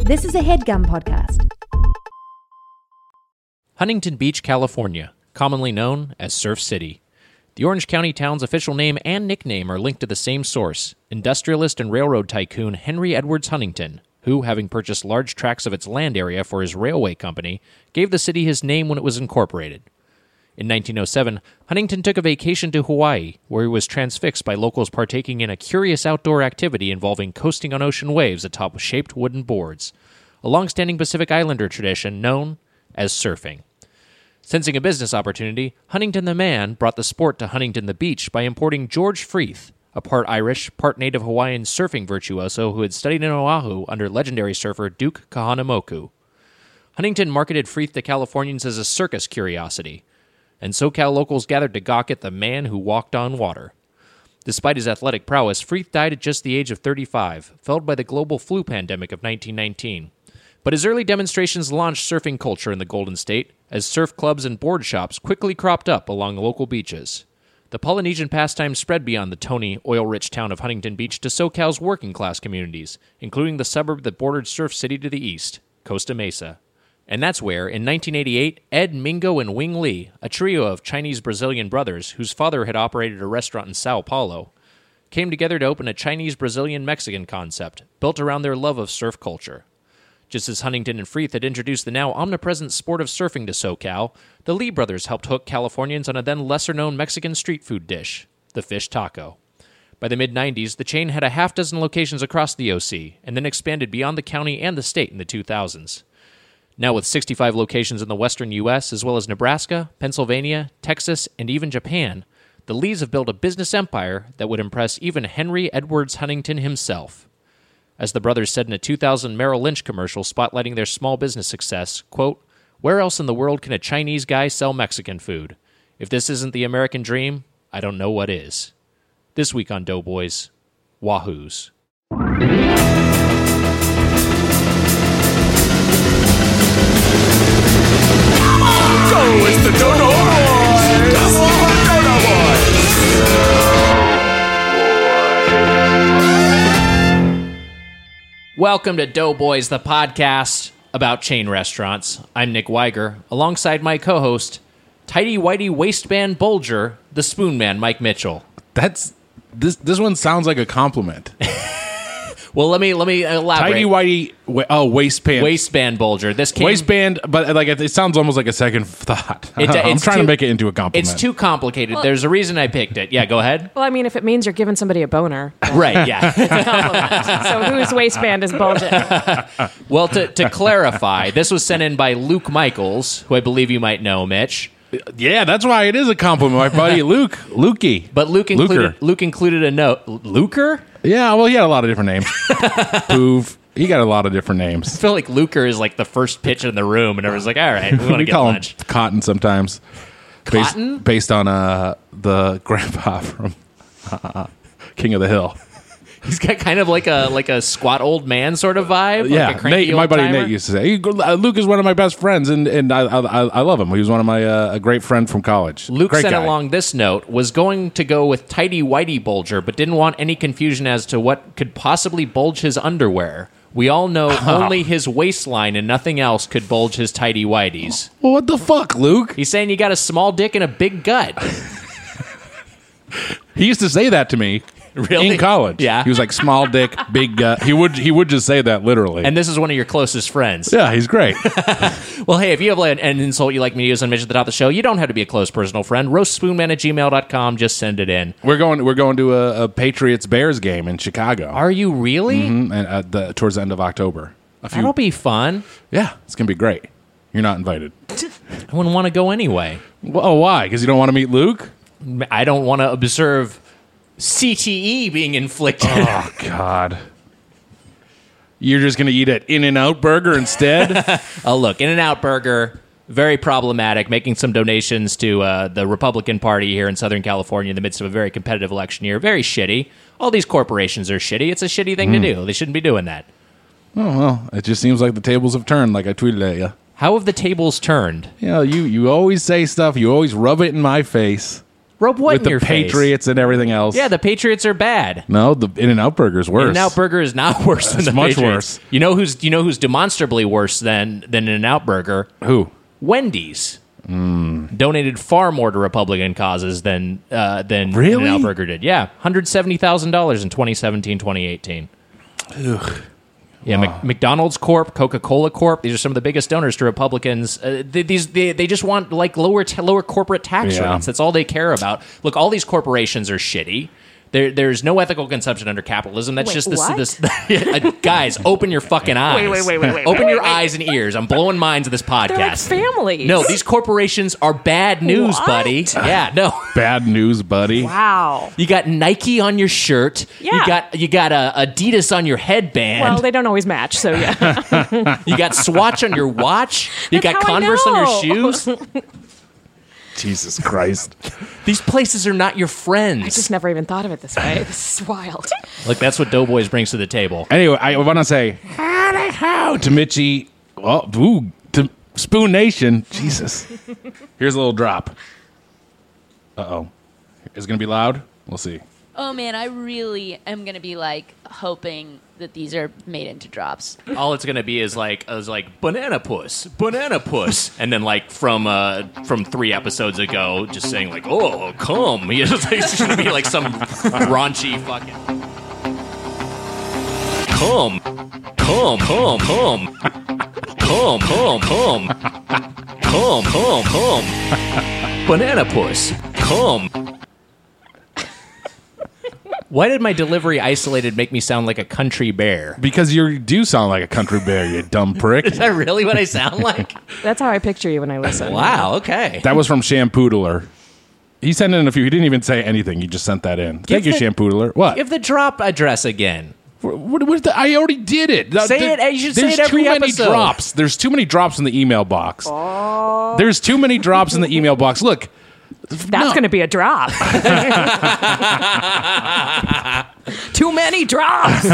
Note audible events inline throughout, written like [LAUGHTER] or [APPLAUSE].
This is a headgum podcast. Huntington Beach, California, commonly known as Surf City. The Orange County town's official name and nickname are linked to the same source industrialist and railroad tycoon Henry Edwards Huntington, who, having purchased large tracts of its land area for his railway company, gave the city his name when it was incorporated. In 1907, Huntington took a vacation to Hawaii, where he was transfixed by locals partaking in a curious outdoor activity involving coasting on ocean waves atop shaped wooden boards, a long-standing Pacific Islander tradition known as surfing. Sensing a business opportunity, Huntington the Man brought the sport to Huntington the Beach by importing George Freeth, a part Irish, part native Hawaiian surfing virtuoso who had studied in Oahu under legendary surfer Duke Kahanamoku. Huntington marketed Freeth to Californians as a circus curiosity, and SoCal locals gathered to gawk at the man who walked on water. Despite his athletic prowess, Freeth died at just the age of 35, felled by the global flu pandemic of 1919. But his early demonstrations launched surfing culture in the Golden State, as surf clubs and board shops quickly cropped up along local beaches. The Polynesian pastime spread beyond the Tony, oil rich town of Huntington Beach to SoCal's working class communities, including the suburb that bordered Surf City to the east, Costa Mesa. And that's where, in 1988, Ed Mingo and Wing Lee, a trio of Chinese Brazilian brothers whose father had operated a restaurant in Sao Paulo, came together to open a Chinese Brazilian Mexican concept built around their love of surf culture. Just as Huntington and Freeth had introduced the now omnipresent sport of surfing to SoCal, the Lee brothers helped hook Californians on a then lesser known Mexican street food dish, the fish taco. By the mid 90s, the chain had a half dozen locations across the OC and then expanded beyond the county and the state in the 2000s. Now, with 65 locations in the western U.S., as well as Nebraska, Pennsylvania, Texas, and even Japan, the Lees have built a business empire that would impress even Henry Edwards Huntington himself. As the brothers said in a 2000 Merrill Lynch commercial spotlighting their small business success, quote, Where else in the world can a Chinese guy sell Mexican food? If this isn't the American dream, I don't know what is. This week on Doughboys, Wahoos. Go is the Dodo Boys! Go the Dodo Boys! Welcome to Doughboys, the podcast about chain restaurants. I'm Nick Weiger, alongside my co host, Tidy Whitey Waistband Bulger, the Spoon Man, Mike Mitchell. That's this. This one sounds like a compliment. Well, let me let me elaborate. Tidy [LAUGHS] whitey. wa- Oh, waistband. Waistband Bulger. This came, waistband. But like it, it sounds almost like a second [LAUGHS] thought. It- I'm it's trying too- to make it into a compliment. It's too complicated. There's a reason I picked it. Yeah, go [LAUGHS] ahead. Well, I mean, if it means you're giving somebody a boner, [LAUGHS] Right, yeah. so whose waistband is bulging? [LAUGHS] well, to, to clarify, this was sent in by Luke Michaels, who I believe you might know, Mitch. Yeah, that's why it is a compliment, [LAUGHS] my buddy Luke. Lukey. But Luke included Luker. Luke included a note. Luker? Yeah. Well, he had a lot of [LAUGHS] different names. Poov. He got a lot of different I names. feel like Luker is like the first pitch in the room, and everyone's like, all right, [LAUGHS] we want to [LAUGHS] We get call lunch. him Cotton sometimes. Based- Cotton? Based, on uh the [LAUGHS] grandpa from King of the Hill. He's got kind of like a like a squat old man sort of vibe. like yeah, a cranky Nate, my buddy old-timer. Nate used to say, "Hey, go- uh, Luke is one of my best friends, and, and I, I I love him. He was one of my uh, a great friend from college. Luke great sent guy. along this note was going to go with tidy whitey bulger, but didn't want any confusion as to what could possibly bulge his underwear. We all [LAUGHS] know only his waistline and nothing else could bulge his tidy whiteys. Well, what the fuck, Luke? He's saying you got a small dick and a big gut. He used to say that to me. [LAUGHS] Really? In college, Yeah. He was like [LAUGHS] small dick, big gut. He would he would just say that literally. And this is one of your closest [LAUGHS] friends. yeah, [LAUGHS] he's great. Well, hey, if you have like, an insult you like me to use on Mitch at the top of the show, you don't have to be a close personal friend. Roastspoonman at gmail.com. Just send it in. we're going we're going to a, a Patriots Bears game in Chicago Are you really? and at the, towards the end of October. A few, That'll be fun. yeah, it's gonna be great. You're not invited. I wouldn't want to go anyway. Well, oh, why? Because you don't want to meet Luke? I don't want to observe CTE being inflicted. Oh God. You're just gonna eat an In and Out burger instead? [LAUGHS] oh, look, In and Out Burger, very problematic, making some donations to uh, the Republican Party here in Southern California in the midst of a very competitive election year. Very shitty. All these corporations are shitty. It's a shitty thing to do. They shouldn't be doing that. [LAUGHS] it just seems like the tables have turned, like I tweeted at you. How have the tables turned? You know, you, you always say stuff, you always rub it in my face. Rope what with in the your face? Patriots and everything else. Yeah, the Patriots are bad. no, the In and Out Burger's worse. In-N-Out Burger is not [LAUGHS] worse than It's the much Patriots. worse. You know who's you know who's demonstrably worse than than In-N-Out Burger? Who? Hmm. Wendy's donated far more to Republican causes than uh, than Really? In-N-Out Burger did. Yeah, hundred seventy thousand dollars in 2017, 2018. Yeah, Mc- McDonald's Corp, Coca Cola Corp. These are some of the biggest donors to Republicans. Uh, th- these they, they just want like lower t- lower corporate tax Yeah. rates. That's all they care about. Look, all these corporations are shitty. There, there's no ethical consumption under capitalism. That's Wait, just this. what? this [LAUGHS] Yeah, uh, guys, open your fucking eyes. wait, wait, wait, wait, Open wait, your wait. eyes and ears. I'm blowing minds of this podcast. They're like families. No, these corporations are bad news, What? buddy. Yeah, no. Bad news, buddy. Wow. You got Nike on your shirt. You Yeah. got you got uh, Adidas on your headband. Well, they don't always match, so yeah. you got Swatch on your watch. You That's got how I Converse on your know. shoes. Jesus Christ. These places are not your friends. I just never even thought of it this way. This is wild. Like that's what Doughboys brings to the table. Anyway, I want to say howdy how to Mitchie. Oh, ooh, to Spoon Nation. Jesus. [LAUGHS] Here's a little drop. Uh oh. It's going to be loud. We'll see. Oh man, I really am gonna be like hoping that these are made into drops. All it's gonna be is like is like banana puss, banana puss, and then like from uh from three episodes ago, just saying like oh come, [LAUGHS] You know, it's just gonna be like some raunchy fucking come, come, come, come, come, come, come, come, come, come, banana puss, come. Why did my delivery isolated make me sound like a country bear? Because you do sound like a country bear, you dumb prick. Is that really what I sound like? [LAUGHS] That's how I picture you when I listen. wow, okay. That was from Shampoodler. He sent in a few. He didn't even say anything. He just sent that in. Thank you, the- Shampoodler. What? Give the drop address again. What, what is the, I already did it. Now, Say it- you should say there's it every too many episode. drops. There's too many drops in the email box. There's too many drops in the email box. Look, That's No. going to be [LAUGHS] a drop. Too [LAUGHS] many drops.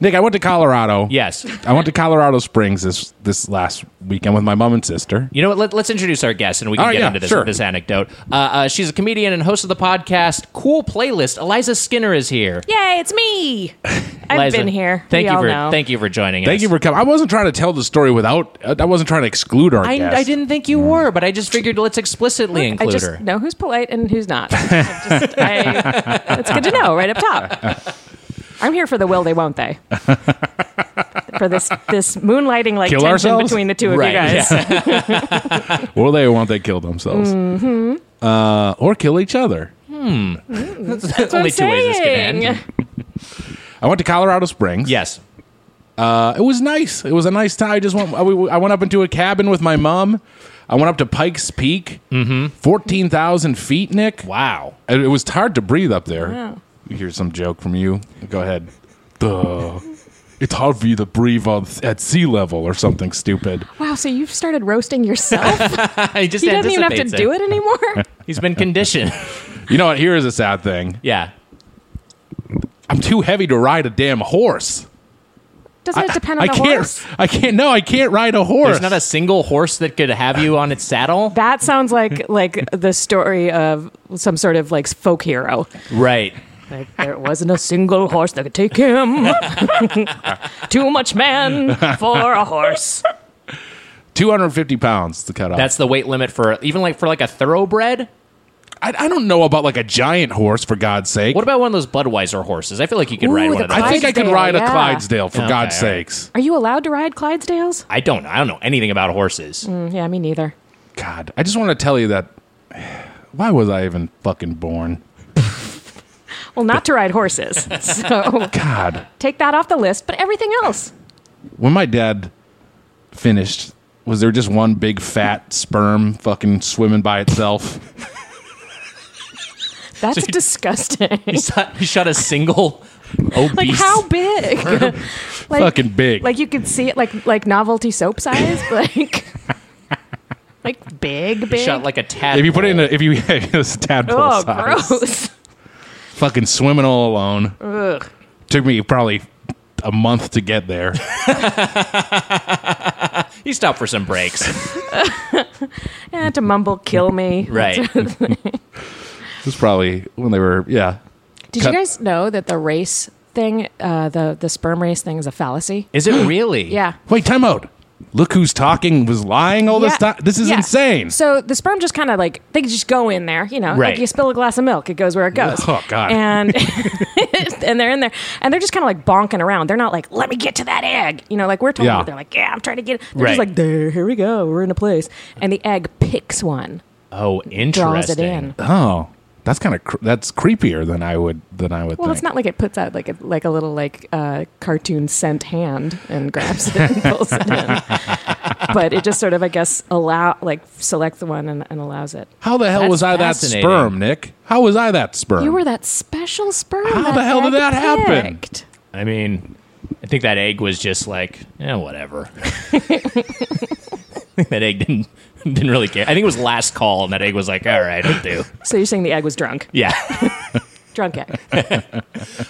Nick, I went to Colorado. Yes. I went to Colorado Springs this this last weekend with my mom and sister. You know what? Let, let's introduce our guest and we can All right, get yeah, into this, sure. this anecdote. Uh, uh, she's a comedian and host of the podcast Cool Playlist. Eliza Skinner is here. Yay, it's me. I've Eliza, been here. Thank We you all for know. thank you for joining us. Thank you for coming. I wasn't trying to tell the story without. I wasn't trying to exclude our I, guest. I didn't think you were, but I just figured let's explicitly I include just her. [LAUGHS] know who's polite and who's not. I just, I, it's good to know right up top. I'm here for the will they won't they. For this this moonlighting like Kill tension ourselves? between the two of Right, you guys. Will they or won't they kill themselves? Mm-hmm. Uh, or kill each other? That's only two ways this could end. I went to Colorado Springs. Yes. [LAUGHS] it was nice. It was a nice time. I just went. I, we- I went up into a cabin with my mom. I went up to Pikes Peak, mm-hmm. thousand feet, Nick. Wow. It, it was hard to breathe up there. Here's some joke from you. Go ahead. Duh. It's hard for you to breathe on, at sea level or something stupid. Wow, so you've started roasting yourself? [LAUGHS] he just He doesn't even have to anticipates do it anymore? He's been conditioned. [LAUGHS] You know what? Here is a sad thing. yeah. I'm too heavy to ride a damn horse. Doesn't it depend on I the can't. horse? I can't. No, I can't ride a horse. There's not a single horse that could have you on its saddle. That sounds like like the story of some sort of like folk hero. Right. Like there wasn't a single horse that could take him. [LAUGHS] Too much man for a horse. 250 pounds to cut off. That's the weight limit for even like for like a thoroughbred. I, I don't know about like a giant horse for God's sake. What about one of those Budweiser horses? I feel like you could Ooh, ride one the of those. I think I could Clydesdale, ride a yeah. Clydesdale for Okay, God's all right. sakes. Are you allowed to ride Clydesdales? I don't. I don't know anything about horses. Mm, yeah, me neither. God, I just want to tell you that. Why was I even fucking born? Well, not to ride horses. So God, take that off the list, but everything else. when my dad finished, was there just one big fat sperm fucking swimming by itself? That's disgusting. He shot, he shot a single obese. [LAUGHS] Like how big? [LAUGHS] like, Fucking big. Like you could see it, like like novelty soap size, like like big, he big. shot like a tad. if you put it in a, if you [LAUGHS] it's a tadpole oh, size. [LAUGHS] gross. Fucking swimming all alone. Ugh. Took me probably a month to get there. He stopped for some [LAUGHS] breaks. Eh, to mumble, kill me. [LAUGHS] right. This was probably when they were, yeah. Did Cut- you guys know that the race thing, uh, the the sperm race thing, is a fallacy? Is it really? Yeah. Wait, time out. Look who's talking was lying all this Yeah. time. This is Yeah. insane. So the sperm just kind of like they just go in there, you know, Right. like you spill a glass of milk, it goes where it goes. Oh, God. [LAUGHS] And [LAUGHS] and they're in there, and they're just kind of like bonking around. They're not like, let me get to that egg, you know, like we're told. Yeah. They're like, yeah, I'm trying to get. it. They're Right. just like, there, here we go, we're in a place, and the egg picks one, Oh, draws it interesting. in. oh, that's kind of cr- that's creepier than I would than I would Well, think. it's not like it puts out like a like a little like uh, cartoon scent hand and grabs it and pulls [LAUGHS] it in. But it just sort of, I guess, allow like selects the one and, and allows it. How the hell That's was I that fascinating. sperm, Nick? How was I that sperm? You were that special sperm. How that the hell did egg that happen? picked. I mean, I think that egg was just like, eh, [LAUGHS] whatever. [LAUGHS] I think that egg didn't [LAUGHS] didn't really care. I think it was last call, and that egg was like, all right, I'll do. So you're saying the egg was drunk? Yeah. Drunk [LAUGHS] egg.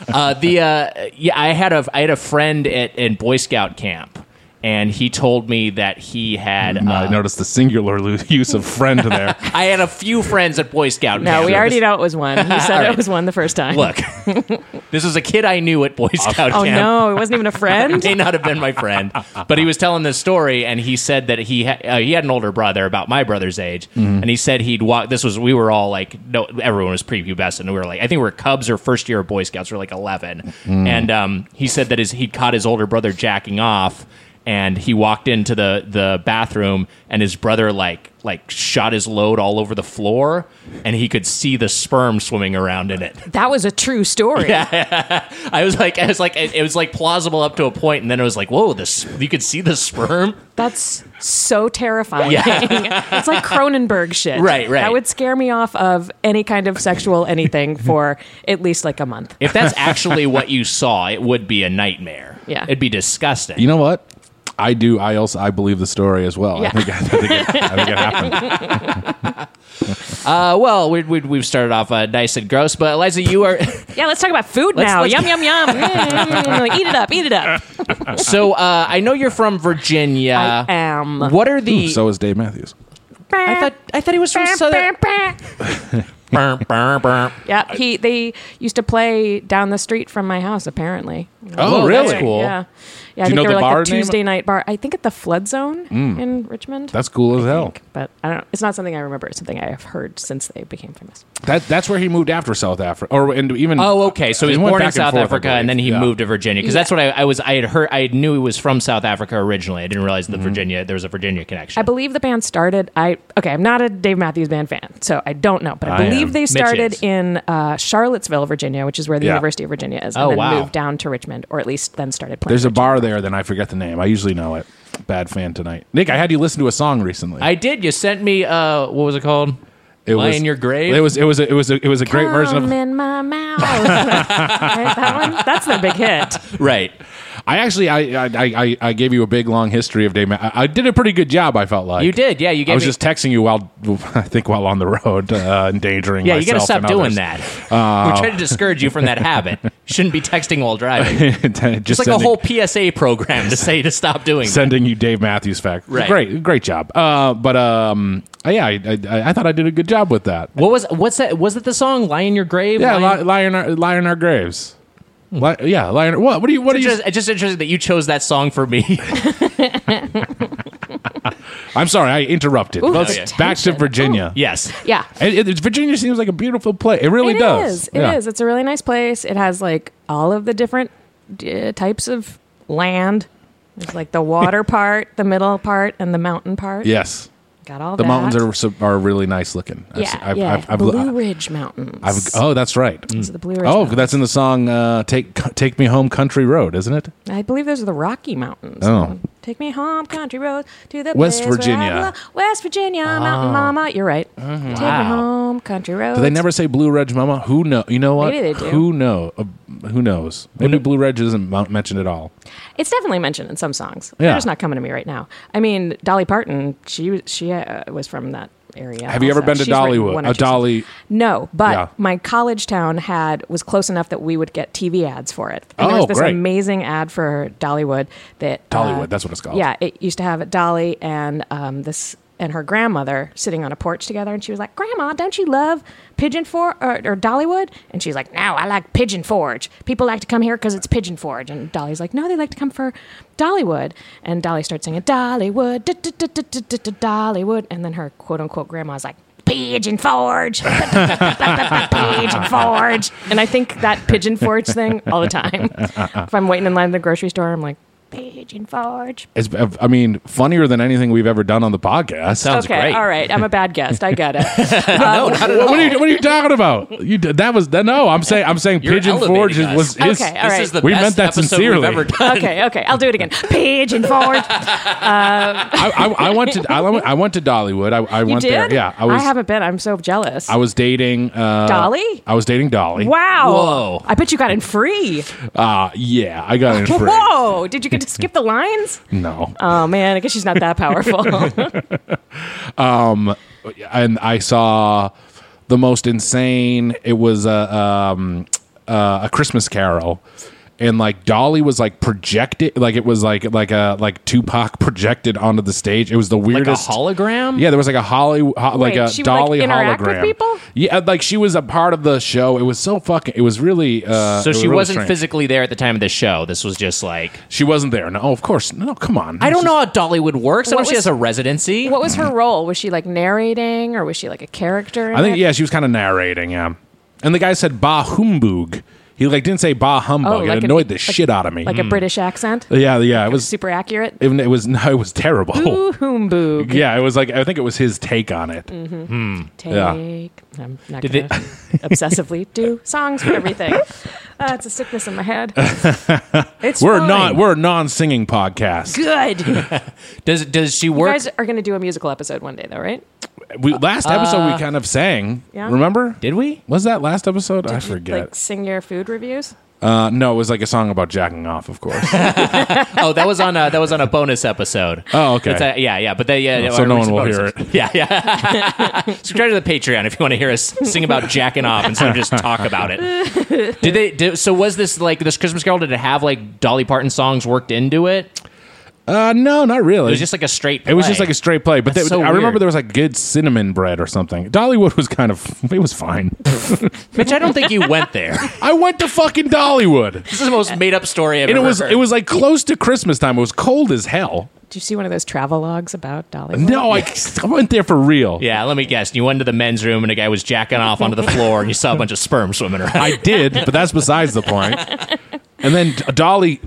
Uh, the uh, yeah, I had a I had a friend at in Boy Scout camp, and he told me that he had. No, Uh, I noticed the singular lo- [LAUGHS] use of friend there. I had a few friends at Boy Scout. No, camp. we already [LAUGHS] This- know it was one. [LAUGHS] You said right. it was one the first time. Look, [LAUGHS] this was a kid I knew at Boy Scout Oh camp. no, it wasn't even a friend. [LAUGHS] may not have been my friend, but he was telling this story, and he said that he ha- uh, he had an older brother about my brother's age, and he said he'd walk. This was we were all like no, everyone was prepubescent, and we were like I think we were Cubs or first year of Boy Scouts, we were like eleven, and um, he said that his he caught his older brother jacking off. And he walked into the, the bathroom, and his brother like like shot his load all over the floor, and he could see the sperm swimming around in it. That was a true story. I was like, I was like, it, it was like plausible up to a point, and then it was like, whoa, this you could see the sperm. That's so terrifying. [LAUGHS] it's like Cronenberg [LAUGHS] shit. Right, right. That would scare me off of any kind of sexual anything for at least like a month. If that's actually what you saw, it would be a nightmare. Yeah. it'd be disgusting. You know what? I do. I also I believe the story as well. I Yeah. think I think it, I think [LAUGHS] it happened. uh, well, we, we, we've started off uh, nice and gross, but Eliza, you are [LAUGHS] Yeah, let's talk about food Let's- now. let's- yum, [LAUGHS] yum, yum, Mm, Eat it up, eat it up. so. Uh, I know you're from Virginia. I am. Uh, What are the? So is Dave Matthews. I thought I thought he was from Southern. [LAUGHS] Burr, burr, burr. yeah, he they used to play down the street from my house. Apparently. Oh, Whoa, really? That's cool. Yeah. Yeah, I Do you think know they the were bar name? Mm. like a Tuesday night bar. I think at the Flood Zone in Richmond. That's cool as hell. but I don't. It's not something I remember. It's something I have heard since they became famous. That that's where he moved after South Africa, or and even Oh, okay. So he was went born in back and South forth, I Africa, and believe. then he Yeah. moved to Virginia because that's what I, I was. I had heard. I knew he was from South Africa originally. I didn't realize the Mm-hmm. Virginia there was a Virginia connection. I believe the band started. I okay. I'm not a Dave Matthews Band fan, so I don't know. But I, I am. believe they Mitch started is. in uh, Charlottesville, Virginia, which is where the Yeah. University of Virginia is, and Oh, then wow. moved down to Richmond, or at least then started playing. There's a Richmond. bar there. Then I forget the name. I usually know it. Bad fan tonight, Nick. I had you listen to a song recently. I did. You sent me. Uh, what was it called? it Lie in Your Grave? It was it was a, it was a, it was a great version Come of. in [LAUGHS] my mouth. Right, that one. That's their big hit. Right. I actually I I, I I gave you a big long history of Dave. Ma- I, I did a pretty good job. I felt like You did. Yeah. You gave I was me- just texting you while [LAUGHS] I think while on the road, uh, endangering. Yeah, you got to myself stop and doing others. Uh, that. We're trying to discourage you from that habit. Shouldn't be texting while [LAUGHS] driving. just It's like sending, a whole PSA program to say to stop doing that. sending you Dave Matthews facts. Right. Great, great job. Uh, but um, uh, yeah, I, I, I thought I did a good job with that. What was what's that? Was it the song "Lie in Your Grave"? Yeah, Lie in- lie, lie, in our, lie in our graves. Lie, yeah, lie in, what? What do you? What do It's you? just, it's just interesting that you chose that song for me. [LAUGHS] I'm sorry, I interrupted. Ooh, Let's- no, yeah. Back to Virginia. yes. Yeah. It, it- Virginia seems like a beautiful place. It really Oh. It is. does. It is. It's a really nice place. It has like all of the different uh, types of land. There's like [LAUGHS] the water part, the middle part, and the mountain part. Yes, Got all the that. mountains are so- are really nice looking. I've Yeah, se- I've, yeah. I've, I've, Blue I've, Ridge Mountains. I've- oh, that's right. Those are the Blue Ridge Oh, Mountains. that's in the song uh, "Take Take Me Home, Country Road," isn't it? I believe those are the Rocky Mountains. Oh. Take me home, country road, to the West place where I Virginia. Ah. Mm-hmm. belong. West Virginia, mountain mama. You're right. Take Wow. me home, country road. Do they never say Blue Ridge Mama? Who know? You know what? Oh, Maybe they do. Who know? Uh, who knows? Maybe Blue Ridge isn't mon- mentioned at all. It's definitely mentioned in some songs. Yeah. They're just not coming to me right now. I mean, Dolly Parton, she was- she uh, was from that area. Have you ever also. been to She's written Dollywood? one A or two songs. Dolly. No, but Yeah. my college town had was close enough that we would get TV ads for it. And there Oh, was this great. amazing ad for Dollywood that uh, Dollywood, that's what it's called. Yeah, it used to have Dolly and um, this and her grandmother sitting on a porch together, and she was like, "Grandma, don't you love Pigeon Forge or, or Dollywood?" And she's like, "No, I like Pigeon Forge. People like to come here because it's Pigeon Forge." And Dolly's like, "No, they like to come for Dollywood." And Dolly starts singing Dollywood, da, da, da, da, da, da, da, Dollywood, and then her quote unquote grandma's like. Pigeon [LAUGHS] Forge, [LAUGHS] Pigeon Forge, and I think that Pigeon Forge thing all the time. If I'm waiting in line at the grocery store, I'm like Pigeon Forge, It's, I mean, funnier than anything we've ever done on the podcast. Sounds okay, great. all right. I'm a bad guest. I get [LAUGHS] it. what, are you, what are you talking about? You did- that was no. I'm saying I'm saying Oh. You're Pigeon elevating Forge is, us. was is, Okay, all This right. is the We best meant that episode sincerely. we've ever done. Okay, okay. I'll do it again. [LAUGHS] Pigeon forward. I, I, I went to I went, I went to Dollywood. I, I You went did? there. Yeah, I I, was I, haven't been. I'm so jealous. was dating uh, Dolly? I was dating Dolly. wow. Whoa. I bet you got in free. Uh, yeah, I got in free. Whoa. Did you get to skip the lines? No, Oh, man. I guess she's not [LAUGHS] that powerful. and I saw the most insane. It was a um, uh, a Christmas Carol, and like Dolly was like projected, like it was like like a like Tupac [LAUGHS] projected onto the stage. It was the Like a weirdest hologram? Yeah, there was like a Holly, ho- like a she would, like, Dolly interact with hologram. people? Yeah, uh, like she was a part of the show. It was so fucking. It was really. Uh, So it was she really wasn't strange. physically there at the time of the show. This was just like She wasn't there. No, of course. No, come on. I don't know how Dollywood works. I don't know What if she was- has a residency. what was her role? Was she like narrating or was she like a character? in I think it? yeah, she was kind of narrating. Yeah, and the guy said "bah humbug." He like didn't say "bah humbug." Oh, it like an- annoyed the like- shit out of me. Mm-hmm. Like a British accent? yeah, yeah, Mm. it was. Super accurate? It, it was [LAUGHS] no, it was terrible. Ooh, Mm. Hoomboo. [LAUGHS] Yeah, it was like I think it was his take on it. Take. Yeah. I'm not Did going to [LAUGHS] obsessively do songs for everything. Uh, it's a sickness in my [LAUGHS] head. It's We're fine. not we're a non-singing podcast. good. You Does does she work? guys are going to do a musical episode one day, though, right? We, last episode we kind of sang. Uh, yeah. Remember? Did we? was that last episode? I forget. Like sing your food reviews. Uh, no, it was like a song about jacking off, of course. [LAUGHS] Oh, that was on a, that was on a bonus episode. Oh, okay. That's a- yeah, yeah. But they yeah. Oh, so I no reached the one bonus will hear episode. [LAUGHS] Yeah, yeah. [LAUGHS] Subscribe to the Patreon if you want to hear us sing about jacking off instead of just talk about it. [LAUGHS] Did they? Did, so was this like this Christmas Carol? Did it have like Dolly Parton songs worked into it? It uh, [LAUGHS] no, not really. It was just like a straight. it was just play. like a straight play. But That's they- so I remember weird. there was like good cinnamon bread or something. Dollywood was kind of [LAUGHS] it was fine. Mitch, I don't think you went there. [LAUGHS] I went to fucking Dollywood, This is the most made up story I've and it ever was heard. it was like close to Christmas time. It was cold as hell. Did you see one of those travel logs about Dolly? No, [LAUGHS] I, [LAUGHS] I went there for real. Yeah, let me guess. You went to the men's room and a guy was jacking off onto the floor and you saw a bunch of sperm swimming around. I did, but that's besides the point. And then Dolly,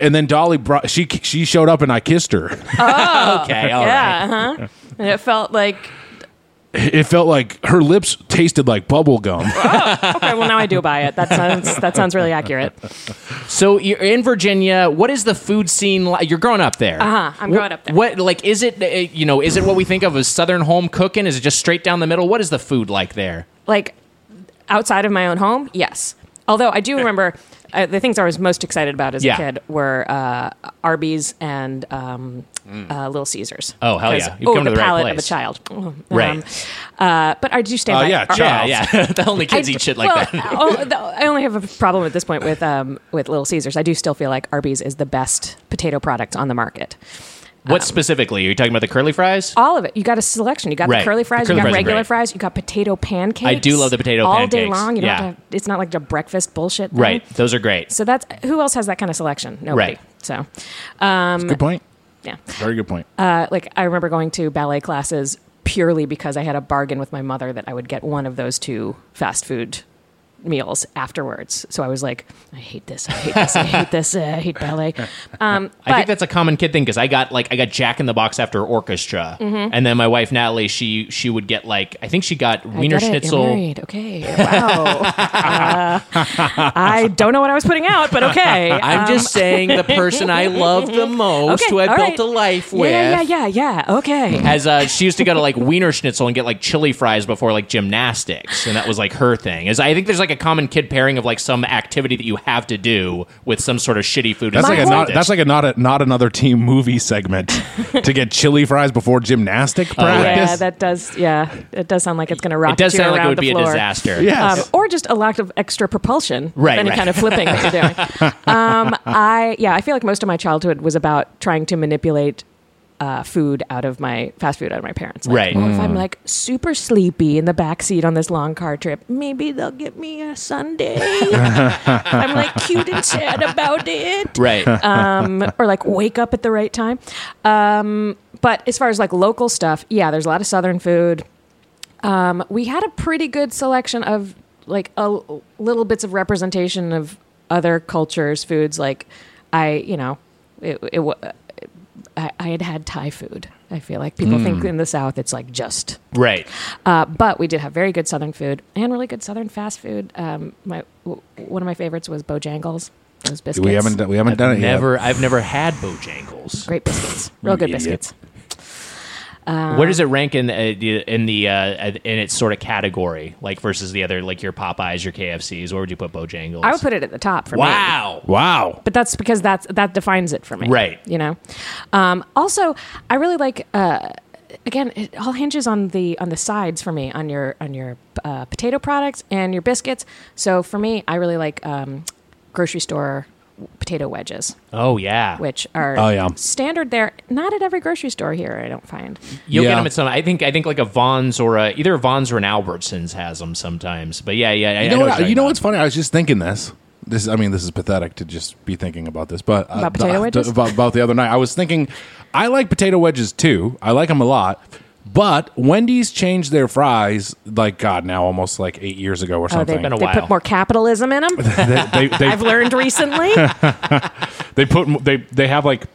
and then Dolly brought she she showed up and I kissed [LAUGHS] her. [LAUGHS] Okay, all right. Yeah, huh? And it felt like It felt like her lips tasted like bubble gum. okay. Well, now I do buy it. That sounds that sounds really accurate. So you're in Virginia. What is the food scene like? You're growing up there. Uh-huh, I'm Wh- growing up there. What like is it? uh, You know, is it what we think of as Southern home cooking? Is it just straight down the middle? What is the food like there? like outside of my own home, yes. Although I [LAUGHS] do remember uh, the things I was most excited about as Yeah. a kid were uh, Arby's and um, uh, Little Caesars. Mm. Oh, hell 'Cause- yeah. You've oh, come to the, the right palate of place. a child. Mm, Right. Um, uh, but I do stand Oh, by. yeah, Ar- child. Yeah, yeah. [LAUGHS] the only kids I- eat shit like well, that. [LAUGHS] oh, the- I only have a problem at this point with um, with Little Caesars. I do still feel like Arby's is the best potato product on the market. uh, What specifically? Are you talking about the curly fries? All of it. You got a selection. You got Right. the curly fries. The curly you got fries are regular great. fries. You got potato pancakes. I do love the potato all day pancakes. long. You don't Yeah. have to have, it's not like the breakfast bullshit. Thing. Right. Those are great. So that's who else has that kind of selection? Nobody. Right. So, Good point. yeah. Very good point. Uh, like I remember going to ballet classes purely because I had a bargain with my mother that I would get one of those two fast food meals afterwards. So I was like, I hate this. I hate this. I hate this. uh, I hate ballet. Um, [LAUGHS] I think but- that's a common kid thing because I got like I got Jack in the Box after orchestra, and then my wife Natalie she she would get like I think she got Mm-hmm. I Wiener get it. You're Schnitzel. married. Okay. Wow. Uh, I don't know what I was putting out, but [LAUGHS] okay. I'm Um, just saying the person [LAUGHS] I love the most, okay, who I all built right. a life Yeah, with. Yeah, yeah, yeah, yeah. Okay. As uh, she used to go to like Wiener Schnitzel and get like chili fries before like gymnastics, and that was like her thing. Is I think there's like like a common kid pairing of like some activity that you have to do with some sort of shitty food. That's My like, a whole- not, that's like a not a, not another team movie segment to get chili fries before gymnastic yeah, practice. Oh, Yeah, that does. Yeah, it does sound like it's going to rock. it does you sound around like it would the be floor. a [LAUGHS] disaster. Yes. Um, or just a lack of extra propulsion, Right, Any right. kind of flipping that you're doing. [LAUGHS] Um, I yeah, I feel like most of my childhood was about trying to manipulate uh, food out of my fast food out of my parents. Like, Right. "Oh, if I'm like super sleepy in the back seat on this long car trip, maybe they'll get me [LAUGHS] a sundae. I'm like cute and sad about it [LAUGHS] Right. um, or like wake up at the right time. Um, but as far as like local stuff, yeah, there's a lot of Southern food. Um, we had a pretty good selection of like a l- little bits of representation of other cultures' foods. Like I, you know, it, it, wa- I, I had had Thai food. I feel like people think in the South it's like just right. uh, but we did have very good Southern food and really good Southern fast food. Um, my w- one of my favorites was Bojangles. Those biscuits, we haven't done- we haven't done it Never. I've never had Bojangles. great biscuits, real good Idiot. biscuits. Where does it rank in uh, the- in the uh, in its sort of category, like versus the other, like your Popeyes, your KFCs? Where would you put Bojangles? I would put it at the top for me. Wow. yet. Wow. but that's because that's that defines it for me Right. you know um, also i really like uh, again it all hinges on the on the sides for me on your on your uh, potato products and your biscuits so for me i really like um, grocery store potato wedges Oh yeah. which are Oh, yeah. standard there not at every grocery store here i don't find You'll get Yeah. them at some. I think. I think like a Vons or a, either a Vons or an Albertsons has them sometimes. But yeah, yeah. I- I You know, what what, you're you know talking what's funny? I was just thinking this. This is, I mean, this is pathetic to just be thinking about this, but uh, About potato the- wedges? about, about the other night, I was thinking, I like potato wedges too. I like them a lot, but Wendy's changed their fries like God now, almost like eight years ago or something. they, been a they while. put more capitalism in [LAUGHS] them they, they, [LAUGHS] i've they, [LAUGHS] learned recently they put m- they they have like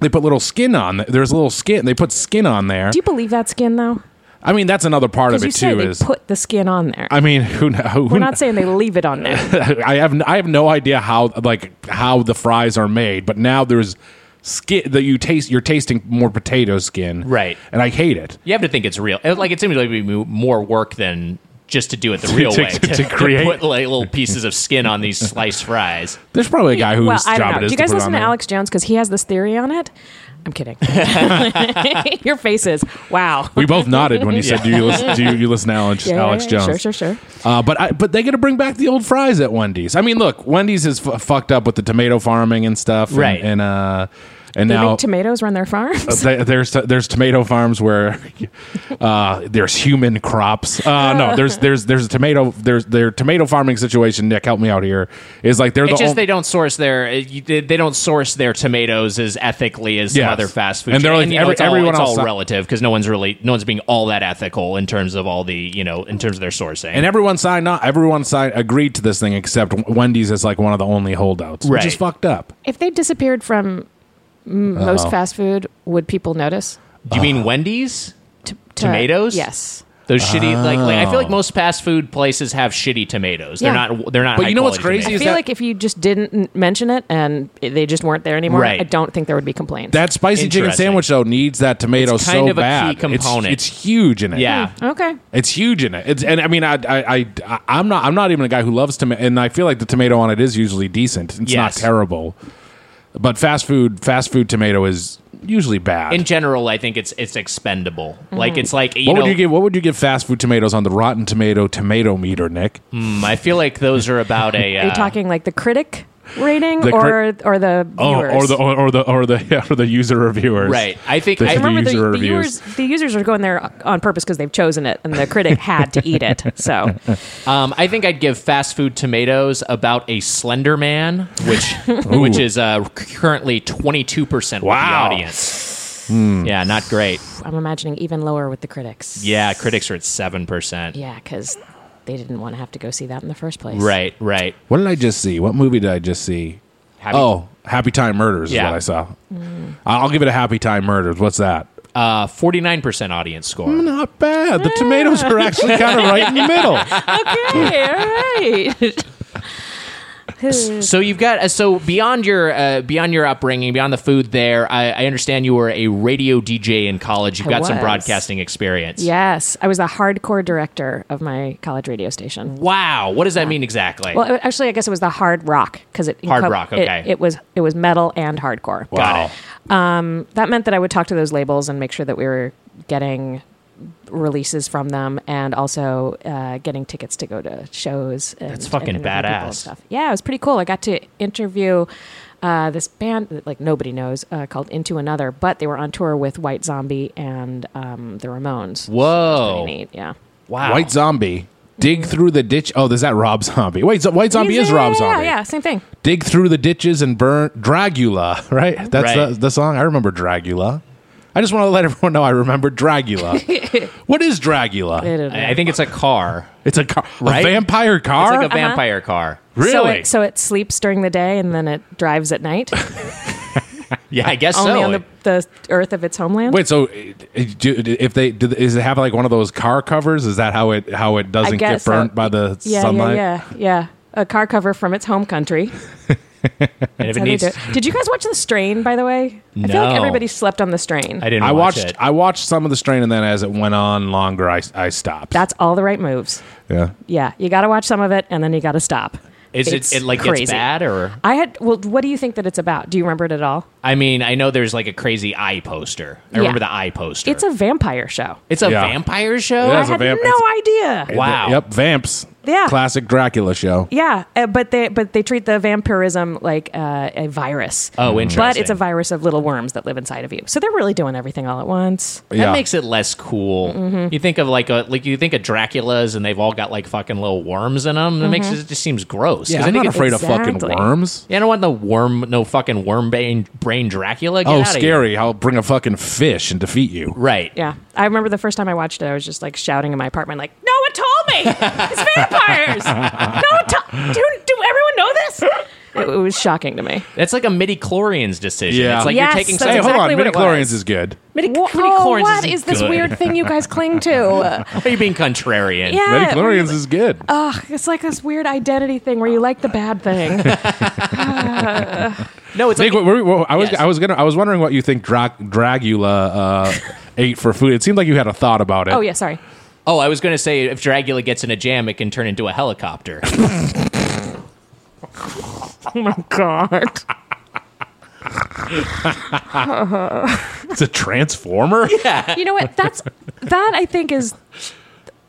they put little skin on. th- There's a little skin. They put skin on there. do you believe that skin though I mean, that's another part of because you it say too. they Is put the skin on there I mean, who, kn- who we're not saying they leave it on there [LAUGHS] I have n- I have no idea how like how the fries are made, but now there's skin that you taste. You're tasting more potato skin, Right. And I hate it. You have to think it's real. It- like it seems like it'd be more work than just to do it the real [LAUGHS] to- way to- to create. put like little pieces of skin on [LAUGHS] these sliced fries. There's probably a guy whose well, I don't job know. it is. Do you guys to put it listen on to there. Alex Jones? Because he has this theory on it. [LAUGHS] I'm kidding. Your faces. Wow. We both nodded when you said, "Do you listen? Do you, you listen to Alex, Yeah, yeah, Alex yeah, Jones?" sure, sure, sure. Uh, but I, but they got to bring back the old fries at Wendy's. I mean, look, Wendy's is f- fucked up with the tomato farming and stuff, and- Right. And uh, and They now Uh, make tomatoes run their [LAUGHS] farms. Th- there's there's tomato farms where uh, there's human crops. Uh, no, there's there's there's a tomato there's their tomato farming situation. Nick, help me out here. Is like they're the It's just on- they don't source their uh, you- they they don't source their tomatoes as ethically as some Yes. other fast food. And they're chain. like, you know, every- it's all, everyone it's else- all relative because no one's really no one's being all that ethical in terms of all the you know in terms of their sourcing. and everyone signed on. Everyone signed agreed to this thing except Wendy's is like one of the only holdouts, which Right. is fucked up. [LAUGHS] if they disappeared from m- Oh. most fast food, would people notice? Do you [SIGHS] mean Wendy's? T- to- Tomatoes? Yes. Those shitty like, like I feel like Oh. most fast food places have shitty tomatoes. They're Yeah. not they're not. But you know what's high-quality crazy I Is feel that- like if you just didn't n- mention it and they just weren't there anymore, Right. I don't think there would be complaints. That spicy chicken Interesting. sandwich though needs that tomato It's kind so of a key bad. It's- component. It's, huge in it. tomatoes. Yeah. okay. It's huge in it. It's and I mean I I I I'm not I'm not even a guy who loves tomato and I feel like the tomato on it is usually decent. It's Yes. not terrible. But fast food fast food tomato is usually bad. In general, I think it's it's expendable. Mm-hmm. Like it's like you what know, would you give what would you give fast food tomatoes on the Rotten Tomato tomato meter, Nick? Mm, I feel like those are about a. Uh, [LAUGHS] Are you talking like the critic rating The or or the Oh, viewers? or the or, or the or the [LAUGHS] yeah, or the user reviewers. Right. I think- I- the, remember user the, the reviews. viewers the users are going there on purpose because they've chosen it and the critic had to [LAUGHS] eat it so Um, I think I'd give fast food tomatoes about a Slender Man, [LAUGHS] which which is uh, currently twenty two percent with the Wow. Hmm. audience. Yeah, not great. i'm imagining even lower with the critics Yeah, critics are at seven percent. yeah because they didn't want to have to go see that in the first place Right, right. What did I just see? What movie did I just see? Happy- oh, Happy Time Murders Yeah. is what I saw. I'll give it a Happy Time Murders. What's that? Uh, forty nine percent audience score. Not bad. The tomatoes [LAUGHS] [LAUGHS] are actually kind of right in the middle. okay all right so you've got uh, so beyond your uh, beyond your upbringing, beyond the food. There, I, I understand you were a radio DJ in college. You've I got some was. broadcasting experience. Yes, I was the hardcore director of my college radio station. Wow. What does that mean exactly? Well, it- actually, I guess it was the hard rock because it Hard inco- rock, it- okay. It, was it was metal and hardcore. got it. That meant that I would talk to those labels and make sure that we were getting releases from them and also uh, getting tickets to go to shows. And, That's fucking badass. Yeah, it was pretty cool. I got to interview uh, this band that like nobody knows uh, called Into Another, but they were on tour with White Zombie and um, the Ramones. So it was Whoa. pretty neat. Yeah. Wow. White Zombie. Dig through the ditch. Oh, is that Rob Zombie? Wait, so White Zombie is Rob yeah, Zombie. Yeah, yeah, same thing. Dig through the ditches and burn Dragula. [LAUGHS] Right. That's Right. The, the song. I remember Dragula. I just want to let everyone know I remember Dragula. [LAUGHS] what is I Dragula? don't know. I I think it's a car. It's a car, Right? a vampire It's car. like a vampire car. really? So it, so it sleeps during the day and then it drives [LAUGHS] at night, Yeah, I guess only so. on the, the earth of its homeland. Wait, so uh, do- if they do, is it have like one of those car covers? Is that how it how it doesn't get guess so. burnt by the yeah, sunlight? yeah, yeah, yeah. A car cover from its home country. and if it How they needs, do it. Did you guys watch The Strain, by the way? I feel No. like everybody slept on The Strain. I didn't. I watch watched it. I watched some of the strain, and then as it went on longer, I, I stopped. That's all the right moves. yeah. Yeah, you got to watch some of it and then you got to stop. Is It's it, it like crazy. gets bad or? I had well, what do you think that it's about? Do you remember it at all? I mean, I know there's like a crazy eye poster. I Yeah. remember the eye poster. It's a vampire show. it's a Yeah. vampire show. Yeah, I it's a had vamp- no idea. Wow. Yep. Vamps. Yeah. Classic Dracula show. Yeah, uh, but they but they treat the vampirism like uh, a virus. Oh, interesting. But it's a virus of little worms that live inside of you. So they're really doing everything all at once. That Yeah. Mm-hmm. makes it less cool. You think of like a like you think of Dracula's and they've all got like fucking little worms in them. That makes it, it just seems gross. 'Cause Mm-hmm. I Yeah, I'm think not it- afraid of Exactly. fucking worms. Yeah, I don't want no worm, no fucking worm brain, brain Dracula. Get Oh, outta here. scary! I'll bring a fucking fish and defeat you. Right. Yeah, I remember the first time I watched it, I was just like shouting in my apartment, like, "No one told me it's vampires! no one told. Do, do everyone know this?" It, it was shocking to me. That's like a midi chlorians decision. Yeah. It's like Yes, you're taking "Oh, that's some. Hey, hold on. exactly what it Midichlorians was. is good. Midi- Wha- midichlorians oh, what isn't is this good. weird thing you guys cling to? Why are you being contrarian? Yeah, Midichlorians it really- Oh, is good. Ugh, it's like this weird identity thing where you like the bad thing. No, it's Nick, like what were- what- I was Yes. I was gonna I was wondering what you think Dra- Dragula [LAUGHS] uh, ate for food. It seemed like you had a thought about it. oh yeah, sorry. Oh, I was going to say if Dracula gets in a jam, it can turn into a [LAUGHS] helicopter. Oh my god. it's a [LAUGHS] transformer. you know what that's that i think is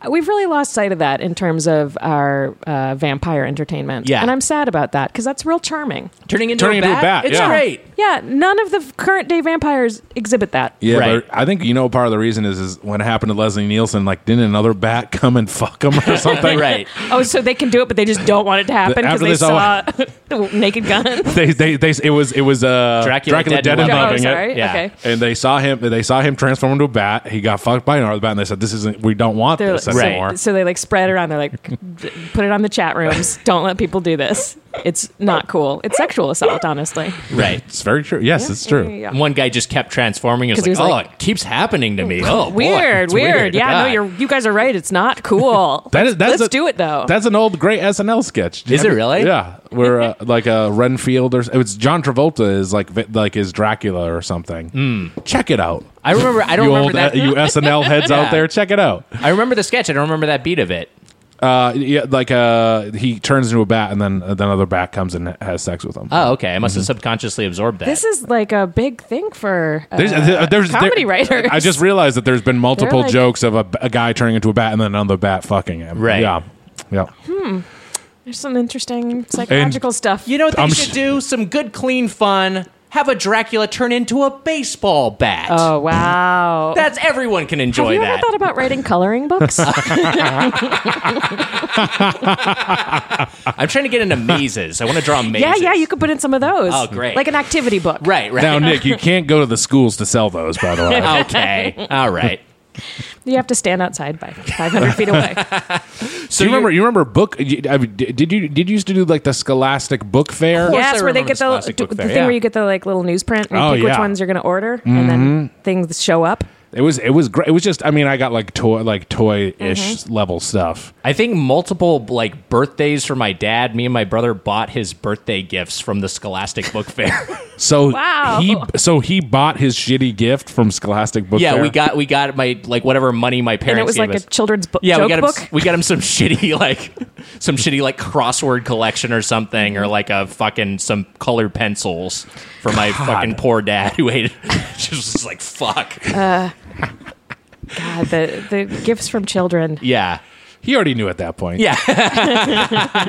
we've really lost sight of that in terms of our uh, vampire entertainment Yeah. and i'm sad about that because that's real charming Turning into Turning a into a bat. bat, It's yeah. great. [LAUGHS] yeah none of the f- current day vampires exhibit that Yeah, Right. but I think you know part of the reason is is when it happened to Leslie Nielsen, like didn't another bat come and fuck him [LAUGHS] or something? Right. oh so they can do it but they just don't want it to happen because After they this, saw [LAUGHS] I the naked [LAUGHS] gun They, they, they, it was it was uh, Dracula Dead and oh, Loving Loving It. sorry yeah. okay And they saw him. They saw him transform into a bat. He got fucked by another bat, and they said, "This isn't. We don't want They're this like- Right. anymore." so they like spread it around they're like put it on the [LAUGHS] chat rooms don't let people do this it's not cool it's sexual assault honestly Right. It's very true. Yes, it's true. Yeah. And one guy just kept transforming. It was like, 'Cause he was oh, like- it keeps happening to me. Oh, boy, Weird, it's weird, Yeah, God. no, you're you guys are right. [LAUGHS] It's not cool. That is- Let's- that's let's a- do it though. That's an old great SNL sketch. Is it really? Yeah, where uh, [LAUGHS] like a Renfield or s- it's John Travolta is like vi- like is Dracula or something. Hmm. Check it out. I remember. I don't you remember that. uh, [LAUGHS] you SNL heads Yeah. out there, check it out. I remember the sketch. I don't remember that beat of it. Uh, yeah, like uh, he turns into a bat, and then uh, then another bat comes and has sex with him. Oh, okay. I must have subconsciously absorbed that. this is like a big thing for uh, There's, uh, there's comedy there- writers. I just realized that there's been multiple like- jokes of a, b- a guy turning into a bat and then another bat fucking him. Right. Yeah. Yeah. there's some interesting psychological stuff. you know what they I'm should sh- do? Some good, clean fun. Have a Dracula turn into a baseball bat. oh wow. That's everyone can enjoy Have you that. ever thought about writing [LAUGHS] coloring books? I'm trying to get into mazes. I want to [LAUGHS] draw mazes. yeah, yeah, you could put in some of those. Oh, great. Like an activity book. Right, right. Now, Nick, you can't go to the schools to sell those, by [LAUGHS] the way. [LAUGHS] okay. All right. You have to stand outside by 500 [LAUGHS] feet away. So do you you're- remember? You remember book? you- I mean, di- did you did you used to do like the Scholastic Book Fair? course Yes, I where they remember get this the, plastic book the fair, thing yeah. where you get the like little newsprint and you Oh, yeah. pick Mm-hmm. which ones you're going to order, and then things show up. It was it was great. It was just I mean I got like toy like toy ish Mm-hmm. level stuff. I think multiple like birthdays for my dad. Me and my brother bought his birthday gifts from the Scholastic Book Fair. [LAUGHS] So Wow. he so he bought his shitty gift from Scholastic Book. yeah, Fair. we got we got my like whatever money my parents and it was gave like us. a children's book. yeah, joke we got him. book. We got him some [LAUGHS] shitty like some shitty like crossword collection or something, or like a fucking some colored pencils for my fucking poor dad who hated. [LAUGHS] She was just like fuck. Uh, God, the the gifts from children. Yeah. He already knew at that point. Yeah. he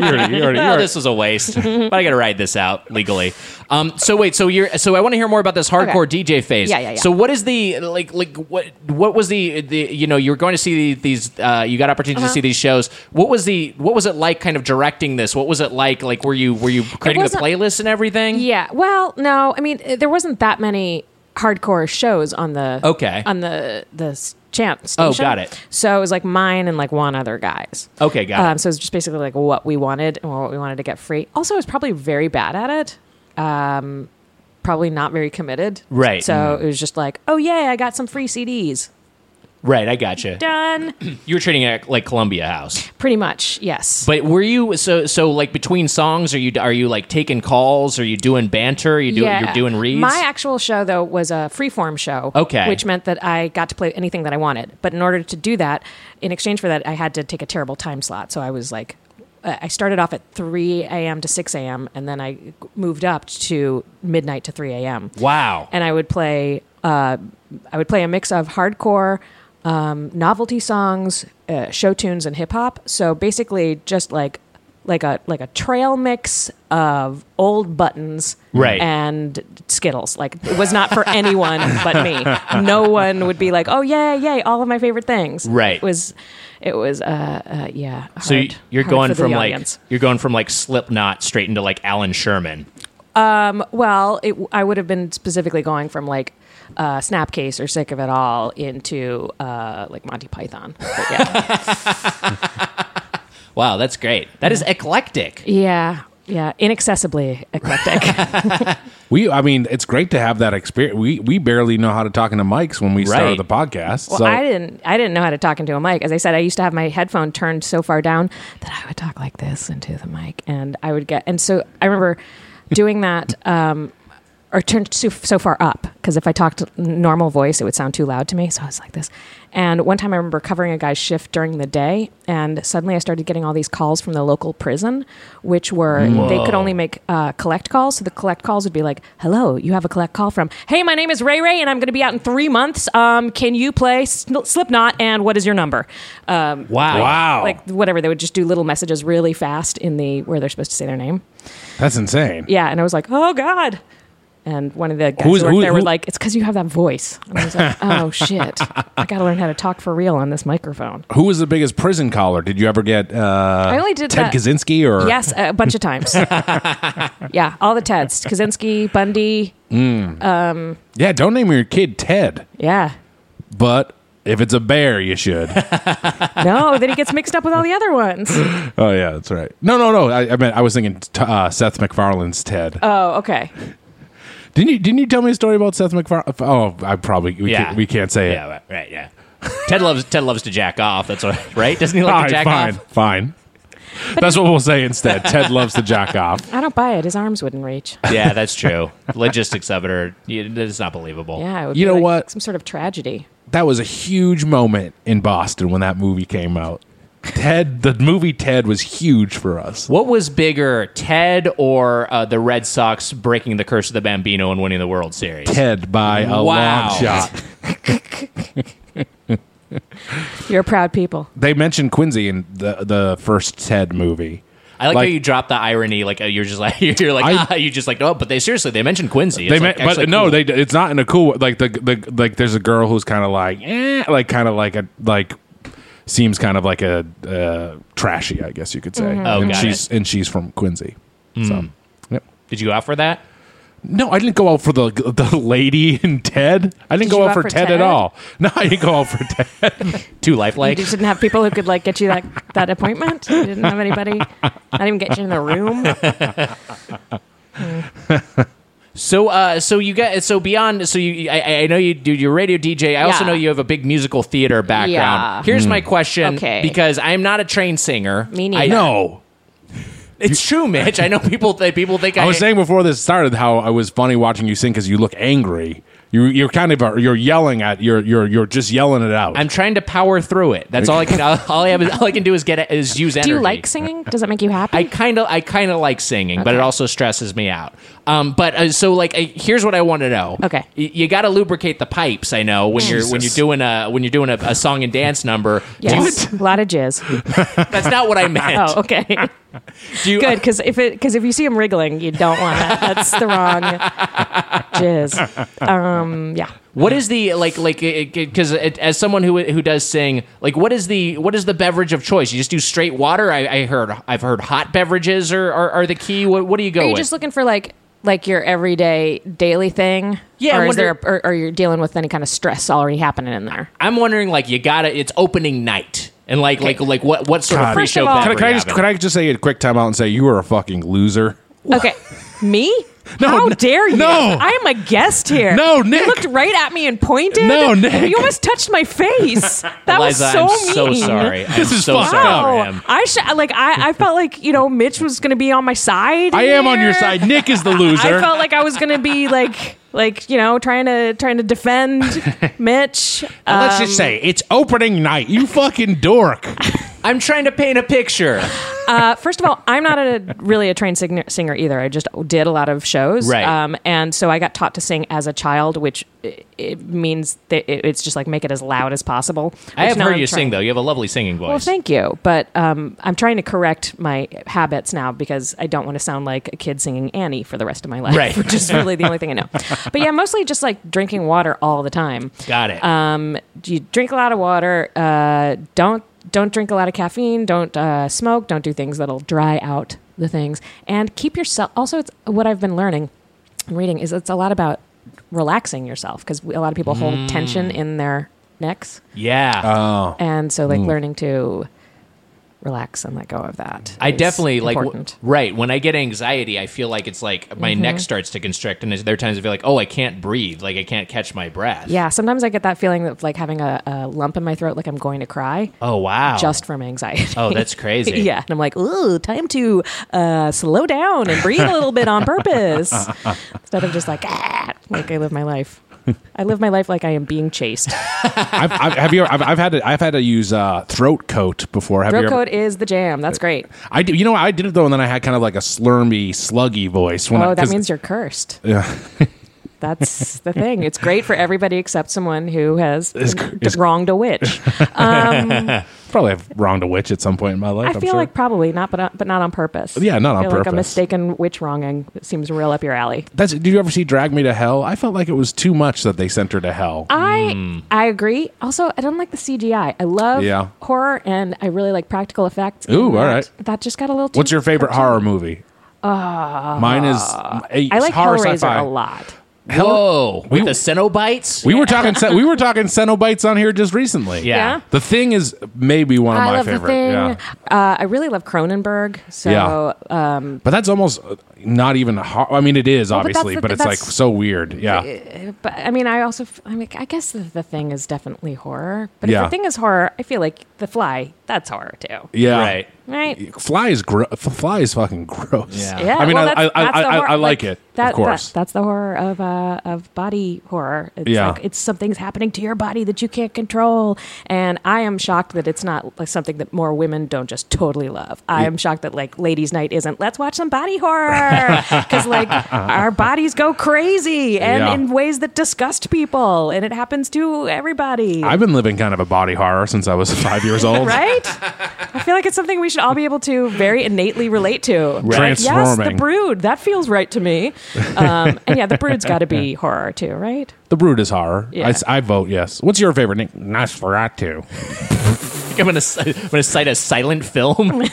already, [LAUGHS] he already- he Well, already- Oh, this was a waste, but I got to ride this out legally. Um, so wait, so you're, so I want to hear more about this hardcore Okay. DJ phase. Yeah, yeah, yeah. So what is the like, like what, what was the, the, you know, you were going to see these, uh, you got opportunity Uh-huh. to see these shows. What was the, what was it like, kind of directing this? What was it like, like were you, were you creating the wasn't- playlist and everything? Yeah. Well, no, I mean eh, there wasn't that many hardcore shows on the Okay. on the the s- chant Oh, station. got it. So it was like mine and like one other guy's. Okay, got um, it. So it was just basically like what we wanted and what we wanted to get free. Also, I was probably very bad at it. Um, probably not very committed. Right. Mm. So it was just like, oh yay, I got some free CDs. Right. I gotcha. Done. [CLEARS THROAT] You were treating it like Columbia House. Pretty much. Yes. But were you so so like between songs? Are you are you like taking calls? Are you doing banter? Are you do, you're doing reads? My actual show though was a freeform show. Okay. Which meant that I got to play anything that I wanted. But in order to do that, in exchange for that, I had to take a terrible time slot. So I was like, uh, I started off at 3 a.m. to 6 a.m. and then I moved up to midnight to 3 a.m. wow. And I would play, uh, I would play a mix of hardcore, um, novelty songs, uh, show tunes, and hip hop. So basically, just like like a like a trail mix of old buttons Right. and skittles like it was not [LAUGHS] for anyone but me no one would be like oh yay yay all of my favorite things Right. it was it was uh, uh yeah So hard- you're hard going for the from like audience. you're going from like Slipknot straight into like Alan Sherman. Well, it, I would have been specifically going from like uh, Snapcase or Sick of It All into uh, like Monty Python. But yeah. Wow, that's great. That is eclectic. yeah. Yeah. Inaccessibly eclectic. we I mean it's great to have that experience. We we barely know how to talk into mics when we Right. started the podcast. well, so I didn't. I didn't know how to talk into a mic. As I said, I used to have my headphone turned so far down that I would talk like this into the mic, and I would get. And so I remember doing that, um, or turned so, so far up because if I talked normal voice, it would sound too loud to me. So I was like this. And one time, I remember covering a guy's shift during the day, and suddenly I started getting all these calls from the local prison, which were they could only make uh, collect calls. So the collect calls would be like, "Hello, you have a collect call from Hey, my name is Ray Ray, and I'm going to be out in three months. Um, can you play Sn- Slipknot? And what is your number?" Um, Wow. wow, Like whatever, they would just do little messages really fast in the where they're supposed to say their name. that's insane. Yeah, and I was like, oh god. And one of the guys Who's- who worked who- there were who- like, it's because you have that voice. And I [LAUGHS] was like, oh shit, I gotta learn how to talk for real on this microphone. Who was the biggest prison caller? Did you ever get uh, I only did Ted that- Kaczynski or Yes, a bunch [LAUGHS] of times. yeah, all the Teds, Kaczynski, Bundy. Yeah, don't name your kid Ted, Yeah, but if it's a bear, you should. no, then he gets mixed up with all the other ones. oh yeah, that's right. No, no, no. I, I meant I was thinking t- uh, Seth MacFarlane's Ted. Oh, okay. didn't you? Didn't you tell me a story about Seth MacFarlane? Oh, I probably we, Yeah. can't, we can't say Yeah. it. Right. right, Yeah. Ted loves Ted loves to jack off. That's what, right. Doesn't he like All to right, jack fine, off? fine. That's what we'll say instead. Ted loves to jack off. I don't buy it. His arms wouldn't reach. Yeah, that's true. Logistics of it are you- it's not believable. Yeah, it would You be know like what? Some sort of tragedy. That was a huge moment in Boston when that movie came out. Ted, the movie Ted was huge for us. What was bigger, Ted or uh, the Red Sox breaking the curse of the Bambino and winning the World Series? Ted by a Wow. long shot. You're a proud people. They mentioned Quincy in the the first Ted movie. I like, Like- how you drop the irony. Like uh, you're just like [LAUGHS] you're like I- ah, you just like oh, but they seriously they mentioned Quincy. It's They like, meant, but actually no, cool. they. It's not in a cool like the the like. There's a girl who's kind of like, eh, like kind of like a like seems kind of like a uh, trashy, I guess you could say. Oh, and got she's and she's from Quincy. So, yep. Did you go out for that? No, I didn't go out for the the lady and Ted. I didn't Did go you out for, Ted, at all. No, I didn't go out for Ted. Too You lifelike. just didn't have people who could like get you that that appointment. You didn't have anybody. Not even get you in the room. So, uh, so you got so beyond. So you, I, I know you do your radio DJ. I also Yeah. know you have a big musical theater background. Yeah. Here's Hmm. my question, Okay. because I am not a trained singer. Me I neither. Oh. No. it's true, Mitch. I know people. Th- people think I, I was saying before this started how I was funny watching you sing because you look angry. You, you're kind of you're yelling at you're you're you're just yelling it out. I'm trying to power through it. That's all I can. all I have. Is, all I can do is get it, is use energy. Do you like singing? Does that make you happy? I kind of I kind of like singing, but it also stresses me out. Um, but uh, so like, I, here's what I want to know. Okay. Y- you got to lubricate the pipes. I know when you're when you're Jesus. doing a when you're doing a, a song and dance number. Do you- yes. A lot of jizz. that's not [LAUGHS] what I meant. Oh, [LAUGHS] okay. Do you, Good, because if it because if you see him wriggling, you don't want that. That's the wrong jizz. Um, yeah. What is the like like because as someone who who does sing like what is the what is the beverage of choice? You just do straight water. I, I heard I've heard hot beverages are are, are the key. What, what do you go Are you with? just looking for like like your everyday daily thing? Yeah, I Or is wonder- there a, or, or you're dealing with any kind of stress already happening in there? I'm wondering like you gotta it's opening night and like like like what what sort of God. free First show? of all- beverage can I, can I just having? can I just say a quick timeout and say you are a fucking loser. Okay. Me? How no- dare you? no. I am a guest here. No, Nick. You looked right at me and pointed. No, Nick. You almost touched my [LAUGHS] face. That Eliza, was so I'm so mean. sorry. I'm This is so fucked sorry Wow. for him. Oh, I should like I, I felt like, you know, Mitch was gonna be on my side. I am on your here. side. Nick is the loser. [LAUGHS] I felt like I was gonna be like like, you know, trying to trying [LAUGHS] to defend Mitch. Uh, And Let's um, just say it's opening night. You fucking dork. I'm trying to paint a picture. Uh, first of all, I'm not a really a trained singer, singer either. I just did a lot of shows, Right. Um, and so I got taught to sing as a child, which it, it means that it, it's just like make it as loud as possible. I which have now heard I'm you trying- sing though. You have a lovely singing voice. Well, thank you, but um, I'm trying to correct my habits now because I don't want to sound like a kid singing Annie for the rest of my life, Right. which is really the only thing I know. But yeah, mostly just like drinking water all the time. Got it. Um, you drink a lot of water. Uh, don't don't drink a lot of caffeine. Don't uh, smoke. Don't do things that'll dry out the things. And keep yourself. Also, it's what I've been learning and reading is it's a lot about relaxing yourself because a lot of people hold tension Mm. in their necks, yeah. and so like Mm. learning to relax and let go of that. I is definitely like w- important. right when I get anxiety, I feel like it's like my neck starts to constrict, and there are times I feel like, oh, I can't breathe, like I can't catch my breath. yeah, sometimes I get that feeling of like having a, a lump in my throat, like I'm going to cry. Oh wow. just from anxiety. Oh, that's crazy. [LAUGHS] yeah, and I'm like, ooh, time to uh, slow down and breathe a little bit [LAUGHS] on purpose instead of just like ah, like I live my life. I live my life like I am being chased. I've, I've, have you? I've, I've had to, I've had to use uh, throat coat before. Have you Throat ever- coat is the jam. That's great. I do. You know, I did it though, and then I had kind of like a slurmy, sluggy voice. When I, Oh, that 'cause- means you're cursed. Yeah. That's the thing. It's great for everybody except someone who has cr- is- wronged a witch. [LAUGHS] probably have wronged a witch at some point in my life. I am feel sure. like probably not, but uh, but not on purpose. Yeah, not I on feel Like a purpose. mistaken witch wronging seems real up your alley. That's, did you ever see Drag Me to Hell? I felt like it was too much that they sent her to hell. I I agree. Also, I don't like the CGI. I love Hmm. Yeah. horror and I really like practical effects. Ooh, And all that- right. That just got a little. Too What's your favorite cartoony. horror movie? Mine is a Uh, I like horror Hellraiser sci-fi. a lot. Whoa, with We- the Cenobites. We were talking ce- we were talking Cenobites on here just recently. Yeah. The Thing is maybe one of I Oh, my love favorite. the thing. Yeah. Uh, I really love Cronenberg. So um, Yeah. But that's almost uh, not even a hor- I mean it is but that's obviously, the- but, it's like that's- so weird. Yeah. but I mean, I also, f- I mean, I guess the, the thing is definitely horror. But if Yeah. the thing is horror, I feel like The Fly, that's horror too, Yeah. Right. right? Fly is gro- f- fly is fucking gross. Yeah. Yeah, I mean, well, I, that's- I, that's the I, horror- I, I like it. that- of course. that- that's the horror of uh, of body horror. It's Yeah. like it's something's happening to your body that you can't control, and I am shocked that it's not like something that more women don't just totally love. I am shocked that like ladies' night isn't. Let's watch some [LAUGHS] body horror because like our bodies go crazy and Yeah. in ways that disgust people, and it happens to everybody. I've been living kind of a body horror since I was [LAUGHS] 5 years old. [LAUGHS] Right? I feel like it's something we should all be able to very innately relate to. Like, Yes, the Transforming. brood. That feels right to me. Um, and yeah, the brood's got to be horror too, right? The Brood is horror. Yeah. I s- I, vote yes. What's your favorite name? Nosferatu. I think [LAUGHS] I'm gonna ci- I'm gonna cite a silent film.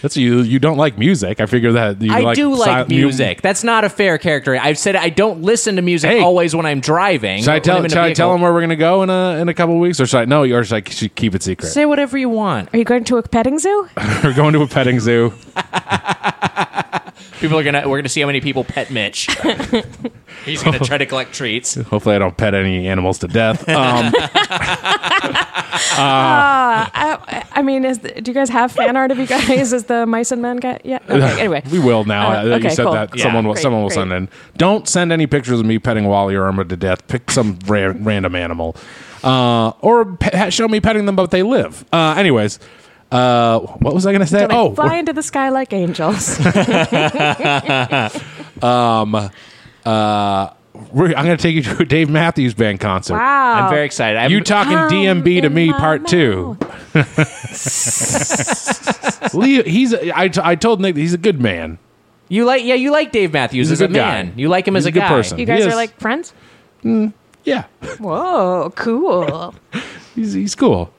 That's you. You don't like music. I figure that you I like do like si- mu- music. That's not a fair character. I've said I don't listen to music Hey. always when I'm driving. Should I when I'm tell? in a Should I tell vehicle. him where we're gonna go in a in a couple weeks, or should I? No, or should I should keep it secret? [LAUGHS] Say whatever you want. [LAUGHS] Uh, Are you going to a petting zoo? we're going to a petting zoo. People are gonna we're gonna see how many people pet Mitch. He's gonna try to collect treats. Hopefully, I don't pet any animals to death. Um, I, I mean, is the, do you guys have fan art of you guys as the mice and men guy? Yeah. [LAUGHS] Okay, anyway, [LAUGHS] we will now. Uh, that you okay, said cool. that Yeah. someone will Great, someone will great. send in. Don't send any pictures of me petting Wally or Irma to death. Pick some ra- random animal, uh, or pe- show me petting them, but they live. Uh, anyways, uh, what was I going to say? Gonna oh, fly into the sky like [LAUGHS] angels. we're- I'm going to take you to a Dave Matthews Band concert. wow. I'm very excited. I'm, You talking Come DMB to in me, my part two. [LAUGHS] Leo, he's a, I, t- I told Nick that he's a good man. you like yeah, you like Dave Matthews He's a as a, good guy. man. You like him He's as a a, good guy. person. You guys Yes. are like friends? Yeah, Whoa, cool. he's he's cool.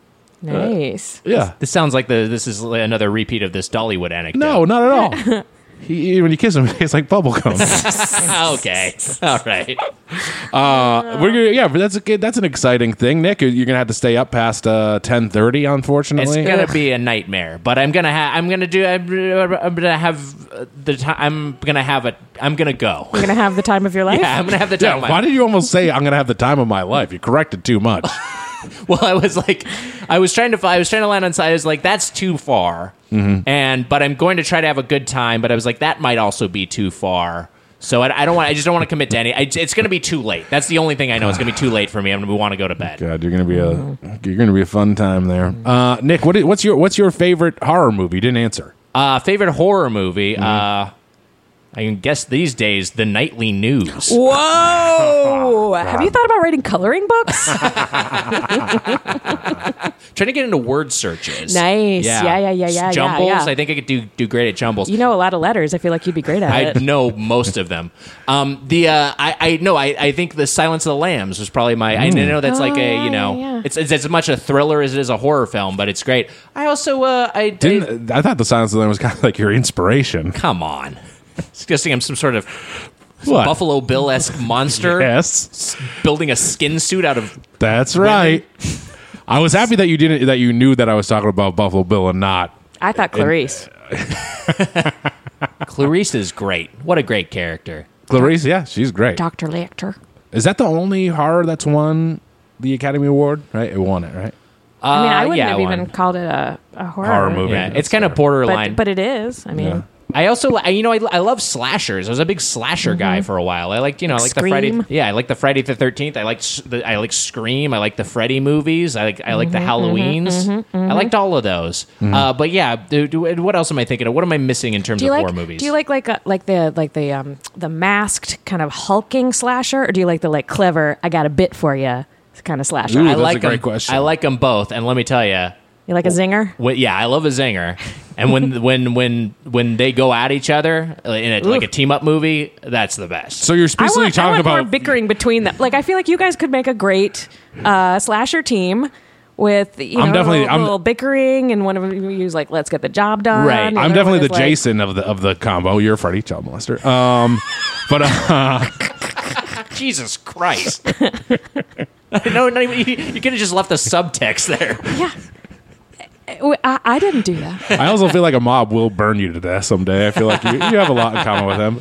Nice. Yeah, This sounds like the this is another repeat of this Dollywood anecdote. no, not at [LAUGHS] all. He, when you kiss him, [LAUGHS] it's like bubble gum. [LAUGHS] [LAUGHS] okay. All right. We're gonna, yeah, but that's a good, that's an exciting thing, Nick. You're gonna have to stay up past uh, ten thirty, It's unfortunately. gonna be a nightmare, but I'm gonna have I'm gonna do I'm, I'm gonna have uh, the time I'm gonna have a I'm gonna go. [LAUGHS] You're going to have the time of your life? Yeah, I'm gonna have the yeah, time. why did you almost say I'm gonna have the time of my life? You corrected too much. [LAUGHS] well, I was like, I was trying to I was trying to land on side. I was like, that's too far, Mm-hmm. and but I'm going to try to have a good time. But I was like, that might also be too far. So I, I don't want. I just don't want to commit to any. I, it's going to be too late. That's the only thing I know. It's going to be too late for me. I'm going to want to go to bed. God, you're gonna be a Mm. you're gonna be a fun time there, uh, Nick. What is, what's your what's your favorite horror movie? You didn't answer. Uh, favorite horror movie? Mm-hmm. Uh, I can guess these days the nightly news. Whoa! [LAUGHS] Have you thought about writing coloring [LAUGHS] books? Trying to get into word searches. Nice. Yeah, yeah, yeah, yeah, yeah, Jumbles. yeah. I think I could do do great at jumbles. you know a lot of letters. I feel like you'd be great at I it. know most of them. Um, the uh, I I know I, I think the Silence of the Lambs was probably my. I Mm. know that's like Oh, a yeah, you know yeah, yeah. it's it's as much a thriller as it is a horror film, but it's great. I also uh, I I- Didn't I thought the Silence of the Lambs was kind of like your [LAUGHS] inspiration? come on [LAUGHS] suggesting I'm some sort of What? Buffalo Bill esque monster Yes, s- building a skin suit out of that's right. I was happy that you didn't that you knew that I was talking about Buffalo Bill and uh, not. I thought Clarice. Clarice is great. What a great character. Clarice, yeah, she's great. Dr. Lecter. Is that the only horror that's won the Academy Award? Right, it won it, right? I Uh, mean, I wouldn't yeah, have one. even called it a, a horror, Horror movie. Yeah, That's it's kind of fair. borderline. But, but it is. I mean, Yeah. I also, li- I- you know, I, I love slashers. I was a big slasher guy for a while. I liked, you know, I like Mm-hmm. Like the Friday, Scream? yeah, I like the Friday the Thirteenth. I like, the, I like Scream. I like the Freddy movies. I like, I like Mm-hmm, the Halloweens. I liked all of those. Mm-hmm. Uh, but yeah, do, do, what else am I thinking of? What am I missing in terms do you of like horror movies? do you like like a, like the like the um the masked kind of hulking slasher or do you like the like clever I got a bit for you kind of slasher? Ooh, I that's like a great them, question. I like them both, and let me tell you, you like a zinger? Well, yeah, I love a zinger. And when [LAUGHS] when when when they go at each other uh, in a, like a team up movie, that's the best. So you're I specifically want, I talking want about more bickering between them. Like I feel like you guys could make a great uh, slasher team with you know I'm definitely- a little, I'm- little bickering and one of you use like let's get the job done. Right. and the I'm other definitely one the is like- Jason of the of the combo. You're Freddy Child Molester. Um, but uh, Jesus Christ. [LAUGHS] no, not even, you, you could have just left a subtext there. Uh, I, I didn't do [LAUGHS] that. I also feel like a mob will burn you to death someday. I feel like you, you have a lot in common with him.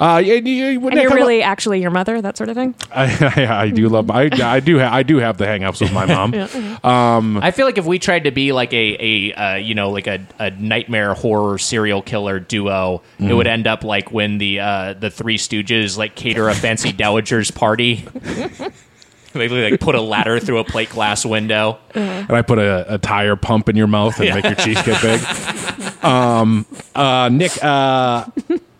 Uh, yeah, you, you, And you're really actually your mother, that sort of thing. [LAUGHS] I, I, I do love. I, I do. Ha- I do have the hangups with my mom. uh-huh. I feel like if we tried to be like a, a uh, you know, like a, a nightmare horror serial killer duo, it would end up like when the uh, the Three Stooges like cater a [LAUGHS] fancy dowager's party. they like put a ladder through a plate glass window. and I put a, a tire pump in your mouth and make your cheeks get big. [LAUGHS] Um, uh, Nick, uh,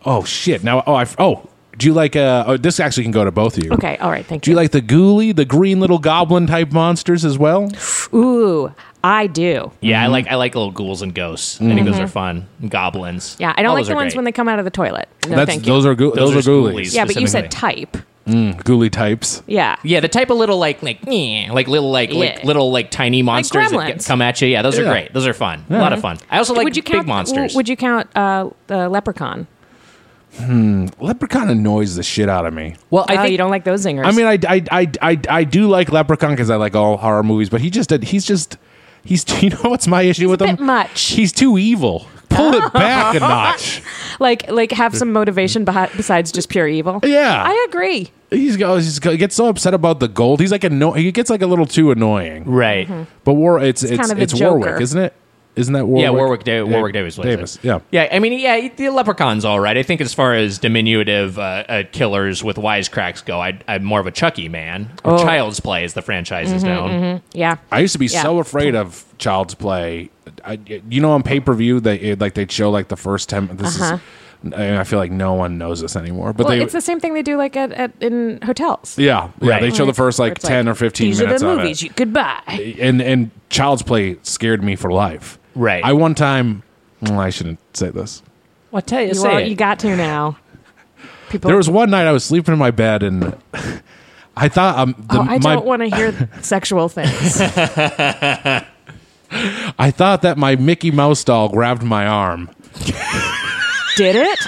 oh shit! Now, oh, I, oh, do you like? Uh, oh, this actually can go to both of you. Okay, all right, thank Do you like the ghoulie, the green little goblin type monsters as well? Ooh, I do. Yeah, I like I like little ghouls and ghosts. I think those are fun. Goblins. Yeah, I don't like the ones when they come out of the toilet. No, That's thank you. those are ghoul Those those, are are ghoulies. ghoulies. yeah, but you said type. Ghoulie types. Yeah. Yeah, the type of little like like eh, like little like, like Yeah. little like tiny monsters that get- gremlins. come at you. Yeah, those are Yeah. great. Those are fun. A lot of fun. I also like would you big count? monsters. Would you count uh, the leprechaun? Leprechaun annoys the shit out of me. well, I oh, think you don't like those zingers. I mean, I, I, I, I, I do like Leprechaun because I like all [LAUGHS] horror movies, but he just he's just he's you know what's my issue with a him? bit much. He's too evil. pull it back a notch. Like like have some motivation behi- besides just pure evil. Yeah. [LAUGHS] I agree. He's, go- he's go- he gets so upset about the gold. He's like anno- he gets like a little too annoying. Right. Mm-hmm. But War it's it's it's, kind of a Warwick, Joker. isn't it? Isn't that Warwick? Yeah, Warwick, da- Dav- Warwick Davis. plays it. Davis. Yeah. Yeah, I mean, yeah, the leprechaun's all right. I think as far as diminutive uh, uh, killers with wisecracks go, I, I'm more of a Chucky man. Or Oh. Mm-hmm, Child's Play, as the franchise is known. Yeah. I used to be Yeah. so afraid of Child's Play. I, you know, on pay per view, they it, like they'd show like the first ten. This is, I I feel like no one knows this anymore. But Uh-huh. well, they, it's the same thing they do like at, at in hotels. yeah, yeah, Right. they show the first like It's ten or fifteen These minutes are the of movies. it. You, goodbye. and and Child's Play scared me for life. Right. I one time, well, I shouldn't say this. Well, tell you, You, all, you got to now. People. There was one night I was sleeping in my bed and I thought um the, oh, I my, don't want to [LAUGHS] hear sexual things. I thought that my Mickey Mouse doll grabbed my arm. Did it?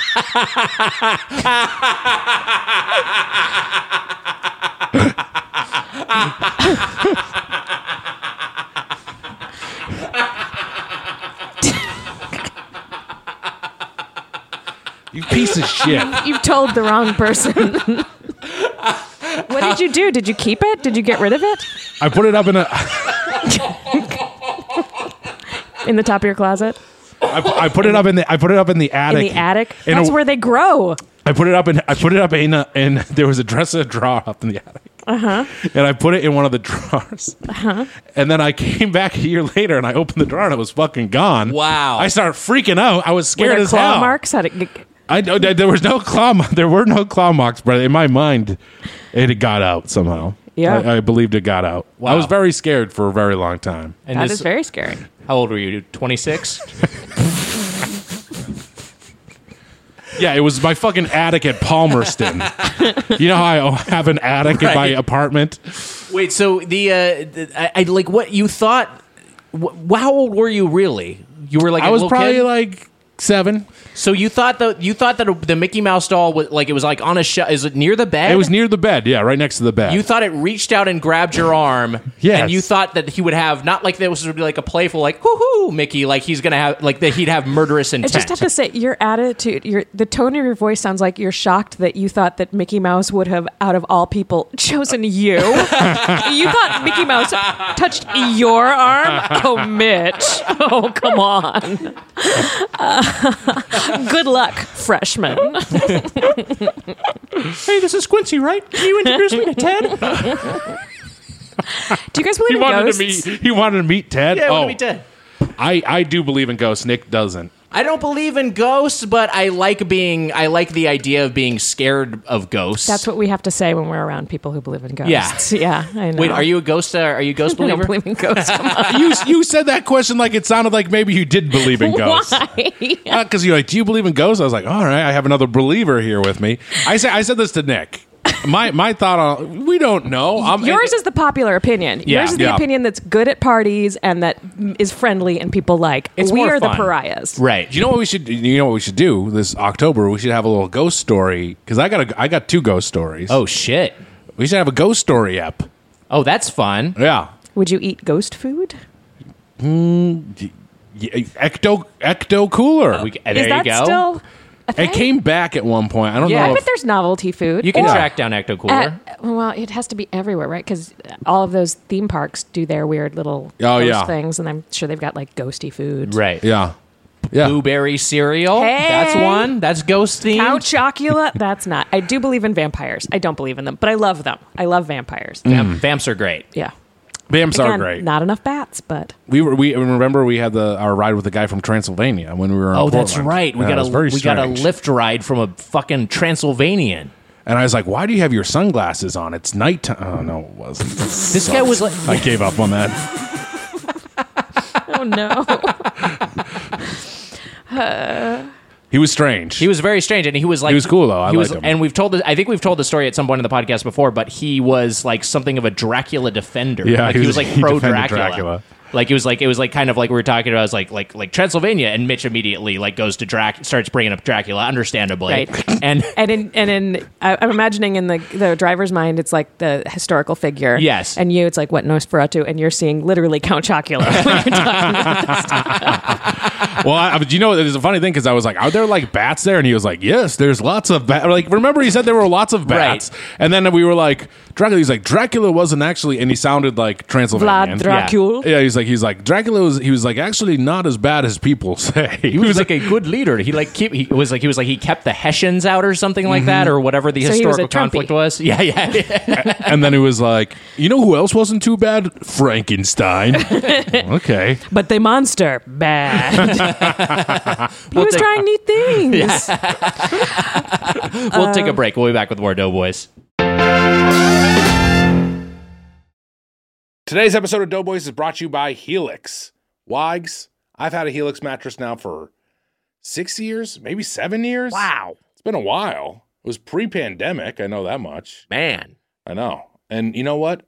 You piece of shit. You've told the wrong person. what did you do? Did you keep it? Did you get rid of it I put it up in a in the top of your closet? I, I put it up in the I put it up in the In attic. the attic? In That's a- where they grow. I put it up in I put it up in a, in [LAUGHS] there was a dresser drawer up in the attic. Uh-huh. And I put it in one of the [LAUGHS] drawers. Uh-huh. And then I came back a year later and I opened the drawer and it was fucking gone. Wow. I started freaking out. I was Were scared there as claw hell. marks? How did it get- I know that there was no claw. mar- There were no claw marks, but in my mind, it had got out somehow. Yeah. I, I believed it got out. I Wow. was very scared for a very long time. and That this- is very scary. How old were you? 26? Yeah, it was my fucking attic [LAUGHS] at Palmerston. you know how I have an attic in my Right. apartment. [LAUGHS] Wait, so the, uh, the I, I like what you thought. Wh- how old were you really? You were like I a was little probably kid? like seven. so you thought the you thought that the Mickey Mouse doll was like it was like on a shelf. Is it near the bed? It was near the bed. Yeah, right next to the bed. You thought it reached out and grabbed your arm. Yes. And you thought that he would have not like that was sort of like a playful like hoo hoo Mickey like he's gonna have like that he'd have murderous I intent. just have to say, your attitude, your the tone of your voice sounds like you're shocked that you thought that Mickey Mouse would have, out of all people, [LAUGHS] chosen you. you thought Mickey Mouse touched your arm? Oh, Mitch! Oh, come on! [LAUGHS] Uh, good luck, freshman. hey, this is Quincy, right? Can you introduce me to [LAUGHS] Ted? Do you guys he believe in wanted ghosts? to meet. He wanted to meet Ted. yeah, oh, oh. me Ted. I I do believe in ghosts. Nick doesn't. I don't believe in ghosts, but I like being I like the idea of being scared of ghosts. That's what we have to say when we're around people who believe in ghosts. Yeah, I know. Wait, are you a ghost? Uh, are you a [LAUGHS] ghost I don't believer? believe in ghosts. Come on. you you said that question like it sounded like maybe you did believe in ghosts. Why? because you're like, do you believe in ghosts? I was like, all right, I have another believer here with me. I say, I said this to Nick. My my thought on we don't know. I'm, Yours is the popular opinion. Um, Yeah. Yours is the Yeah. opinion that's good at parties and that is friendly and people like. It's we more are the fun. pariahs. Right. You know what we should? You know what we should do this October? We should have a little ghost story because I got a I got two ghost stories. Oh shit. we should have a ghost story app. Oh, that's fun. Yeah, Would you eat ghost food? Y- ecto ecto cooler. We, uh, there Is that you go. still a thing? it came back at one point. I don't Yeah, know. I if- bet there's novelty food. you can Or track down Ecto Cooler. at- well, it has to be everywhere, right? Because all of those theme parks do their weird little Oh, ghost yeah. things, and I'm sure they've got like ghosty food. right. yeah, yeah. Blueberry cereal. That's Hey. one. That's ghost themed. Count Chocula? [LAUGHS] That's not. I do believe in vampires. I don't believe in them, but I love them. I love vampires. Vamp- Vamps are great. Yeah. Bams are Again, great. Not enough bats, but we were we remember we had the our ride with the guy from Transylvania when we were. In Oh, that's Portland. right. We Yeah, it got a was very we got a strange. lift ride from a fucking Transylvanian. And I was like, "Why do you have your sunglasses on? It's nighttime." Oh no, it wasn't. This guy was like, I gave up on that. oh no. He was strange. he was very strange, and he was like, was cool, though. I he was, liked him. and we've told, the, I think we've told the story at some point in the podcast before, but he was like something of a Dracula defender. yeah. [LAUGHS] like, he was, like pro defended Dracula. Like it was like it was like kind of like we were talking about. It was like like like Transylvania, and Mitch immediately like goes to Drac, starts bringing up Dracula, understandably, Right. and. And in and in, I, I'm imagining in the the driver's mind, it's like the historical figure. Yes. And you, it's like what Nosferatu, and you're seeing literally [LAUGHS] Count Chocula. when you're talking about this. Well, I, but you know, there's a funny thing because I was like, "Are there like bats there?" And he was like, "Yes, there's lots of bats." Like, remember he said there were lots of bats, and then we were like, "Dracula." He's like, "Dracula wasn't actually," and he sounded like Transylvanian. Vlad Dracul. Yeah. yeah, he's like, he's like Dracula was. He was like actually not as bad as people [LAUGHS] say. [LAUGHS] He was like a good leader. He like keep, he was like he was like he kept the Hessians out or something like that or whatever the Mm-hmm. So he was a historical conflict Trumpy. was. [LAUGHS] Yeah, yeah, yeah. and then he was like, "You know who else wasn't too bad? [LAUGHS] Frankenstein." okay. But the monster, [LAUGHS] bad. he was take- trying neat things. we'll take a Um, break. We'll be back with more Doughboys. Today's episode of Doughboys is brought to you by Helix. Wags, I've had a Helix mattress now for six years, maybe seven years. Wow. It's been a while. It was pre pandemic. I know that much. Man, I know. And you know what?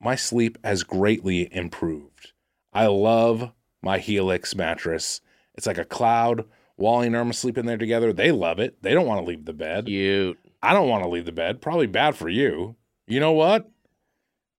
My sleep has greatly improved. I love my Helix mattress. It's like a cloud. Wally and Irma sleep in there together. They love it. They don't want to leave the bed. cute. I don't want to leave the bed. Probably bad for you. You know what?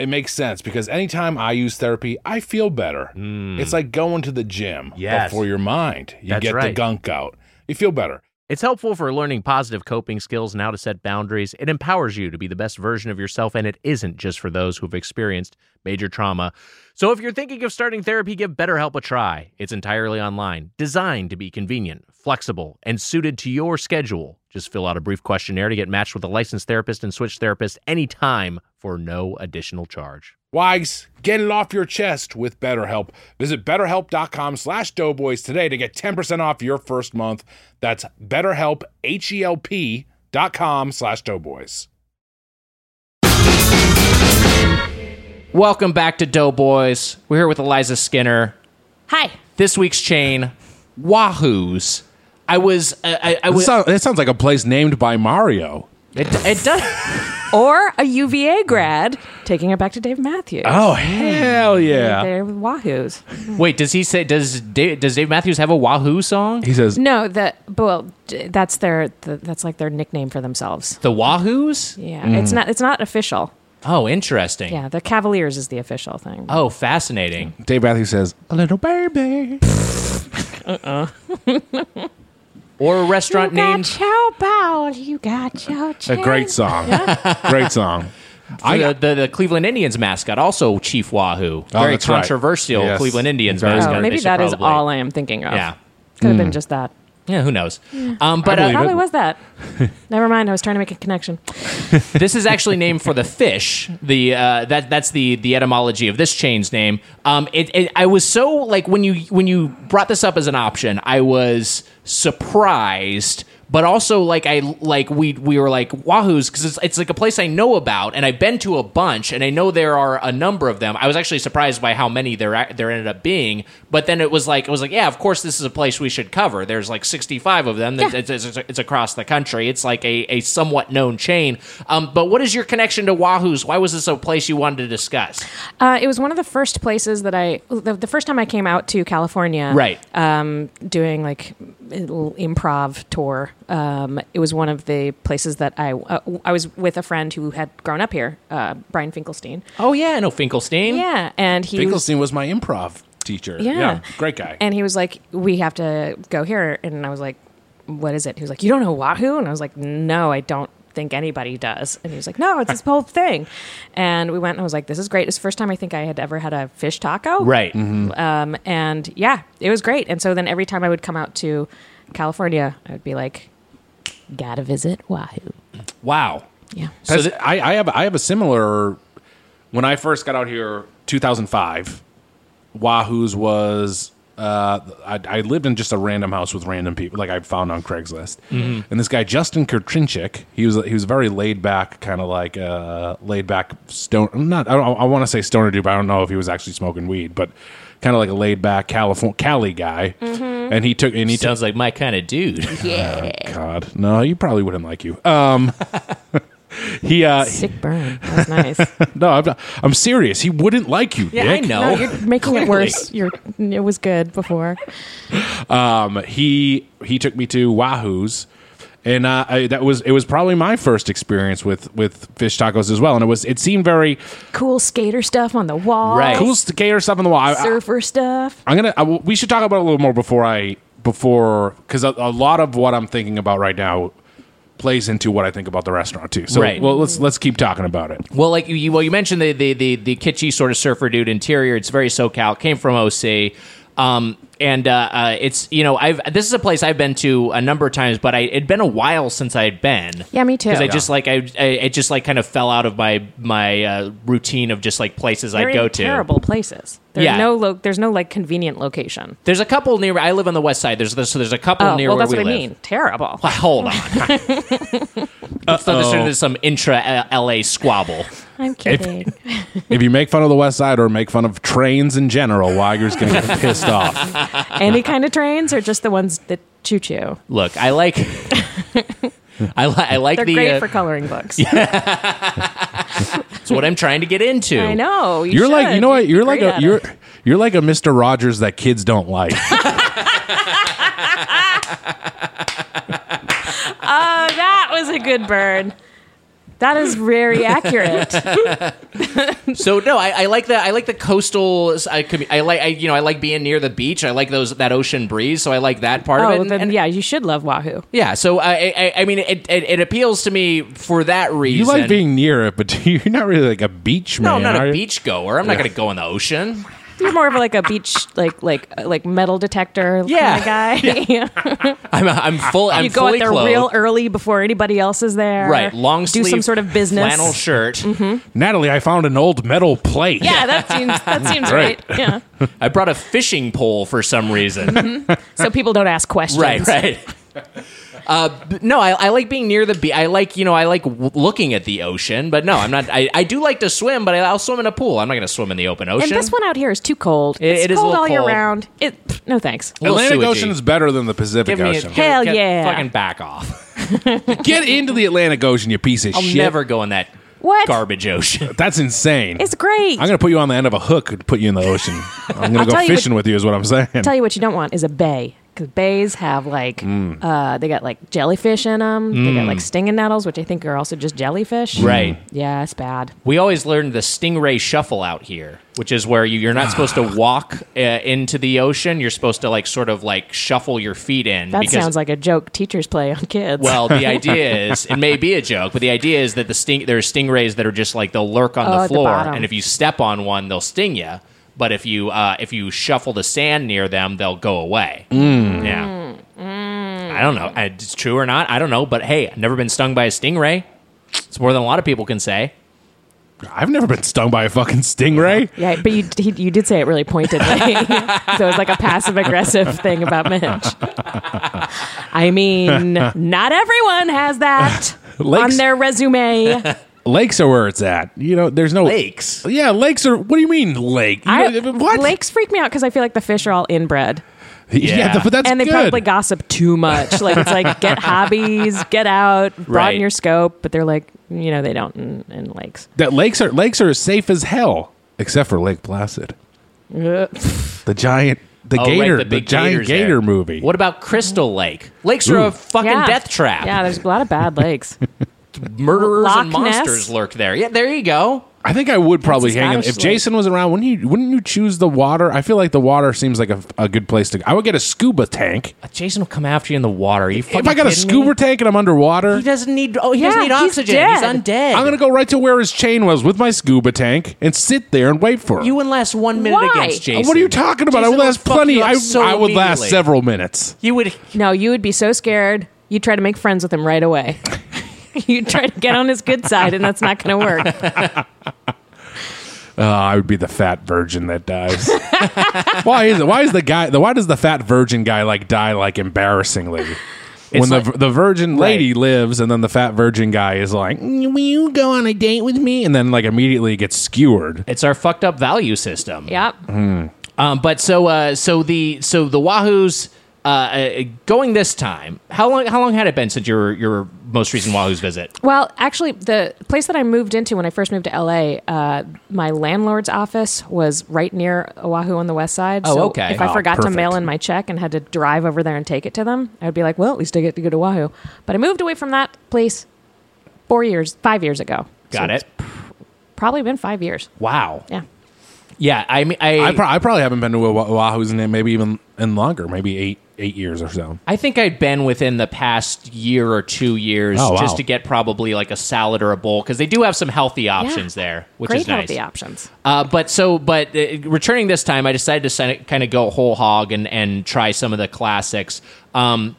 It makes sense because anytime I use therapy, I feel better. It's like going to the gym Hmm. Yes. but for your mind. You That's get the right. gunk out. You feel better. It's helpful for learning positive coping skills and how to set boundaries. It empowers you to be the best version of yourself, and it isn't just for those who've experienced major trauma. So, if you're thinking of starting therapy, give BetterHelp a try. It's entirely online, designed to be convenient, flexible, and suited to your schedule. Just fill out a brief questionnaire to get matched with a licensed therapist and switch therapist anytime for no additional charge. Wags, get it off your chest with BetterHelp. Visit betterhelp.com slash doughboys today to get 10% off your first month. That's betterhelp, H-E-L-P dot com slash doughboys. Welcome back to Doughboys. We're here with Eliza Skinner. Hi. This week's chain, Wahoo's. I was. I, I, I was. that sounds like a place named by Mario. It, it does. Or a UVA grad taking it back to Dave Matthews. Oh, hell yeah. Mm. They're with Wahoos. Wait, does he say? Does Dave, does Dave Matthews have a Wahoo song? He says, No, the well, d- that's their the, that's like their nickname for themselves. The Wahoos? Yeah, Mm. it's not it's not official. Oh, interesting. Yeah, the Cavaliers is the official thing. Oh, fascinating. Dave Matthews says, a little baby. Or a restaurant named Chow Bao, you got Chow Chow. A great song. great song. I the, the the Cleveland Indians mascot, also Chief Wahoo. Oh, Very that's right. controversial Yes. Cleveland Indians Very. mascot. Oh, They maybe should that is probably- all I am thinking of. Yeah. could have been just that. Yeah, who knows? Um, but believe uh, Probably was that. Never mind. I was trying to make a connection. this is actually named for the fish. The uh, that that's the the etymology of this chain's name. Um, it, it I was so like when you when you brought this up as an option, I was surprised, but also like I like we we were like Wahoo's because it's it's like a place I know about and I've been to a bunch and I know there are a number of them. I was actually surprised by how many there ac- there ended up being, but then it was like it was like yeah, of course this is a place we should cover. There's like 65 of them. It's- It's, it's, it's across the country. It's like a, a somewhat known chain. Um, but what is your connection to Wahoo's? Why was this a place you wanted to discuss? Uh, it was one of the first places that I, the, the first time I came out to California, Right. Um, doing like a little improv tour. Um, it was one of the places that I, uh, I was with a friend who had grown up here, uh, Brian Finkelstein. Oh yeah, I know Finkelstein. Yeah, and he Finkelstein was my improv teacher. Yeah. Great guy. And he was like, "We have to go here," and I was like, "What is it?" He was like, "You don't know Wahoo?" And I was like, "No, I don't think anybody does." And he was like, "No, [LAUGHS] it's this whole thing." And we went, and I was like, "This is great." It's the first time I think I had ever had a fish taco, Right. Um, and yeah, it was great. And so then every time I would come out to California, I would be like, "Gotta visit Wahoo." Wow. Yeah. So That's- I, I have I have a similar. When I first got out here, 2005, Wahoo's was. Uh, I, I lived in just a random house with random people, like I found on Craigslist. And this guy Justin Kurtrinchik, he was he was very laid back, kind of like uh, laid back stone. Not I, don't, I want to say stoner dude, but I don't know if he was actually smoking weed, but kind of like a laid back California Cali guy. And he took and he took Sounds like my kind of dude. God, no, you probably wouldn't like you. Um, [LAUGHS] he uh, Sick burn. That [LAUGHS] was nice. no, I'm, not, I'm serious. He wouldn't like you, Yeah, I Dick. know. no, you're making it worse. You're. It was good before. Um, he he took me to Wahoo's, and uh, I, that was it was probably my first experience with with fish tacos as well. And it was it seemed very Cool skater stuff on the wall. Right. cool to cater stuff on the wall. I, I, surfer stuff. I'm gonna I, will- we should talk about it a little more before I before because a, a lot of what I'm thinking about right now plays into what I think about the restaurant too. So Right. well, let's let's keep talking about it. Well, like you, well, you mentioned the the the, the kitschy sort of surfer dude interior. It's very SoCal. Came from OC. Um, and uh, uh, it's you know I've this is a place I've been to a number of times, but I it'd been a while since I'd been. Yeah, me too. Because I Yeah. just like I, I it just like kind of fell out of my my uh, routine of just like places They're I'd go in to. terrible places. There's Yeah. no lo- there's no like convenient location. There's a couple near. I live on the west side. There's this, so there's a couple Oh, near well, where that's we what I live. mean. Terrible. Hold on. [LAUGHS] Let's not this turn into some intra LA squabble. [LAUGHS] I'm kidding. If you make fun of the West Side or make fun of trains in general, Weiger's going to get pissed off. Any kind of trains or just the ones that choo choo. Look, I like. [LAUGHS] I, li- I like They're the. great uh, for coloring books. it's what I'm trying to get into. I know. You You're like, you should. know what? You're like great a at you're it. you're like a Mister Rogers that kids don't [LAUGHS] like. Oh, that was a good burn. That [LAUGHS] is very accurate. So no, I, I like the I like the coastal. I, could, I like I you know I like being near the beach. I like those that ocean breeze. So I like that part of it. oh, And- then and- yeah, you should love Wahoo. yeah. So I I, I mean it, it, it appeals to me for that reason. You like being near it, but [LAUGHS] you're not really like a beach no, man. I'm not are a you? beach goer. I'm not going to go in the ocean. You're more of like a beach, like like uh, like metal detector Yeah. kind [LAUGHS] of guy. I'm I'm full. I'm you go out fully there clothed. real early before anybody else is there. Right, long Do sleeve, some sort of business. flannel shirt. Mm-hmm. Natalie, I found an old metal plate. [LAUGHS] yeah, that seems [LAUGHS] that seems Right. right. Yeah, I brought a fishing pole for some reason. so people don't ask questions. right, right. [LAUGHS] Uh, b- no, I, I like being near the beach. I like you know I like w- looking at the ocean, but no, I'm not. I, I do like to swim, but I, I'll swim in a pool. I'm not going to swim in the open ocean. And this one out here is too cold. it's it is a cold little all year cold. round. It pff, no thanks. A little Atlantic sewagey. Ocean is better than the Pacific Give me a, [LAUGHS] Ocean. Hell get- yeah. Fucking back [LAUGHS] off! Get into the Atlantic Ocean, you piece of I'll shit. never go in that What? garbage ocean. That's insane. It's great. I'm gonna put you on the end of a hook and put you in the [LAUGHS] ocean. I'm gonna I'll go tell you fishing with you. Is what I'm saying. tell you what you don't want is a bay because bays have like Mm. uh, they got like jellyfish in them they got like stinging nettles which i think are also just jellyfish Right. yeah it's bad We always learned the stingray shuffle out here, which is where you, you're not supposed [SIGHS] to walk uh, into the ocean. You're supposed to like sort of like shuffle your feet in. that because sounds like a joke teachers play on kids Well, [LAUGHS] the idea is it may be a joke, but the idea is that the sting there are stingrays that are just like they'll lurk on Oh, the at the floor, bottom. and if you step on one, they'll sting you. But if you uh, if you shuffle the sand near them, they'll go away. Mm. Mm, Yeah, I don't know. I- It's true or not? I don't know. But hey, I've never been stung by a stingray. It's more than a lot of people can say. I've never been stung by a fucking stingray. yeah but you, he, you did say it really [LAUGHS] pointedly so it's like a passive aggressive thing about mitch i mean not everyone has that Lakes- on their resume Lakes are where it's at. You know, there's no Lakes? Yeah, lakes are. What do you mean lake? You I, know, [LAUGHS] what? lakes freak me out because i feel like the fish are all inbred Yeah, Yeah. th- but that's and they good. probably gossip too much. Like it's like get hobbies, get out, broaden Right. your scope. But they're like, you know, they don't in, in lakes. that lakes are lakes are safe as hell, except for Lake Placid, Ugh. the giant, the Oh, right, gator, the the, big giant gators there. gator movie. What about Crystal Lake? Lakes are a fucking Yeah. death trap. Yeah, there's a lot of bad lakes. Murderers Loch and Ness? monsters lurk there. Yeah, there you go. I think I would probably It's a hang in. Scottish If lake. Jason was around, wouldn't you? Wouldn't you choose the water? I feel like the water seems like a, a good place to. go. I would get a scuba tank. Jason will come after you in the water. Are you if I got a scuba tank and I'm underwater, he doesn't need. Oh, he Yeah, doesn't need he's oxygen. He's dead. undead. I'm gonna go right to where his chain was with my scuba tank and sit there and wait for him. You would last one minute Why? against Jason. what are you talking about? I Jason would last fuck plenty. you up I, so I would last immediately. several minutes. You would. no, you would be so scared. You'd try to make friends with him right away. [LAUGHS] You'd try to get on his good side, and that's not going to [LAUGHS] work. Uh, I would be the fat virgin that dies. [LAUGHS] why is it? Why is the guy? The, why does the fat virgin guy like die like embarrassingly? when the the virgin lady lives, and then the fat virgin guy is like, "Mm, "Will you go on a date with me?" and then like immediately gets skewered. It's our fucked up value system. Yep. Um. But so uh. So the so the Wahoos. Uh, uh, going this time. How long? How long had it been since your your most recent Wahoo's visit? Well, actually, the place that I moved into when I first moved to LA, uh, my landlord's office was right near Oahu on the west side. Oh, so okay. If I Oh, forgot perfect. to mail in my check and had to drive over there and take it to them, I would be like, well, at least I get to go to Oahu. But I moved away from that place four years, five years ago. Got So it. Probably been five years. Wow. Yeah. Yeah. I mean, I. I, pro- I probably haven't been to Oahu's in maybe even in longer, maybe eight eight years or so. I think I'd been within the past year or two years Oh, wow. just to get probably like a salad or a bowl because they do have some healthy options there, which Great is nice. healthy options. Uh, but so, but uh, returning this time, I decided to kind of go whole hog and and try some of the classics. Um,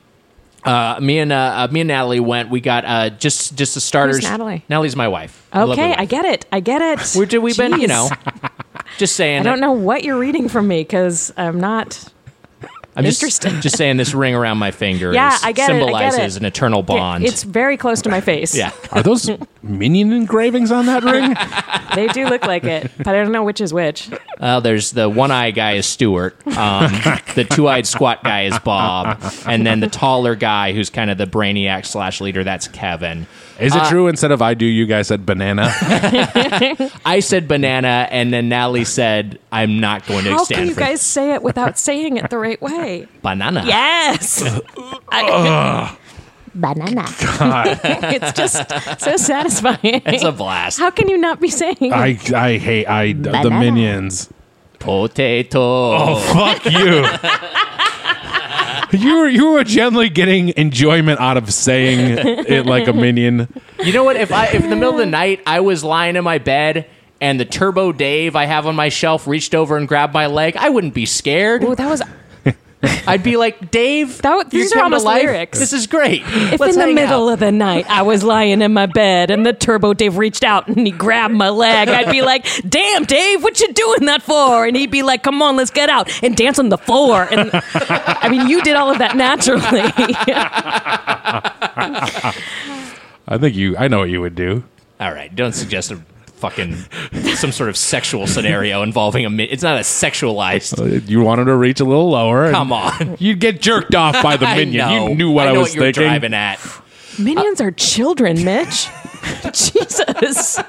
uh, me and uh, uh, me and Natalie went. We got uh, just just the starters. Natalie? Natalie's my wife. My lovely Okay, wife. I get it. I get it. We're, we've been, you Jeez. know, [LAUGHS] just saying. I don't know what you're reading from me because I'm not. I'm just, Interesting. just saying this ring around my finger Yeah, is, I get it, I get symbolizes it. an eternal bond. It's very close to my face. [LAUGHS] yeah. Are those minion engravings on that ring? they do look like it, but I don't know which [LAUGHS] is which. Uh, there's the one eye guy is Stuart. Um, the two eyed squat guy is Bob. And then the taller guy, who's kind of the brainiac slash leader, that's Kevin. Is it true? Instead of I do, you guys said banana. I said banana, and then Natalie said, I'm not going to How stand can you for guys say it without saying it the right way? banana. [LAUGHS] [LAUGHS] Yes. I- Banana. [LAUGHS] it's just so satisfying. It's a blast. How can you not be saying? I I hate I the minions. Potato. [LAUGHS] Oh fuck you. [LAUGHS] You were, you were generally getting enjoyment out of saying it like a minion. You know what? If I if in the middle of the night I was lying in my bed and the Turbo Dave I have on my shelf reached over and grabbed my leg, I wouldn't be scared. oh, that was. I'd be like, Dave, That w- you these are came to almost life? lyrics. This is great. If Let's in the hang middle out. of the night I was lying in my bed and the Turbo Dave reached out and he grabbed my leg, I'd be like, "Damn, Dave, what you doing that for?" And he'd be like, "Come on, let's get out and dance on the floor." And I mean, you did all of that naturally. [LAUGHS] I think you. I know what you would do. All right, don't suggest a fucking some sort of sexual scenario involving a. mi- It's not a sexualized. You wanted to reach a little lower. and Come on. You'd get jerked off by the [LAUGHS] I minion. know. You knew what I, know was what you're thinking. driving at. Minions are children, Mitch. [LAUGHS] Jesus.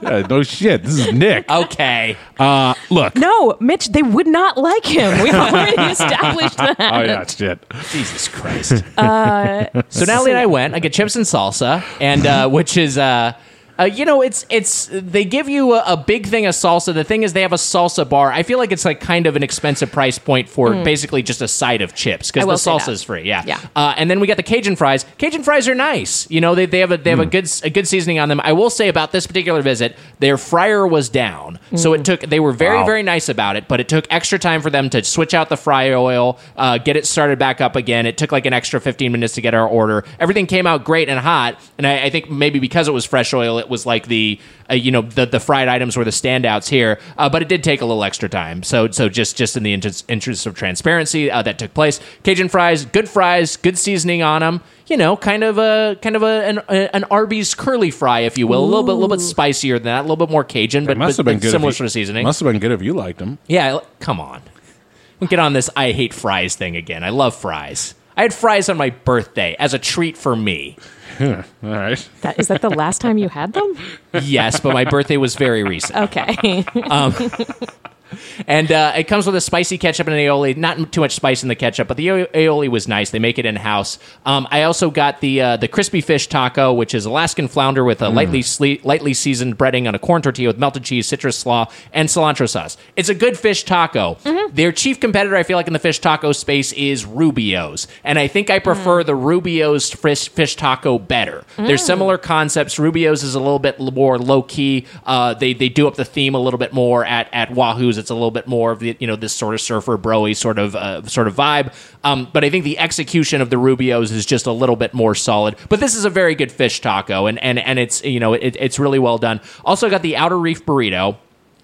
Yeah, Uh, no shit. This is Nick. Okay. Uh, look. No, Mitch, they would not like him. [LAUGHS] We've already established that. Oh yeah, shit. Jesus Christ. Uh, so Natalie and I went. I get chips and salsa, and [LAUGHS] uh, which is. Uh, uh, you know, it's it's they give you a, a big thing of salsa. The thing is, they have a salsa bar. I feel like it's like kind of an expensive price point for basically just a side of chips because Mm. I the will say salsa that. is free. Yeah, Yeah. Uh, and then we got the Cajun fries. Cajun fries are nice. You know, they, they have a they Mm. have a good s- a good seasoning on them. I will say about this particular visit, their fryer was down, so Mm. it took they were very Wow. very nice about it, but it took extra time for them to switch out the fry oil, uh, get it started back up again. It took like an extra fifteen minutes to get our order. Everything came out great and hot, and I, I think maybe because it was fresh oil, it was like the uh, you know the the fried items were the standouts here, uh, but it did take a little extra time. So so just just in the interest, interest of transparency, uh, that took place. Cajun fries, good fries, good seasoning on them. You know, kind of a kind of a an, a- an Arby's curly fry, if you will, a little bit, a little bit spicier than that, a little bit more Cajun, but, Must but, have been but good. similar if you, sort of seasoning. Must have been good if you liked them. Yeah, I- come on. We get on this I hate fries thing again. I love fries. I had fries on my birthday as a treat for me. All right. That- Is that the last time you had them? Yes, but my birthday was very recent. Okay. And uh, it comes with a spicy ketchup and an aioli. Not too much spice in the ketchup, but the ai- aioli was nice. They make it in house. Um, I also got the uh, the crispy fish taco, which is Alaskan flounder with a lightly sle- lightly seasoned breading on a corn tortilla with melted cheese, citrus slaw, and cilantro sauce. It's a good fish taco. Their chief competitor, I feel like, in the fish taco space is Rubio's, and I think I prefer the Rubio's fish fish taco better. They're similar concepts. Rubio's is a little bit l- more low key. Uh, they they do up the theme a little bit more at at Wahoo's. It's a little bit more of the you know this sort of surfer broy sort of uh, sort of vibe. Um, but I think the execution of the Rubio's is just a little bit more solid. But this is a very good fish taco, and and and it's you know it, it's really well done. Also got the Outer Reef burrito.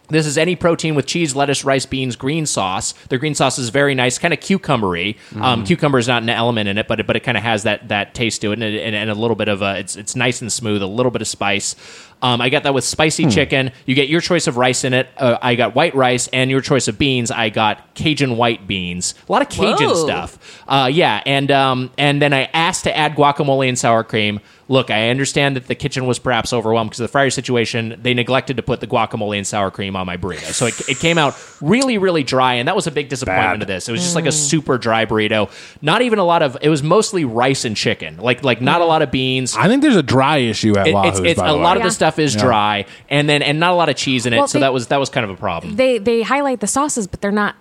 This is any protein with cheese, lettuce, rice, beans, green sauce. Their green sauce is very nice, kind of cucumbery. Um, cucumber is not an element in it, but it, but it kind of has that that taste to it, and, it- and, and a little bit of uh it's it's nice and smooth, a little bit of spice. Um, I got that with spicy chicken. You get your choice of rice in it. Uh, I got white rice, and your choice of beans. I got Cajun white beans. A lot of Cajun Whoa. stuff. Uh, yeah, and um, and then I asked to add guacamole and sour cream. Look, I understand that the kitchen was perhaps overwhelmed because of the fryer situation. They neglected to put the guacamole and sour cream on my burrito, so it, it came out really, really dry, and that was a big disappointment Bad. of this. It was just Mm. like a super dry burrito. Not even a lot of. It was mostly rice and chicken. Like like not Mm. a lot of beans. I think there's a dry issue at It- Wahoo's. it's, it's by a the lot of way. the stuff is dry, and then and not a lot of cheese in it. Well, so they- that was that was kind of a problem. they they highlight the sauces, but they're not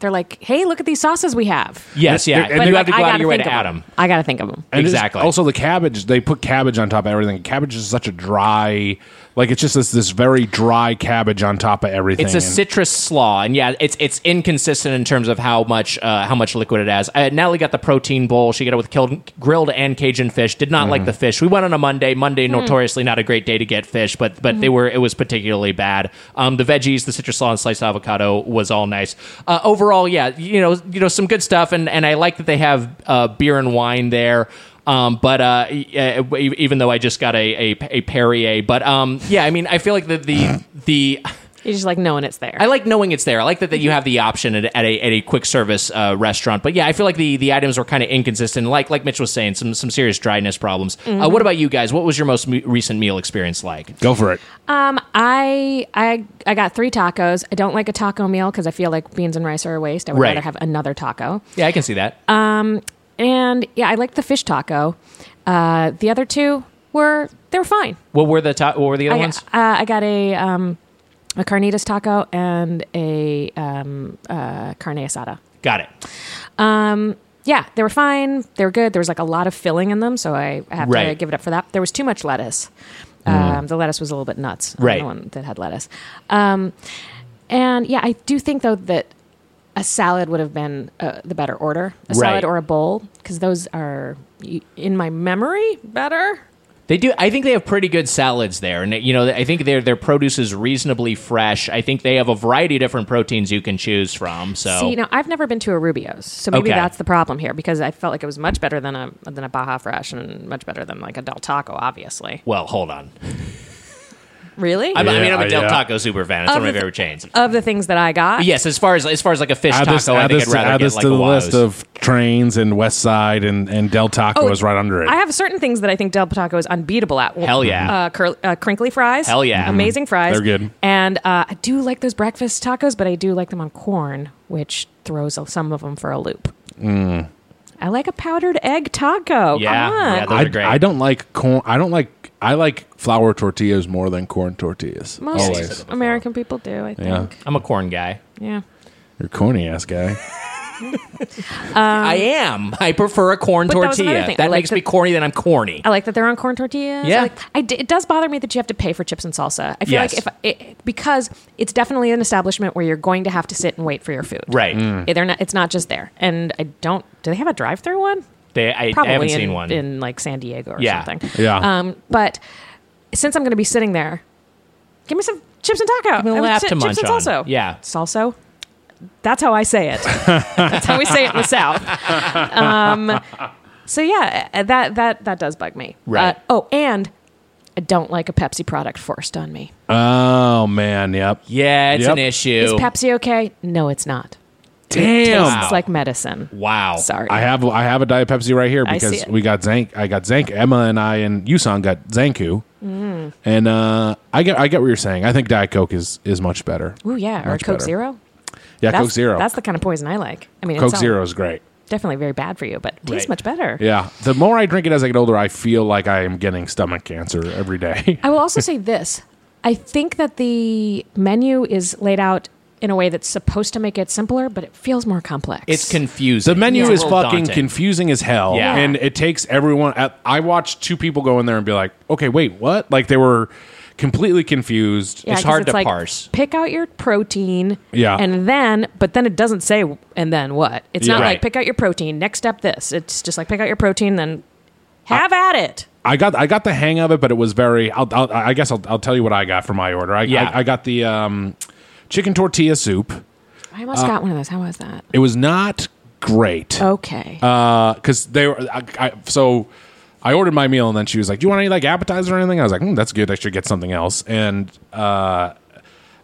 They're like, hey, look at these sauces we have. Yes, yeah. They're- and you they're have to like, go I out of gotta your way think to of add 'em. them. I got to think of them. And it's- Exactly. Also, the cabbage, they put cabbage on top of everything. Cabbage is such a dry, like it's just this, this very dry cabbage on top of everything. It's a And- citrus slaw, and yeah, it's it's inconsistent in terms of how much uh, how much liquid it has. Uh, Natalie got the protein bowl. She got it with killed, grilled and Cajun fish. Did not Mm-hmm. like the fish. We went on a Monday. Monday notoriously not a great day to get fish, but but they were it was particularly bad. Um, the veggies, the citrus slaw, and sliced avocado was all nice. Uh, overall, yeah, you know you know some good stuff, and and I like that they have uh, beer and wine there. Um, but uh, e- e- even though I just got a, a, a Perrier, but um, yeah, I mean, I feel like the the, the You're just like knowing it's there. I like knowing it's there. I like that, that you Mm-hmm. have the option at, at a at a quick service uh, restaurant. But yeah, I feel like the, the items were kind of inconsistent. Like like Mitch was saying, some some serious dryness problems. Mm-hmm. Uh, what about you guys? What was your most me- recent meal experience like? Go for it. Um, I I I got three tacos. I don't like a taco meal because I feel like beans and rice are a waste. I would Right. rather have another taco. Yeah, I can see that. Um, And yeah, I like the fish taco. Uh, the other two were they were fine. what were the to- what were the other I, uh, ones? I got a um, a carnitas taco and a um, uh, carne asada. Got it. Um, yeah, they were fine. They were good. There was like a lot of filling in them, so I have to Right. Mm. give it up for that. There was too much lettuce. Um, the lettuce was a little bit nuts. on Right. the one that had lettuce. Um, and yeah, I do think though that a salad would have been uh, the better order, a Right. salad or a bowl, because those are y- in my memory better. They do. I think they have pretty good salads there, and you know, I think their their produce is reasonably fresh. I think they have a variety of different proteins you can choose from. So See, now I've never been to a Rubio's, so maybe Okay. that's the problem here because I felt like it was much better than a than a Baja Fresh and much better than like a Del Taco, obviously. well, hold on. Really? I'm, I mean, I'm a Yeah, Del yeah. Taco super fan. It's Of one of my the- favorite chains. of the things that I got. Yes, as far as as far as like a fish taco, I add think this, I'd to, rather add get this like to a the Waho's. list of trains and West Side and, and Del Taco Oh, is right under it. I have certain things that I think Del Taco is unbeatable at. Hell yeah. Uh, curl, uh, crinkly fries. Hell yeah. Amazing fries. They're good. And uh, I do like those breakfast tacos, but I do like them on corn, which throws some of them for a loop. I like a powdered egg taco. Mm. Yeah, Come on. yeah, those I, are great. I don't like corn. I don't like. I like flour tortillas more than corn tortillas. Most Always, American people do, I yeah. think. I'm a corn guy. Yeah. You're a corny ass guy. [LAUGHS] I am. I prefer a corn Um, But that was another tortilla. That, thing. I like Oh. makes me that- corny. Then I'm corny. I like that they're on corn tortillas. I Yeah. like- I d- it does bother me that you have to pay for chips and salsa. I feel Yes. like if it, because it's definitely an establishment where you're going to have to sit and wait for your food. Right. Yeah, they're not. It's not just there. And I don't. Do they have a drive-through one? They, I, I Probably haven't in, seen one. in like San Diego or Yeah. something. Yeah. Um, but since I'm going to be sitting there, give me some chips and taco. me a I would lap sit- to munch chips on. and salsa. Yeah. salsa. That's how I say it. That's how we say it in the South. Um, so yeah, uh, that that that does bug me. Right. Uh, oh, and I don't like a Pepsi product forced on me. oh man. Yep. yeah, it's Yep. an issue. Is Pepsi okay? No, it's not. Damn. Tastes like medicine. wow. Sorry. I have I have a Diet Pepsi right here I see because it. we got Zank. I got Zank. Emma and I and Yusan got Zanku. Mm. And uh, I get I get what you're saying. I think Diet Coke is is much better. Ooh, yeah. or Much Coke better. Zero. Yeah, That's, Coke Zero. That's the kind of poison I like. I mean, Coke it's Zero all is great. definitely very bad for you, but it tastes Right. much better. Yeah. The more I drink it as I get older, I feel like I am getting stomach cancer every day. [LAUGHS] I [LAUGHS] will also say this. I think that the menu is laid out in a way that's supposed to make it simpler, but it feels more complex. It's confusing. The menu It's a is little fucking daunting. confusing as hell, Yeah. and it takes everyone. I- I watched two people go in there and be like, "Okay, wait, what?" Like they were completely confused. Yeah, it's 'cause hard to like, parse. Pick out your protein, Yeah. and then, but then it doesn't say and then what. It's Yeah. not Right. like pick out your protein. Next step, this. It's just like pick out your protein, then have Uh, at it. I got I got the hang of it, but it was very. I'll, I'll, I guess I'll, I'll tell you what I got for my order. I, Yeah. I, I got the um, chicken tortilla soup. I almost uh, got one of those. How was that? It was not great Oh. Okay. uh, because they were I, I, so. I ordered my meal and then she was like, "Do you want any like appetizer or anything?" I was like, hmm, "That's good. I should get something else." And uh,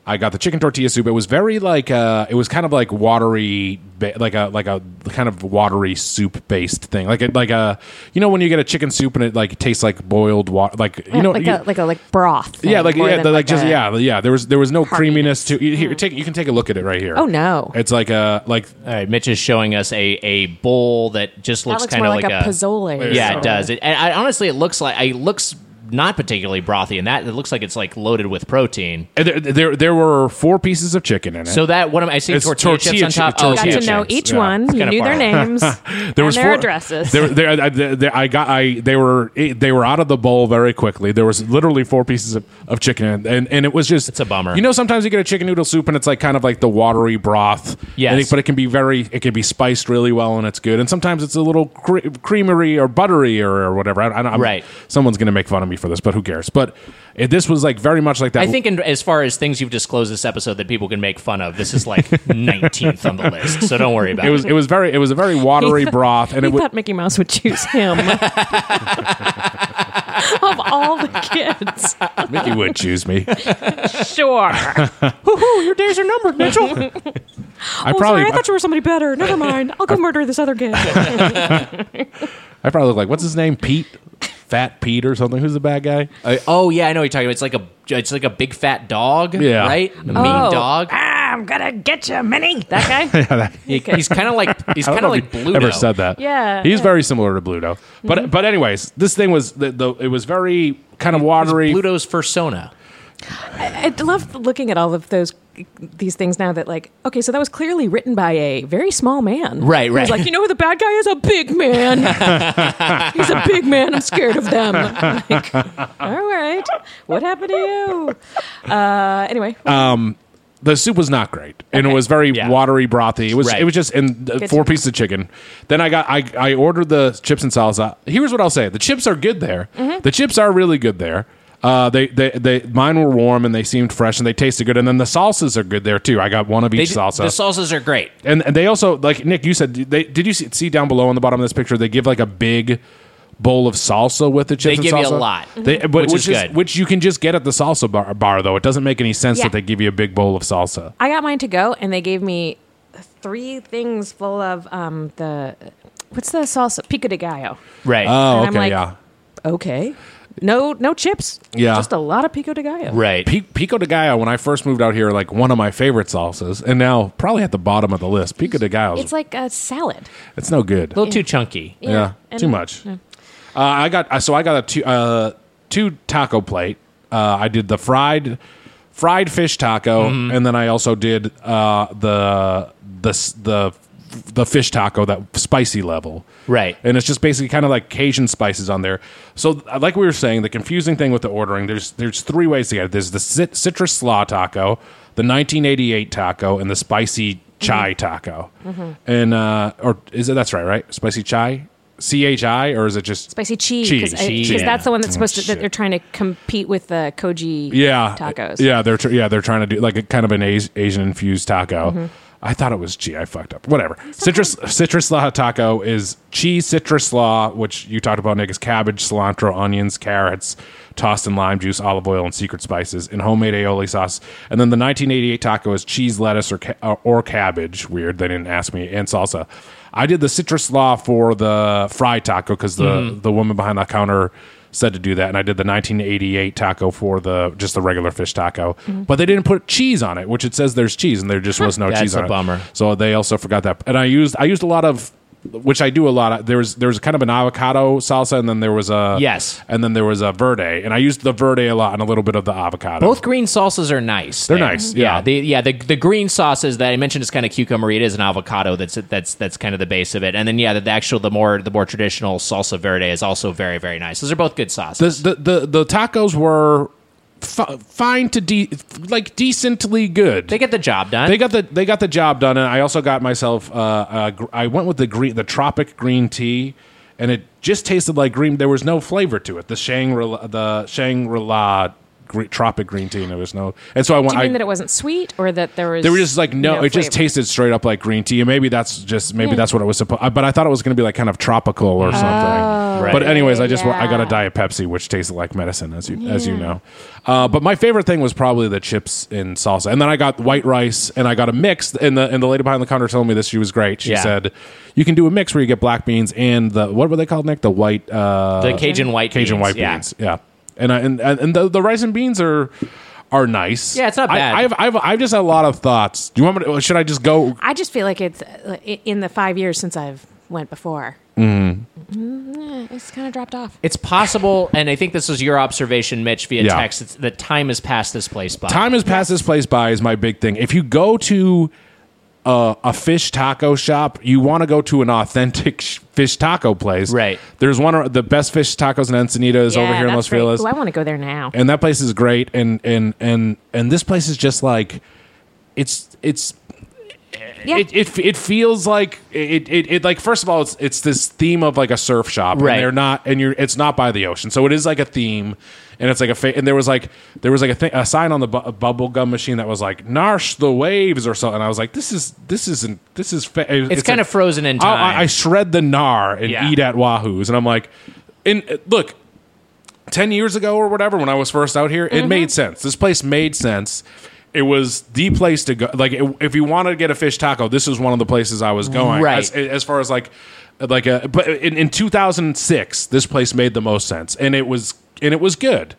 I got the chicken tortilla soup. It was very like uh, it was kind of like watery, ba- like a like a kind of watery soup based thing, like a, like a you know when you get a chicken soup and it like tastes like boiled water, like you know like you- a like a like broth. thing yeah, like more yeah, than the- like just a- yeah, yeah. There was there was no heartiness. creaminess to you, here. Take you can take a look at it right here. Oh, no. it's like a like uh, All right, Mitch is showing us a, a bowl that just That looks, looks kind more of like, a, pozole. or Yeah, something. it does. It, and I, honestly, it looks like it looks not particularly brothy, and that it looks like it's like loaded with protein. And There, there, there were four pieces of chicken in it. So that what am I seeing? It's Tortilla, tortilla chips on top. chi- Oh, got tortilla to okay. know chips, each yeah. one. It's You kinda knew [LAUGHS] their far. names there and was their four, addresses. There, there, I, there, I got, I, they were, they were out of the bowl very quickly. There was literally four pieces of, of chicken, in it, and and it was just, It's a bummer. You know, sometimes you get a chicken noodle soup, and it's like kind of like the watery broth. Yes. And it- but it can be very, it can be spiced really well, and it's good. And sometimes it's a little cre- creamery or buttery or, or whatever. I, I, I'm, Right. Someone's gonna make fun of me for this, but who cares? But it, this was like very much like that. I think, in, as far as things you've disclosed this episode that people can make fun of, this is like [LAUGHS] 19th on the list. So don't worry about it it. was, it was very, it was a [LAUGHS] very watery broth, and He it was. thought Mickey Mouse would [LAUGHS] choose him [LAUGHS] of all the [LAUGHS] kids. Mickey would choose [LAUGHS] me. [LAUGHS] Sure. your days are numbered, Mitchell. I oh, probably, sorry, I thought you were somebody [LAUGHS] better. Never mind. I'll go murder this other kid. I probably look like what's his name, Pete, Fat Pete or something. Who's the bad guy? oh yeah, I know what you're talking about. It's like a it's like a big fat dog, Yeah. right? A mean dog. Oh. Ah, I'm gonna get you, Minnie. That [LAUGHS] guy. He- he's kind [LAUGHS] of like he's I kind don't of like know if you Bluto. Ever said that? Yeah, he's yeah. Mm-hmm. very similar to Bluto. But but anyways, this thing was the, the it was very kind of watery. Bluto's persona. I love looking at all of those these things now that like okay so that was clearly written by a very small man Right, He right. was like you know who the bad guy is a big man he's a big man i'm scared of them I'm like, all right what happened to you uh anyway The soup was not great, and it was very Yeah. watery, brothy. It was Right. it was just and uh, to four know. pieces of chicken. Then I got I I ordered the chips and salsa. Here's what I'll say: the chips are good there. Mm-hmm. The chips are really good there. Uh, they, they, they, mine were warm and they seemed fresh and they tasted good. And then the salsas are good there too. I got one of They each do- salsa. The salsas are great. and, and they also like Nick. You said they did you see, see down below on the bottom of this picture? They give like a big bowl of salsa with the They chips. and give you a salsa. lot, Mm-hmm. They- but, which, which is is good. which you can just get at the salsa bar, bar though. It doesn't make any sense Yeah. that they give you a big bowl of salsa. i got mine to go and they gave me three things full of um the what's the salsa pico de gallo Right. Oh, And I'm okay, like- yeah, okay no no chips Yeah. just a lot of pico de gallo right. P- pico de gallo. When I first moved out here, like one of my favorite salsas, and now probably at the bottom of the list. Pico de gallo. it's It's, like a salad no good. a little too chunky. yeah, and- too much. Uh, I got uh, so I got a two uh, two taco plate. Uh, I did the fried fried fish taco, and then I also did uh, the the s- the the fish taco that spicy level, Right. And it's just basically kind of like Cajun spices on there. So, th- like we were saying, the confusing thing with the ordering there's there's three ways to get it. There's the cit- citrus slaw taco, the 1988 taco, and the spicy chai taco. And uh, or is it that's right, right? Spicy chai. C H I or is it just spicy cheese Cheese, cheese. because that's the one that's Oh, supposed to shit. that they're trying to compete with the koji yeah uh, tacos yeah they're tr- yeah they're trying to do like a kind of an As- asian infused taco Mm-hmm. i thought it was gee i fucked up whatever citrus citrus slaw taco is cheese citrus slaw which you talked about nick is cabbage cilantro onions carrots tossed in lime juice olive oil and secret spices and homemade aioli sauce and then the 1988 taco is cheese lettuce or ca- or cabbage weird they didn't ask me and salsa I did the citrus slaw for the fry taco because the, Mm-hmm. the woman behind the counter said to do that, and I did the 1988 taco for the just the regular fish taco, Mm-hmm. but they didn't put cheese on it, which it says there's cheese, and there [LAUGHS] just was no That's cheese a on bummer. it. So they also forgot that, and I used I used a lot of which I do a lot. Of, there was there was kind of an avocado salsa, and then there was a Yes. and then there was a verde, and I used the verde a lot and a little bit of the avocado. Both green salsas are nice. They're nice, yeah. The yeah the, the green sauces that I mentioned is kind of cucumbery. It is an avocado. That's that's that's kind of the base of it. And then yeah, the, the actual the more the more traditional salsa verde is also very very nice. Those are both good the sauces. the the, the tacos were. F- fine to de- like decently good. they get the job done. They got the they got the job done, and I also got myself. Uh, uh, gr- I went with the green, the tropic green tea, and it just tasted like green. There was no flavor to it. The Shangri the Shangri La gre tropic green tea, and there was no. And so I went. do you mean I, that it wasn't sweet or that there was they were just like no, it just flavor? tasted straight up like green tea, and maybe that's just maybe that's what it was supposed. But I thought it was going to be like kind of tropical or something. Oh. But anyways, I just wa- I got a diet Pepsi, which tasted like medicine, as you as you know. Uh, but my favorite thing was probably the chips and salsa, and then I got white rice, and I got a mix. And the and the lady behind the counter told me this. She was great. She Yeah. said, "You can do a mix where you get black beans and the what were they called, Nick? The white uh, the Cajun white Cajun beans, white yeah. beans. Yeah, and I, and and and the, the rice and beans are are nice. Yeah, it's not I- bad. I've I've I've just had a lot of thoughts. Do you want me? To, should I just go? i just feel like it's uh, i- in the five years since i've went before Mm-hmm. Mm, It's kind of dropped off. It's possible, and I think this was your observation, Mitch, via Yeah. text, it's, that time has passed this place by. Time has passed this place by is my big thing. If you go to a, a fish taco shop, you want to go to an authentic sh- fish taco place. Right. There's one of the best fish tacos in Encinita is over here in Los Feliz. Oh, I want to go there now. and that place is great and and and and this place is just like it's it's Yeah. it, it it feels like it, it it like first of all it's it's this theme of like a surf shop Right. and they're not and you're it's not by the ocean so it is like a theme and it's like a fa- and there was like there was like a thing a sign on the bu- bubble gum machine that was like narsh the waves or something and I was like this is this isn't this is fa- It's kind of frozen in I- I, time. I shred the gnar and Yeah. eat at Wahoo's and I'm like and uh, look 10 years ago or whatever when I was first out here, Mm-hmm. it made sense. This place made sense. It was the place to go. Like it, if you wanted to get a fish taco, this was one of the places I was going. Right. As, as far as like like a but in, in 2006, this place made the most sense and it was and it was good.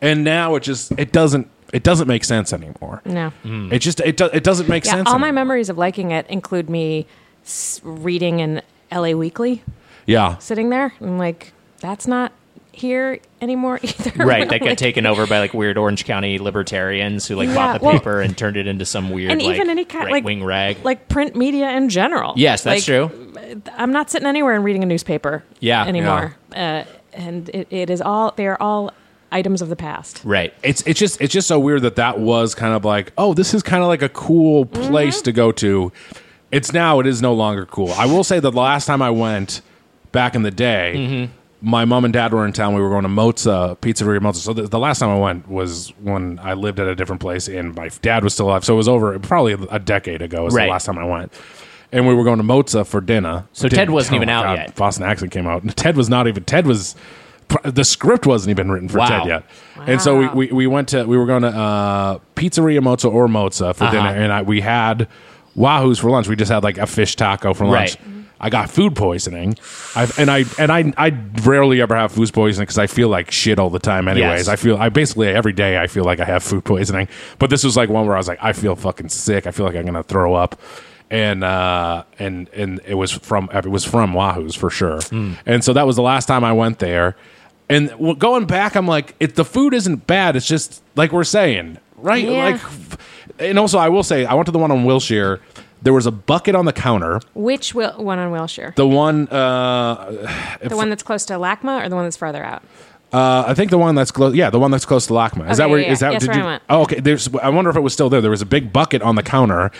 And now it just it doesn't it doesn't make sense anymore. No. Mm. It just it, do, it doesn't make Yeah, Mm, sense. all my anymore. memories of liking it include me s- reading an LA Weekly Yeah. sitting there. I'm like, that's not here anymore [LAUGHS] either. [LAUGHS] right, that Like- got taken over by like weird Orange County libertarians who like Yeah, bought the well- paper and turned it into some weird And like, even any kind like right-wing rag. like print media in general. yes, that's Like, true. I'm not sitting anywhere and reading a newspaper. Yeah, anymore. Uh, and it, it is all they are all items of the past. Right. it's it's just it's just so weird that that was kind of like oh this is kind of like a cool Mm-hmm. place to go to it's now it is no longer cool i will say that the last time i went back in the day Mm-hmm. my mom and dad were in town we were going to moza pizzeria moza so the, the last time i went was when i lived at a different place and my dad was still alive so it was over probably a decade ago was Right. the last time i went and we were going to moza for dinner Oh So Ted wasn't even out yet. boston accent came out [LAUGHS] ted was not even ted was the script wasn't even written for Wow. ted yet and so we, Wow. we, we went to we were going to uh, pizzeria Moza or Moza for dinner, and I, we had Wahoo's for lunch. We just had like a fish taco for lunch. Right. I got food poisoning, I've, and I and I I rarely ever have food poisoning because I feel like shit all the time. Anyways, Yes. I feel I basically every day I feel like I have food poisoning. But this was like one where I was like, I feel fucking sick. I feel like I'm gonna throw up. And uh and and it was from it was from Wahoo's for sure. And so that was the last time I went there. And w- going back, I'm like, it, the food isn't bad. It's just like we're saying, right? Yeah. Like, and also I will say, I went to the one on Wilshire. There was a bucket on the counter. Which will, one on Wilshire? The one, uh, The, one that's close to LACMA or the one that's farther out? uh, I think the one that's close. Yeah, the one that's close to Lakma. Is that Okay, where? yeah, Is that? yeah. Yes, did where I you? went. Oh, okay. There's. I wonder if it was still there. There was a big bucket on the counter,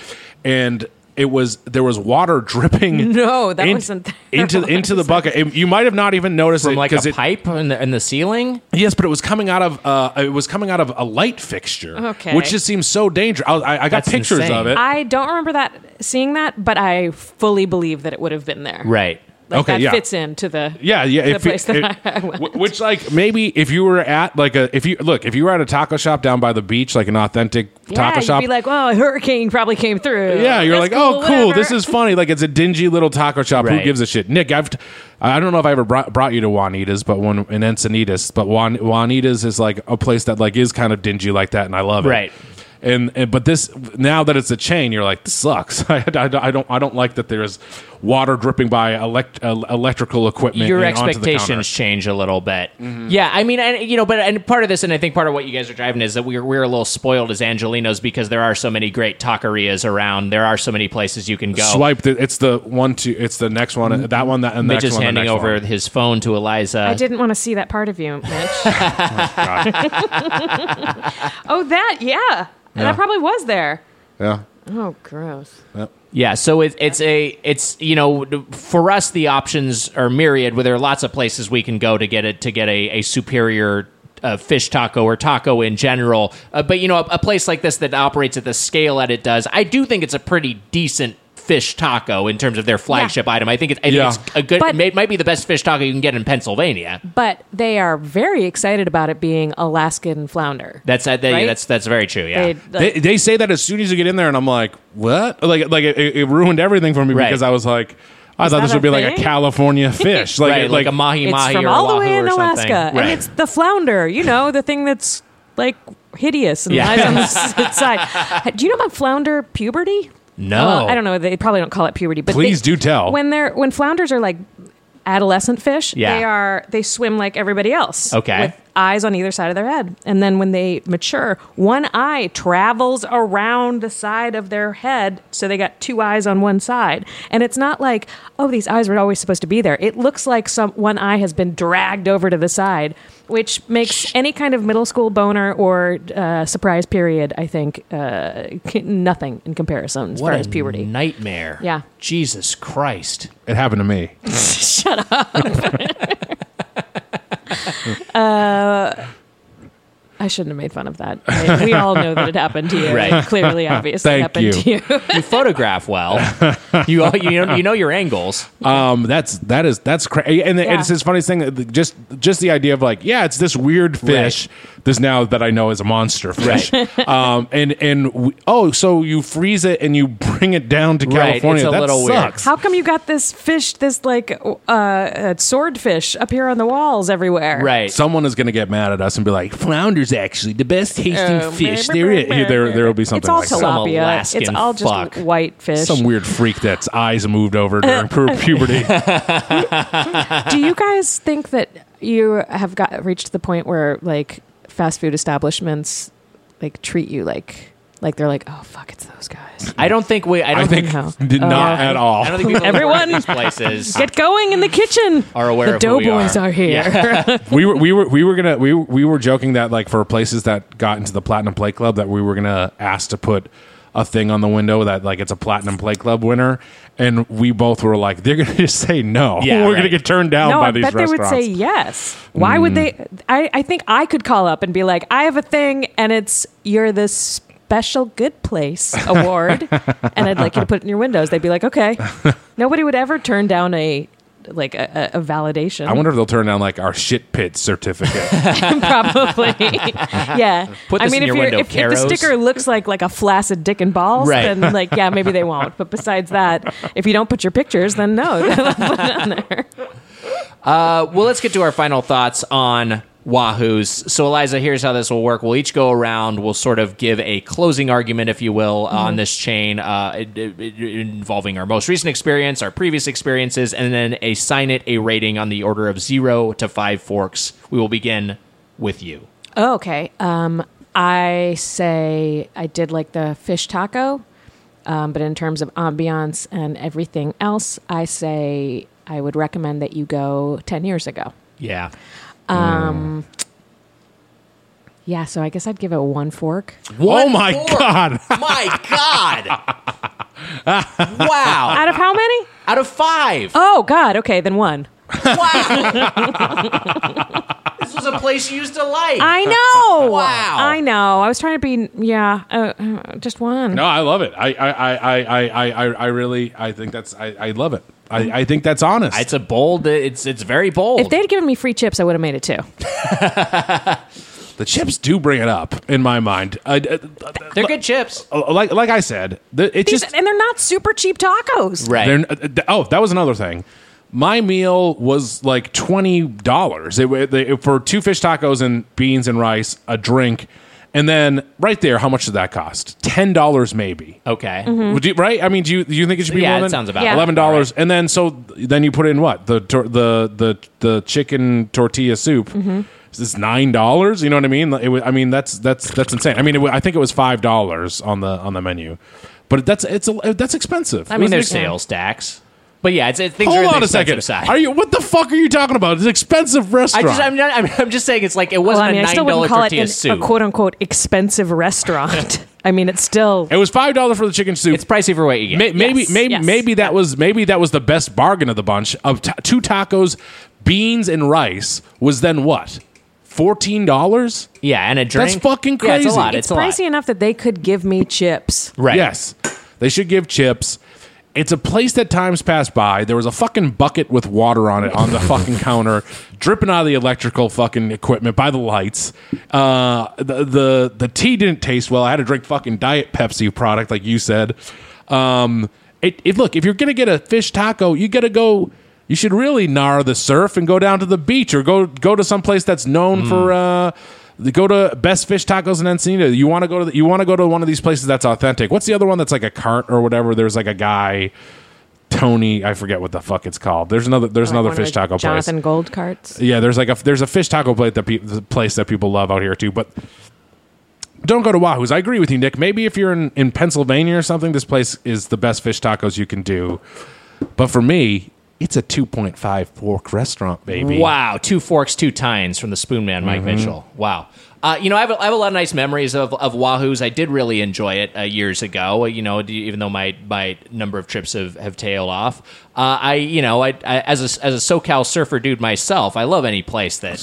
and it was there was water [LAUGHS] dripping. No, that wasn't there. [LAUGHS] into into the bucket. It- you might have not even noticed From it, like 'cause a it, pipe in the, in the ceiling. Yes, but it was coming out of uh, it was coming out of a light fixture, Okay. which just seems so dangerous. I, I, I got That's pictures insane. of it. I don't remember that seeing that, but I fully believe that it would have been there. Right. Like Okay, that yeah. fits into the yeah, yeah. the if it- place that it- I went. wh- Which, like, maybe if you were at like a if you look if you were at a taco shop down by the beach, like an authentic taco yeah, shop, You'd be like, well, a hurricane probably came through. Yeah, you're That's like, oh, cool. This whatever." is funny. Like, it's a dingy little taco shop. Who Right. gives a shit? Nick, I've, t- I don't know if I ever brought, brought you to Juanita's, but one in Encinitas, but Juan, Juanita's is like a place that like is kind of dingy like that, and I love it. Right. And, and but this now that it's a chain, you're like, this sucks. [LAUGHS] I, I, I don't I don't like that there is water dripping by elect, uh, electrical equipment. your and onto the counter. Mm-hmm. expectations change a little bit. Yeah, I mean, and you know, but and part of this, and I think part of what you guys are driving is that we're we're a little spoiled as Angelinos because there are so many great taquerias around. There are so many places you can go. Swipe the it's the one two it's the next one that one that and the Mitch next is one the handing next over one. his phone to Eliza. I didn't want to see that part of you, [LAUGHS] Mitch. [LAUGHS] oh, that, yeah. That probably was there. yeah Oh, gross. Yeah, so it, it's a it's you know for us the options are myriad. Where there are lots of places we can go to get it to get a, a superior uh, fish taco or taco in general. Uh, but you know, a, a place like this that operates at the scale that it does, I do think it's a pretty decent fish taco in terms of their flagship item. I think it's, I Yeah. think it's a good. But- it might be the best fish taco you can get in Pennsylvania. But they are very excited about it being Alaskan flounder. That's uh, that- Right? that's that's very true. Yeah, They- like, they, they say that as soon as you get in there, and I'm like, what? Like, like it, it ruined everything for me Right. because I was like, I thought that this would a be like a [LAUGHS] thing? California fish, like, right, it- like, a mahi it's mahi from or all the wahoo way in or Alaska. something. And Right. it's the flounder, you know, the thing that's like hideous and Yeah. lies [LAUGHS] on the s- side. Do you know about flounder puberty? no, Well, I don't know. They probably don't call it puberty, but Please they- do tell. When they're when flounders are like adolescent fish. Yeah. They are they swim like everybody else. Okay. With eyes on either side of their head. And then when they mature, one eye travels around the side of their head, so they got two eyes on one side. And it's not like, oh, these eyes were always supposed to be there. It looks like some one eye has been dragged over to the side, which makes any kind of middle school boner or uh, surprise period, I think, uh, c- nothing in comparison as What far as a puberty. nightmare. Yeah. Jesus Christ. It happened to me. I shouldn't have made fun of that. I- We all know that it happened to [LAUGHS] you. Right. Clearly, obviously, Thank it happened you. to you. [LAUGHS] You photograph [LAUGHS] well. you you know, you know your angles. Um, that's that is that's crazy, and the, Yeah. it's this funniest thing. that the- Just just the idea of like, yeah, it's this weird fish. This now that I know is a monster fish. [LAUGHS] um, and and we, oh, so you freeze it and you bring it down to Right, it's California. a that little weird. sucks. How come you got this fish, this like uh, uh, swordfish up here on the walls everywhere? Right. Someone is going to get mad at us and be like, "Flounder's actually the best tasting Oh, fish brr, there brr, is." brr, There, there will be It's something all like that. Some tilapia. Alaskan It's all just fuck. white fish. Some weird freak that's eyes moved over during pu- puberty. [LAUGHS] Do [LAUGHS] you guys think that you have got reached the point where like fast food establishments like treat you like like they're like, oh fuck, it's those guys. I don't think we. I don't I think how. did not Oh. at all. I don't think people Everyone- in these places [LAUGHS] Get going in the kitchen. are aware The of who we doughboys are. are here. [LAUGHS] we were we were we were gonna we we were joking that like for places that got into the platinum play club that we were gonna ask to put a thing on the window that like it's a platinum play club winner and we both were like they're gonna [LAUGHS] just say no Yeah, we're right. gonna get turned down no, by I these bet they would restaurants say yes. Why Mm. would they? I, I think I could call up and be like, I have a thing, and it's you're the special [LAUGHS] good place award, and I'd like you to put it in your windows. They'd be like, [LAUGHS] okay. Nobody would ever turn down a like a, a a validation. I [LAUGHS] [LAUGHS] wonder if they'll turn down like our shit pit certificate. probably. yeah. Put I this mean, in if, your you're- window, if, if the Caros. sticker looks like like a flaccid dick and balls, Right. then like yeah, maybe they won't. But besides that, if you don't put your pictures, then no. [LAUGHS] Well, let's get to our final thoughts on Wahoos. So, Eliza, here's how this will work. We'll each go around. We'll sort of give a closing argument, if you will, on Mm-hmm. this chain uh, it- it- it- involving our most recent experience, our previous experiences, and then assign it a rating on the order of zero to five forks. We will begin with you. Oh, okay. Um, I say I did like the fish taco, um, but in terms of ambiance and everything else, I say I would recommend that you go 10 years ago. Yeah. Yeah, so I guess I'd give it one fork. oh my god! My [LAUGHS] God. wow. Out of how many? Out of five. [LAUGHS] Oh, God. Okay, then one. Wow. this was a place you used to like. [LAUGHS] I know. Wow. I know. I was trying to be, yeah, uh, uh, just one. No, I love it. I I I I I I, I really I think that's I, I love it. I, I think that's honest. It's a bold. It's it's very bold. If they'd given me free chips, I would have made it two. the chips do bring it up in my mind. Uh, I, I- They're good chips. I- uh, like like I said, the, it These, just and they're not super cheap tacos. Right. They're- uh, th- oh, that was another thing. My meal was like twenty dollars. It, wa- they- for two fish tacos and beans and rice, a drink, and then right there, how much did that cost? Ten dollars, maybe. okay. Mm-hmm. Would you- right? I mean, do you do you think it should be Yeah, more it than sounds about Yeah. eleven dollars? And then so then you put in what the tor- the the the chicken tortilla soup. Mm-hmm. Is this nine dollars? You know what I mean? It was, I mean that's that's that's insane. I mean, it, wa- I think it was five dollars on the on the menu, but that's it's a, that's expensive. I mean, there's there's sales tax, but yeah, it's it, things are Hold in the on a expensive second. side. Are you? What the fuck are you talking about? It's an expensive I restaurant. just I'm, not, I'm I'm just saying it's like it Well, wasn't I mean, a I nine still wouldn't dollar call it tortilla an, soup. a quote unquote expensive restaurant. [LAUGHS] I mean, it's still. it was five dollars for the chicken soup. it's pricey for what you get. May- maybe, Yes, maybe, yes. maybe that was maybe that was the best bargain of the bunch. Of ta two tacos, beans and rice was then what? Fourteen dollars. yeah, and a drink. That's fucking Yeah, it's a crazy. lot. It's, It's a pricey lot. enough that they could give me chips. Right. Yes, they should give chips. It's a place that times passed by. There was a fucking bucket with water on it on the fucking counter, dripping out of the electrical fucking equipment by the lights. Uh, the, the the tea didn't taste well. I had to drink fucking diet Pepsi product, like you said. Um, it, it look if you're gonna get a fish taco, you gotta go. You should really gnar the surf and go down to the beach or go go to some place that's known for. Uh, Hmm. the- Go to Best Fish Tacos in Encinitas. You want to go to the, you want to go to one of these places that's authentic. What's the other one that's like a cart or whatever? There's like a guy Tony. I forget what the fuck it's called. There's another. There's Like another one of fish the taco place. Jonathan Gold carts. Yeah, there's like a there's a fish taco plate that pe- the place that people love out here too. But don't go to Wahoo's. I agree with you, Nick. Maybe if you're in, in Pennsylvania or something, this place is the best fish tacos you can do. But for me, it's a 2.5 fork restaurant, baby. Wow, two forks, two tines from the Spoon Man, Mike Mm-hmm. Mitchell. Wow. Uh, you know, I have, a, I have a lot of nice memories of, of Wahoo's. I did really enjoy it uh, years ago. You know, d- even though my, my number of trips have, have tailed off, uh, I you know, I, I as a as a SoCal surfer dude myself, I love any place that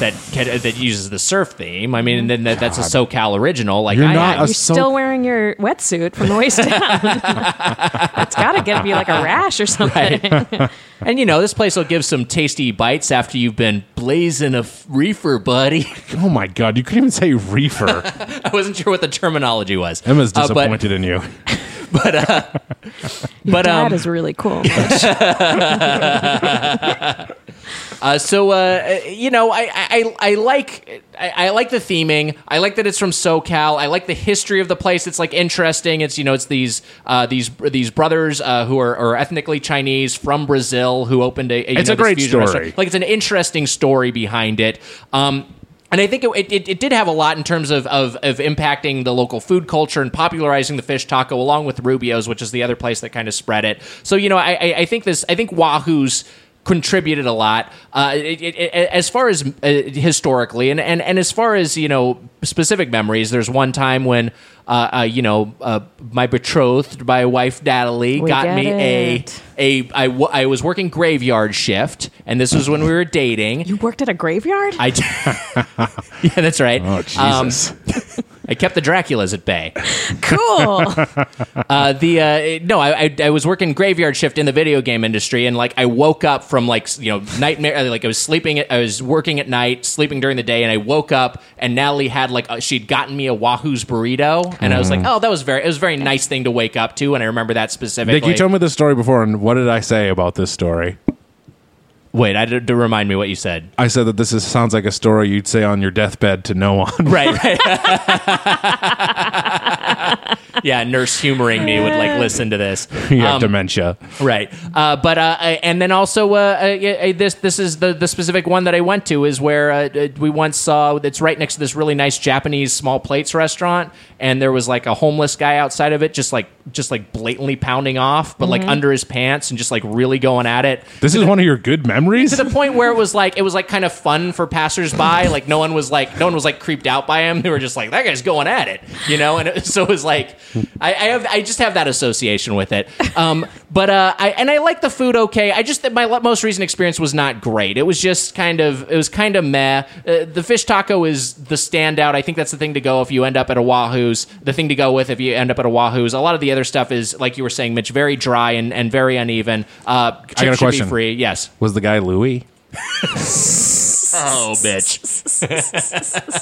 that can, uh, that uses the surf theme. I mean, and then that, that's a SoCal original. Like You're I, not I- a You're so- still wearing your wetsuit from [LAUGHS] the waist down. That's got to give you like a rash or something. and you know, this place will give some tasty bites after you've been blazing a f- reefer, buddy. [LAUGHS] Oh my god, you couldn't even say reefer. I wasn't sure what the terminology was. Emma's Uh, but- disappointed [LAUGHS] in you. but, um, that is really cool. Uh, so uh, you know, I I, I I like I, I like the theming. I like that it's from SoCal. I like the history of the place. It's like interesting. It's you know, it's these uh, these these brothers uh, who are, are ethnically Chinese from Brazil who opened a. a you It's know, a this great fusion restaurant. story. [LAUGHS] Like it's an interesting story behind it. Um, and I think it, it, it did have a lot in terms of, of, of impacting the local food culture and popularizing the fish taco, along with Rubio's, which is the other place that kind of spread it. So you know, I, I, I think this, I think Wahoo's contributed a lot uh, it, it, it, as far as uh, historically, and, and and as far as you know specific memories. There's one time when uh, uh, you know uh, my betrothed, my wife Natalie, We got get me a it. a I, w- I was working graveyard shift, and this was when we were dating. you worked at a graveyard? I [LAUGHS] d- yeah, that's right. Um, Oh Jesus. I kept the Draculas at bay. [LAUGHS] cool. Uh, the uh, it- no, I, I I was working graveyard shift in the video game industry, and like I woke up from like s- you know nightmare. uh, Like I was sleeping, at, I was working at night, sleeping during the day, and I woke up, and Natalie had like uh, she'd gotten me a Wahoo's burrito, and I was like, Mm. oh, that was very it was a very nice thing to wake up to, and I remember that specifically. Nick, you told me this story before, and what did I say about this story? Wait, I did, to remind me what you said. I said that this is, sounds like a story you'd say on your deathbed to no one. [LAUGHS] Right, [LAUGHS] right. yeah, nurse humoring me would like listen to this. you have Um, dementia. right uh, but uh, I- and then also uh, uh, uh, this this is the the specific one that I went to is where uh, uh, we once saw it's right next to this really nice Japanese small plates restaurant and there was like a homeless guy outside of it just like just like blatantly pounding off but like under his pants and just like really going at it This [LAUGHS] is one of your good memories. to the point where it was like it was like kind of fun for passersby. Like no one was like no one was like creeped out by him. They were just like that guy's going at it, you know. And it, [LAUGHS] so it was like I, I have I just have that association with it. Um, but uh, I and I like the food okay. I just that my most recent experience was not great. It was just kind of it was kind of meh. Uh, the fish taco is the standout. I think that's the thing to go if you end up at a Wahoo's. The thing to go with if you end up at a Wahoo's. A lot of the other stuff is like you were saying, Mitch, very dry and, and very uneven. Uh, tips a should be question. Free, yes. Was the guy Louis? Oh, bitch. [LAUGHS]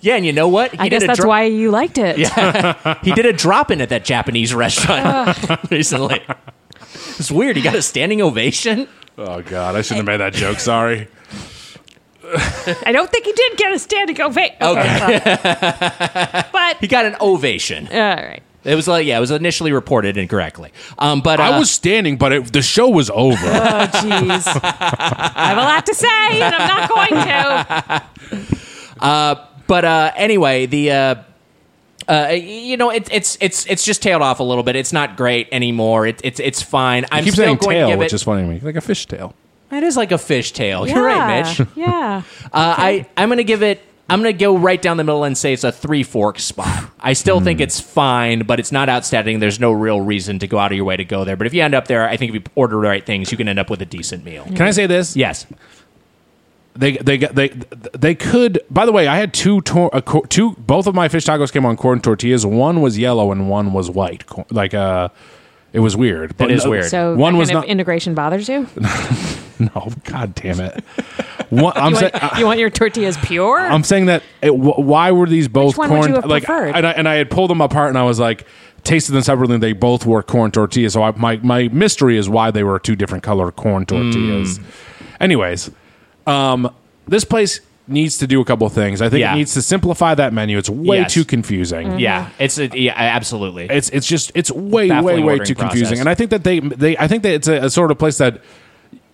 yeah, and you know what? He I guess did a that's dro- why you liked it. he did a drop in at that Japanese restaurant [LAUGHS] recently. It's weird. He got a standing ovation. Oh God, I shouldn't have made [LAUGHS] that joke. Sorry. I don't think he did get a standing ovation. Okay. [LAUGHS] but [LAUGHS] He got an ovation. all right. It was like yeah, it was initially reported incorrectly. Um, but uh, I was standing, but it, the show was over. Oh jeez. I have a lot to say, and I'm not going [LAUGHS] to. but uh, anyway, the. Uh, uh, you know, it's it's it's it's just tailed off a little bit. It's not great anymore. It, it's it's fine. I'm I keep still saying going to tail, give which it. is funny to me, like a fish tail. It is like a fish tail. You're right, Mitch. Yeah. Uh, I I'm gonna give it. I'm gonna go right down the middle and say it's a three fork spot. I still Hmm. think it's fine, but it's not outstanding. There's no real reason to go out of your way to go there. But if you end up there, I think if you order the right things, you can end up with a decent meal. Can I say this? Yes. They they got they they could. By the way, I had two tor- a, cor- two both of my fish tacos came on corn tortillas. One was yellow and one was white. Cor- Like uh, it was weird. But is weird. So one that was kind not. of integration bothers you. no, [LAUGHS] God [LAUGHS] damn it. One, I'm You saying. want, you want your tortillas pure? I'm saying that it, wh- why were these both one would corn you have like preferred? and I, and I had pulled them apart and I was like tasted them separately and they both were corn tortillas so I, my my mystery is why they Hmm. were two different color corn tortillas. Anyways, um this place needs to do a couple things. I think Yeah. it needs to simplify that menu. It's way Yes. too confusing. Mm-hmm. Yeah, it's a, yeah, absolutely. It's it's just it's way Baffling way way ordering too confusing, process. and I think that they they I think that it's a, a sort of place that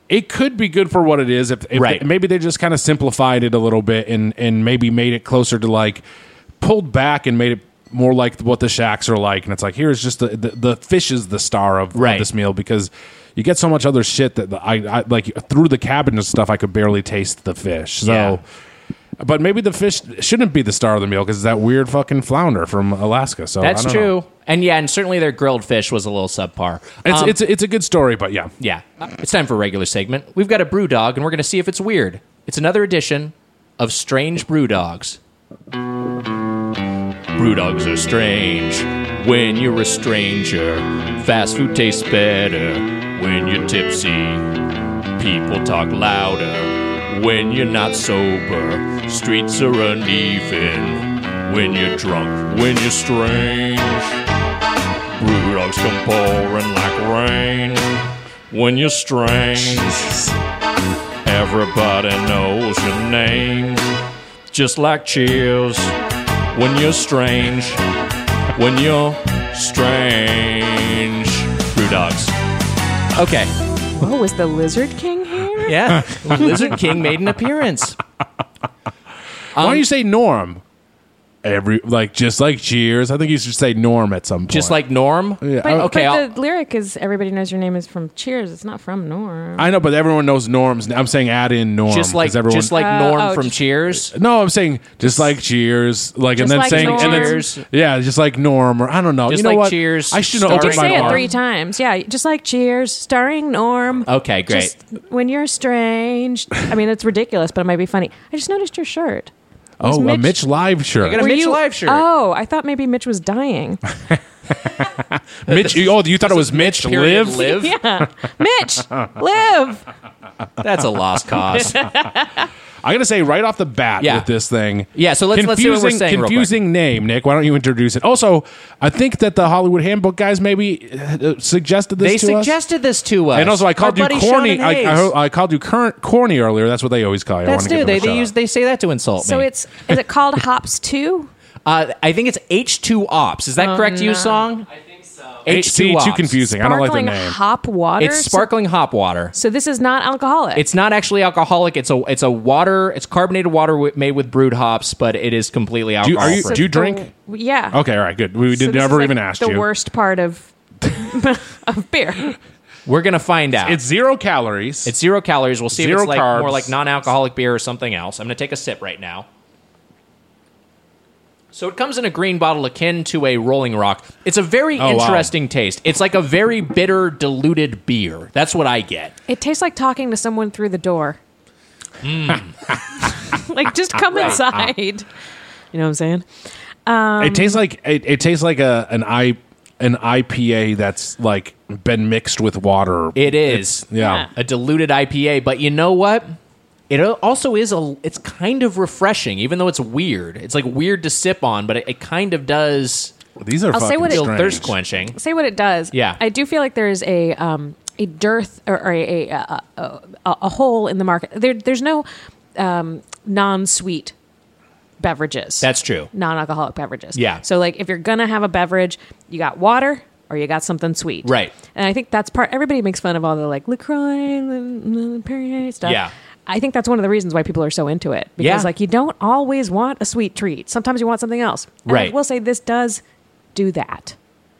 it could be good for what it is. If, if Right. they- maybe they just kind of simplified it a little bit and and maybe made it closer to like pulled back and made it more like what the shacks are like, and it's like here's just the the, the fish is the star of, of Right. this meal because. You get so much other shit that the- I, I like through the cabin and stuff. I could barely taste the fish. So, Yeah. but maybe the fish shouldn't be the star of the meal because it's that weird fucking flounder from Alaska. So I That's don't know. true. And yeah, and certainly their grilled fish was a little subpar. It's, Um, it's, it's a good story, but yeah. yeah, it's time for a regular segment. We've got a brew dog, and we're going to see if it's weird. It's another edition of Strange Brew Dogs. Brew dogs are strange when you're a stranger. Fast food tastes better when you're tipsy. People talk louder when you're not sober. Streets are uneven when you're drunk, when you're strange. Brew dogs come pouring like rain when you're strange. Everybody knows your name, just like cheers. When you're strange, when you're strange. Brew dogs. Okay. Oh, was the Lizard King here? [LAUGHS] Yeah, Lizard King made an appearance. Why don't you say Norm? Every like just like Cheers. I think you should say Norm at some point. Just like Norm. yeah, But, I, Oh, Okay, but I'll- the lyric is "Everybody knows your name is from Cheers." It's not from Norm. I know, but everyone knows Norm's. I'm saying add in Norm. Just like 'cause everyone, just like Uh, Norm oh, from just- Cheers. no, I'm saying just like Cheers, like and Just then like saying and then- Cheers. yeah, just like Norm or I don't know. Just you know like what? Cheers, I should have starring opened Just my say it arm. three times. Yeah, just like Cheers, starring Norm. Okay, Oh, great. Just when you're strange. I mean, it's ridiculous, but it might be funny. I just noticed your shirt. Oh, a Mitch- Mitch Live shirt. A Were Mitch Live shirt. Oh, I thought maybe Mitch was dying. Mitch. Oh, you thought it was Mitch Period, Live? live. [LAUGHS] yeah, Mitch, live. That's a [LAUGHS] lost cause. I'm gonna say right off the bat Yeah. with this thing. Yeah, so let's- let's see what we're Confusing- saying real quick. Confusing name, Nick. Why don't you introduce it? Also, I think that the Hollywood Handbook guys maybe uh, suggested this. They to us. suggested this to us. And also, I called Our you buddy corny. Sean I, Hayes. I, ho- I called you current corny earlier. That's what they always call you. I That's wanna new. give them They, a they shout use out. they say that to insult So me. it's is it called Hops Two? uh, I think it's H two ops. Is that Oh, correct? You song? I think so. H See, two ops. too confusing. [LAUGHS] I don't like the Sparkling name. hop water. It's sparkling hop water. So, so this is not alcoholic. It's not actually alcoholic. It's a it's a water. It's carbonated water wi- made with brewed hops, but it is completely you- alcohol. are you- free. do the- drink? yeah. Okay, all right, good. We So did this never is, like, even asked the you. worst part of [LAUGHS] of beer. We're gonna find out. It's It's, zero calories. It's zero calories. We'll see if Zero it's like carbs. more like non-alcoholic beer or something else. I'm gonna take a sip right now. So it comes in a green bottle akin to a Rolling Rock. It's a very Oh, wow. interesting taste. It's like a very bitter diluted beer. That's what I get. It tastes like talking to someone through the door. Hmm. [LAUGHS] like just come inside. You know what I'm saying? Um, it tastes like it, it tastes like a an i an IPA that's like been mixed with water. It is. yeah. a diluted IPA. But you know what? It al- also is a. It's kind of refreshing, even though it's weird. It's like weird to sip on, but it, it kind of does These are I'll say fucking what it- feel strange. thirst quenching. Say what it does. Yeah. I do feel like there is a um, a dearth or, or a, a, a, a a hole in the market. There, there's no um, non-sweet beverages. That's true. non-alcoholic beverages. Yeah. So like if you're gonna have a beverage, you got water or you got something sweet. Right. And I think that's part. Everybody makes fun of all the like Lacroix and and Perrier stuff. Yeah. I think that's one of the reasons why people are so into it because Yeah. like you don't always want a sweet treat. Sometimes you want something else. And Right. I will say this does do that.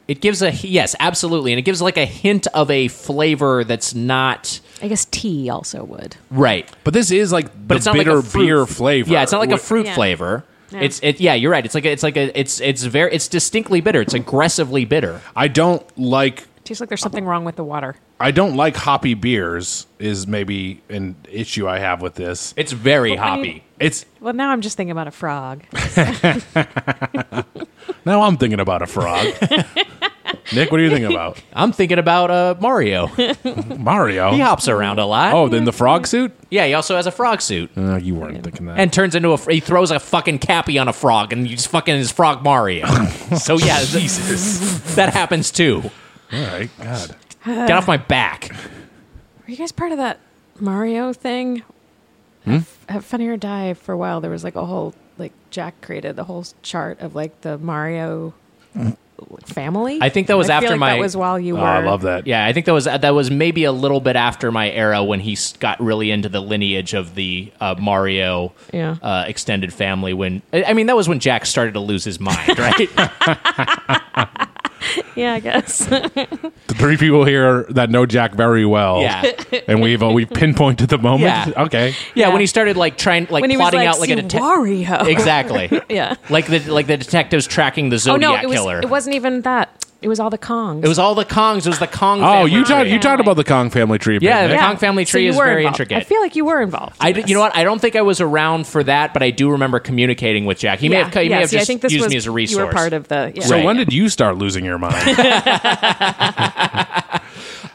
It gives a yes, absolutely, and it gives like a hint of a flavor that's not I guess tea also would. right. But this is like But the it's not bitter like a fruit- beer flavor. Yeah, it's not like a Wh- fruit Yeah. flavor. Yeah. It's it. Yeah, you're right. It's like a, it's like a it's it's very it's distinctly bitter. It's aggressively bitter. I don't like Tastes like there's something wrong with the water. I don't like hoppy beers is maybe an issue I have with this. It's very when you- hoppy. It's Well, now I'm just thinking about a frog. now I'm thinking about a [LAUGHS] frog. Nick, what are you thinking about? I'm thinking about uh Mario. Mario. [LAUGHS] he hops around a lot. Oh, then the frog suit? Yeah, he also has a frog suit No, you weren't thinking that. and turns into a. He throws a fucking cappy on a frog, and you just fucking is frog Mario. so yeah, th- that happens too. All right, [LAUGHS] God. Get off my back. Hmm? Were you guys part of that Mario thing? at Funny or Die for a while, there was like a whole like Jack created the whole chart of like the Mario family. I think that was I feel after like my- That was while you Oh, were. I love that. Yeah, I think that was that was maybe a little bit after my era when he s- got really into the lineage of the uh, Mario Yeah. uh, extended family. When I I mean, that was when Jack started to lose his mind, right? Yeah, I guess. [LAUGHS] The three people here that know Jack very well. Yeah. and we've uh, we've pinpointed the moment. Yeah. [LAUGHS] Okay. yeah, when he started like trying, like when he was plotting like, out like a "See, detective. Wario. Exactly. [LAUGHS] Yeah. Like the like the detectives tracking the Oh Zodiac no, it was. killer. It wasn't even that. It was all the Kongs. It was all the Kongs. It was the Kong. Oh, family you tree. talked you talked about the Kong family tree. a bit, Yeah, Nick. the Kong family tree you is were very involved. intricate. I feel like you were involved. in I d- this. you know what? I don't think I was around for that, but I do remember communicating with Jack. He may Yeah, have, co- he yeah, may have see, I just think this used was- me as a resource. You were part of the. Yeah. So Right. when did you start losing [LAUGHS] your mind?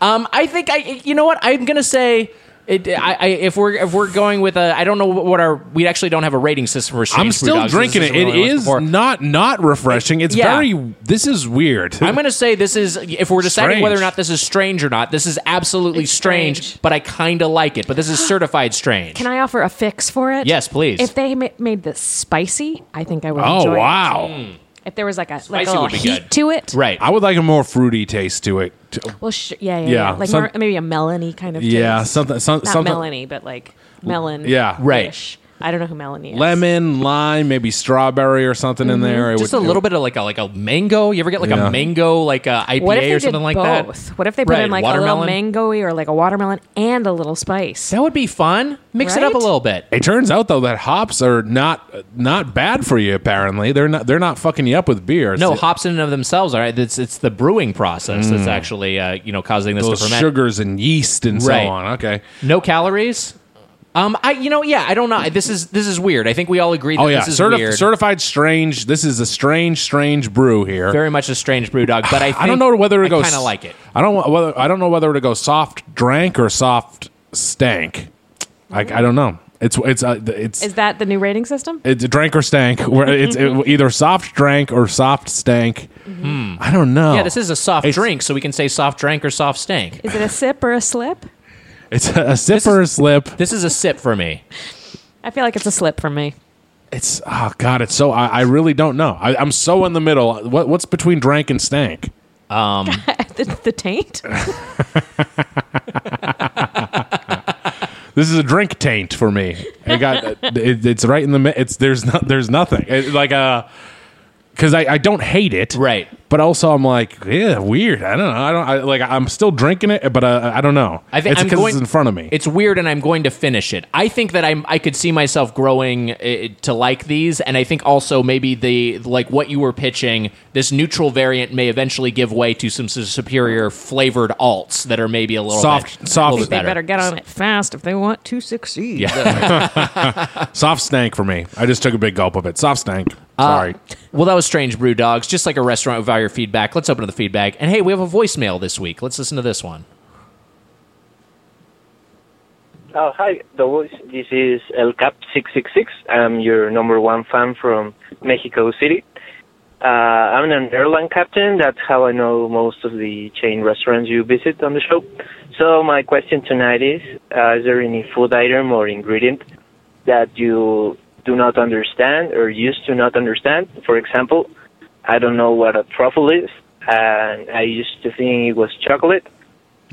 Um, I think I. You know what? I'm gonna say. It, I, I, if we're if we're going with a, I don't know what our we actually don't have a rating system for. I'm Strange Brew still Dogs, so this drinking isn't it. It really what is before. not not refreshing. It's Yeah. very. This is weird. I'm gonna say this is if we're deciding Strange. whether or not this is strange or not. This is absolutely It's strange, strange. but I kind of like it. But this [GASPS] is certified strange. Can I offer a fix for it? Yes, please. If they ma- made this spicy, I think I would. oh enjoy it. wow! If there was like a like Spicy a little would be heat good. to it, Right. I would like a more fruity taste to it. T- Well, sh- yeah, yeah, Yeah, yeah. Like some- mer- maybe a melony kind of. Yeah, taste. something. Some, not something. melony, but like melon. Yeah. Right. I don't know who Melanie is. Lemon, lime, maybe strawberry or something in there. It Mm-hmm. just would- a it little bit of like a like a mango. You ever get like Yeah. a mango like uh, a IPA What if they or something did like both? that? What if they put Right, in like watermelon? a little mangoey or like a watermelon and a little spice? That would be fun. Mix it up a Right? little bit. It turns out though that hops are not not bad for you. Apparently, they're not they're not fucking you up with beer. It's No, the- hops in and of themselves are. It's it's the brewing process that's Mm. actually uh, you know causing this to those ferment. sugars and yeast and Right. so on. Okay. No calories. Um, I you know yeah I don't know this is this is weird. I think we all agree that Oh yeah, this is Certi- weird. certified strange. This is a strange, strange brew here. Very much a strange brew dog, but I think [SIGHS] I don't know whether it goes. I kind of like it. I don't wa- whether I don't know whether to go soft drank or soft stank. I, I don't know. It's it's uh, it's Is that the new rating system? it's drank or stank. Where [LAUGHS] it's it, either soft drank or soft stank. Mm-hmm. I don't know. Yeah, this is a soft Oh. It's- drink, so we can say soft drink or soft stank. Is it a sip or a slip? It's a, a sip or a slip. This is a sip for me. I feel like it's a slip for me. [LAUGHS] It's oh god. It's so I, I really don't know. I, I'm so in the middle. What what's between drank and stank? the, the taint? This is a drink taint [LAUGHS] for me. It got it, it's right in the mi- it's there's not there's nothing It- like uh because I, I don't hate it Right. but also I'm like yeah weird I don't know I don't I, like I'm still drinking it but uh, I don't know I think it's I'm because going it's in front of me It's weird, and I'm going to finish it. I think that I'm. I could see myself growing uh, to like these, and I think also maybe the like what you were pitching. This neutral variant may eventually give way to some s- superior flavored alts that are maybe a little Soft- bit, soft- a They little They better. better get on it fast if they want to succeed. Yeah. soft stank for me I just took a big gulp of it soft stank Uh, sorry Well, that was strange, brew dogs. Just like a restaurant without your feedback. Let's open up the feedback. And hey, we have a voicemail this week. Let's listen to this one. Oh, hi, the voice. This is El Cap six six six. I'm your number one fan from Mexico City. Uh, I'm an airline captain. That's how I know most of the chain restaurants you visit on the show. So my question tonight is: uh, Is there any food item or ingredient that you do not understand or used to not understand? For example, I don't know what a truffle is, and I used to think it was chocolate,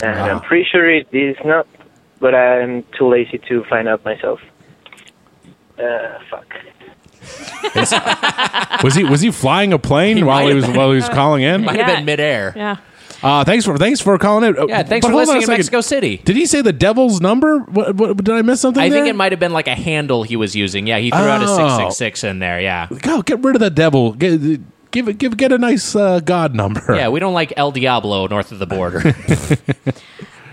and I'm pretty sure it is not but I'm too lazy to find out myself. Uh, fuck. was he was he flying [LAUGHS] a plane while he was while he was calling in Might have Yeah. been midair. Yeah, uh, thanks for thanks for calling it thanks for listening in Mexico City. did he say the devil's number what, what did I miss something I think there? it might have been like a handle he was using. Yeah, he threw out a Oh. six six six in there. Yeah. go get rid of the devil. Get, give it, give get a nice uh, god number. Yeah, we don't like El Diablo north of the [LAUGHS] border.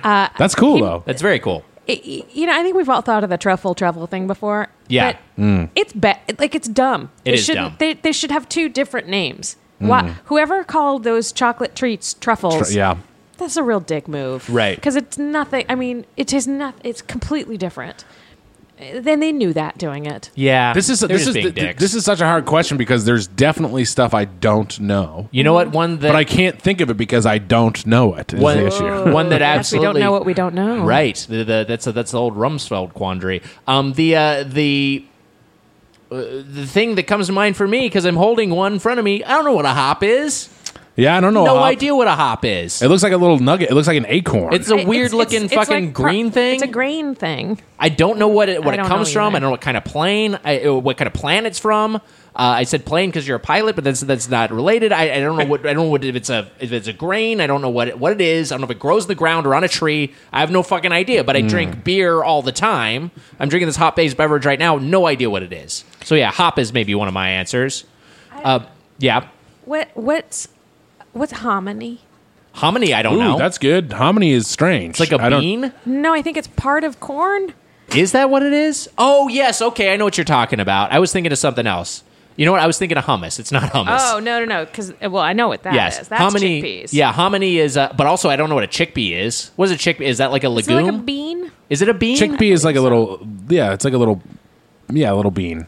that's cool though. That's very cool. you know, I think we've all thought of the truffle travel thing before. Yeah. Mm. but it's ba- like it's dumb. It they is shouldn't- dumb. Mm. They, they should have two different names. Why, whoever called those chocolate treats truffles? yeah, that's a real dick move, Right. Because it's nothing. I mean, it is not. It's completely different. Then they knew that doing it. Yeah. This is They're this just is being th- th- dicks. this is such a hard question because there's definitely stuff I don't know, You know what? One that but I can't think of it because I don't know it. Is one, the issue. one that [LAUGHS] Yes, we absolutely don't know what we don't know. Right. The, the, that's a, that's the old Rumsfeld quandary. Um, the uh, the uh, the thing that comes to mind for me because I'm holding one in front of me. I don't know what a hop is. Yeah, I don't know. no Hop. idea what a hop is. It looks like a little nugget. It looks like an acorn. It's a weird looking fucking like pro- green thing. It's a green thing. I don't know what it what I it don't comes know from. I either. don't know what kind of plane, I, uh, what kind of plan it's from. Uh, I said plane because you're a pilot, but that's that's not related. I, I don't know what I don't know what if it's a if it's a grain. I don't know what it, what it is. I don't know if it grows in the ground or on a tree. I have no fucking idea. Hmm. But I drink beer all the time. I'm drinking this hop based beverage right now. No idea what it is. So yeah, hop is maybe one of my answers. Uh, yeah, What what's what's hominy? hominy. I don't Ooh, know. that's good. Hominy is strange. it's like I a don't- bean. No, I think it's part of corn. Is that what it is? Oh yes. Okay, I know what you're talking about. I was thinking of something else. You know what? I was thinking of hummus. It's not hummus. Oh no no no! Because well, I know what that is. yes, That's hominy. chickpeas. Yeah, hominy is. Uh, but also, I don't know what a chickpea is. What is a chickpea? Is that like a Is it legume? like a bean? Is it a bean? Chickpea is like a little. Yeah, it's like a little. Yeah, a little bean.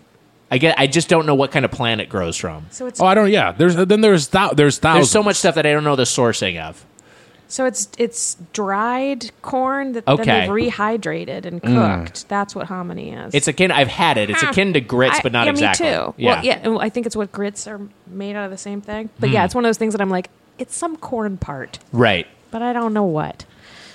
I get. I just don't know what kind of plant it grows from. So it's Oh, I don't. Yeah, there's then there's thou, there's thousands. There's so much stuff that I don't know the sourcing of. so it's it's dried corn that then Okay. Mm. they've rehydrated and cooked. That's what hominy is. It's akin. I've had it. It's Huh. akin to grits, I- but not yeah, exactly. Me too. Yeah. Well, yeah, and I think it's what grits are made out of the same thing. But Mm. yeah, it's one of those things that I'm like, it's some corn part, Right. but I don't know what.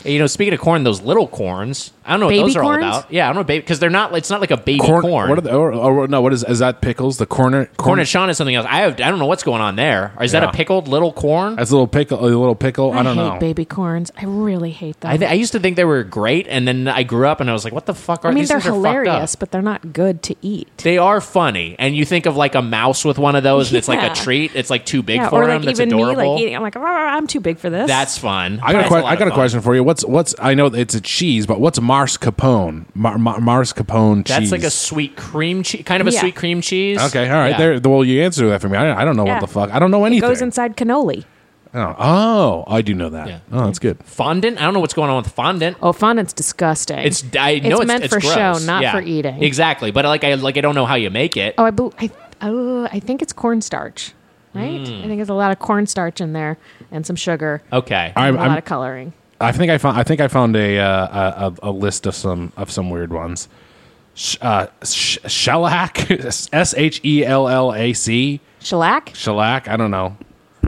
You know, speaking of corn, those little corns. I don't know what Baby those are corns? all about. Yeah, I don't know, baby, because they're not. It's not like a baby corn. corn. What are the, or, or, no? What is is that pickles? The corner corn and Sean is something else. I have. I don't know what's going on there. Is that Yeah. a pickled little corn? That's a little pickle. A little pickle. I, don't hate know. baby corns. I really hate them. I, th- I used to think they were great, and then I grew up and I was like, "What the fuck are I mean, these they're things are fucked up. hilarious, but they're not good to eat. They are funny, and you think of like a mouse with one of those, and it's like Yeah. a treat. It's like too big yeah, for or him. like That's even me, adorable. like eating. I'm like, "Rah, rah, rah, I'm too big for this. That's fun. I got a That's que- lot I of got a fun. question for you. What's what's I know it's a cheese, but what's Mars Capone? Mar, Mar, Mars Capone cheese. That's like a sweet cream cheese, kind of a Yeah. sweet cream cheese. Okay, all right. Yeah. There. Well, you answered that for me. I, I don't know what Yeah. the fuck. I don't know anything. goes inside cannoli. oh, oh, I do know that. Yeah. Oh, that's good. fondant. I don't know what's going on with fondant. Oh, fondant's disgusting. It's I know it's, meant it's for gross. show, not Yeah. for eating. Exactly, but like I like I don't know how you make it. Oh, I, bel I, oh, I think it's cornstarch, right? Mm. I think there's a lot of cornstarch in there and some sugar, Okay, and I'm, a lot I'm, of coloring. I think I found. I think I found a uh, a, a a list of some of some weird ones. Sh- uh, sh- shellac. [LAUGHS] S h e l l a c. Shellac? Shellac. I don't know.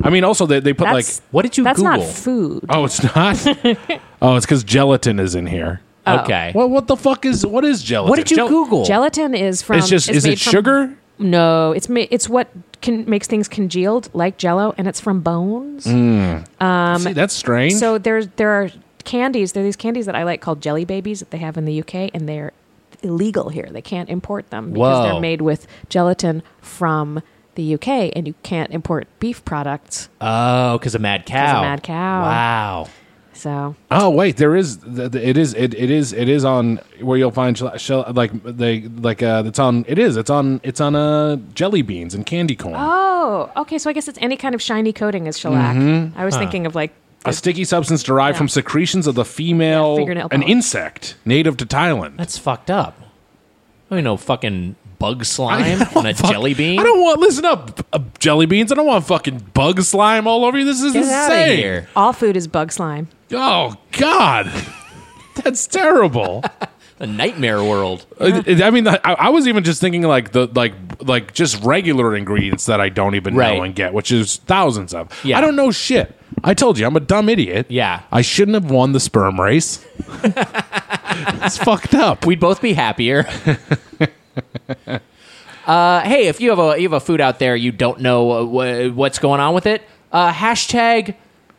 I mean, also they they put That's- like. what did you That's Google? not food. Oh, it's not. [LAUGHS] oh, it's because gelatin is in here. Okay, Well, what the fuck is what is gelatin? what did you Gel- Google? Gelatin is from. It's just is made it from- sugar? No, it's ma- it's what can makes things congealed like Jello, and it's from bones. See, that's Mm-hmm. strange. So there's there are candies. There are these candies that I like called jelly babies that they have in the UK, and they're illegal here. They can't import them because Whoa. they're made with gelatin from the UK, and you can't import beef products. oh, because of mad cow. Mad Cow. Wow. So Oh wait, there is. th- th- It is. It, it is. It is on where you'll find shell, shell, like they like. Uh, it's on. It is. It's on. It's on uh, jelly beans and candy corn. oh, okay. So I guess it's any kind of shiny coating is shellac. Mm-hmm. I was thinking of like a sticky substance derived Yeah. from secretions of the female, Yeah, fingernail an polish. insect native to Thailand. That's fucked up. I mean, no fucking bug slime and a Fuck. jelly bean. I don't want. Listen up, uh, jelly beans. I don't want fucking bug slime all over you. This is Get insane. outta here. all food is bug slime. Oh God, [LAUGHS] that's terrible. A nightmare world. Uh, th- I mean, I, I was even just thinking like the like like just regular ingredients that I don't even Right. know and get, which is thousands of. Yeah. I don't know shit. I told you, I'm a dumb idiot. Yeah. I shouldn't have won the sperm race. [LAUGHS] it's fucked up. We We'd both be happier. [LAUGHS] uh, hey, if you have a you have a food out there you don't know uh, wh- what's going on with it, uh, hashtag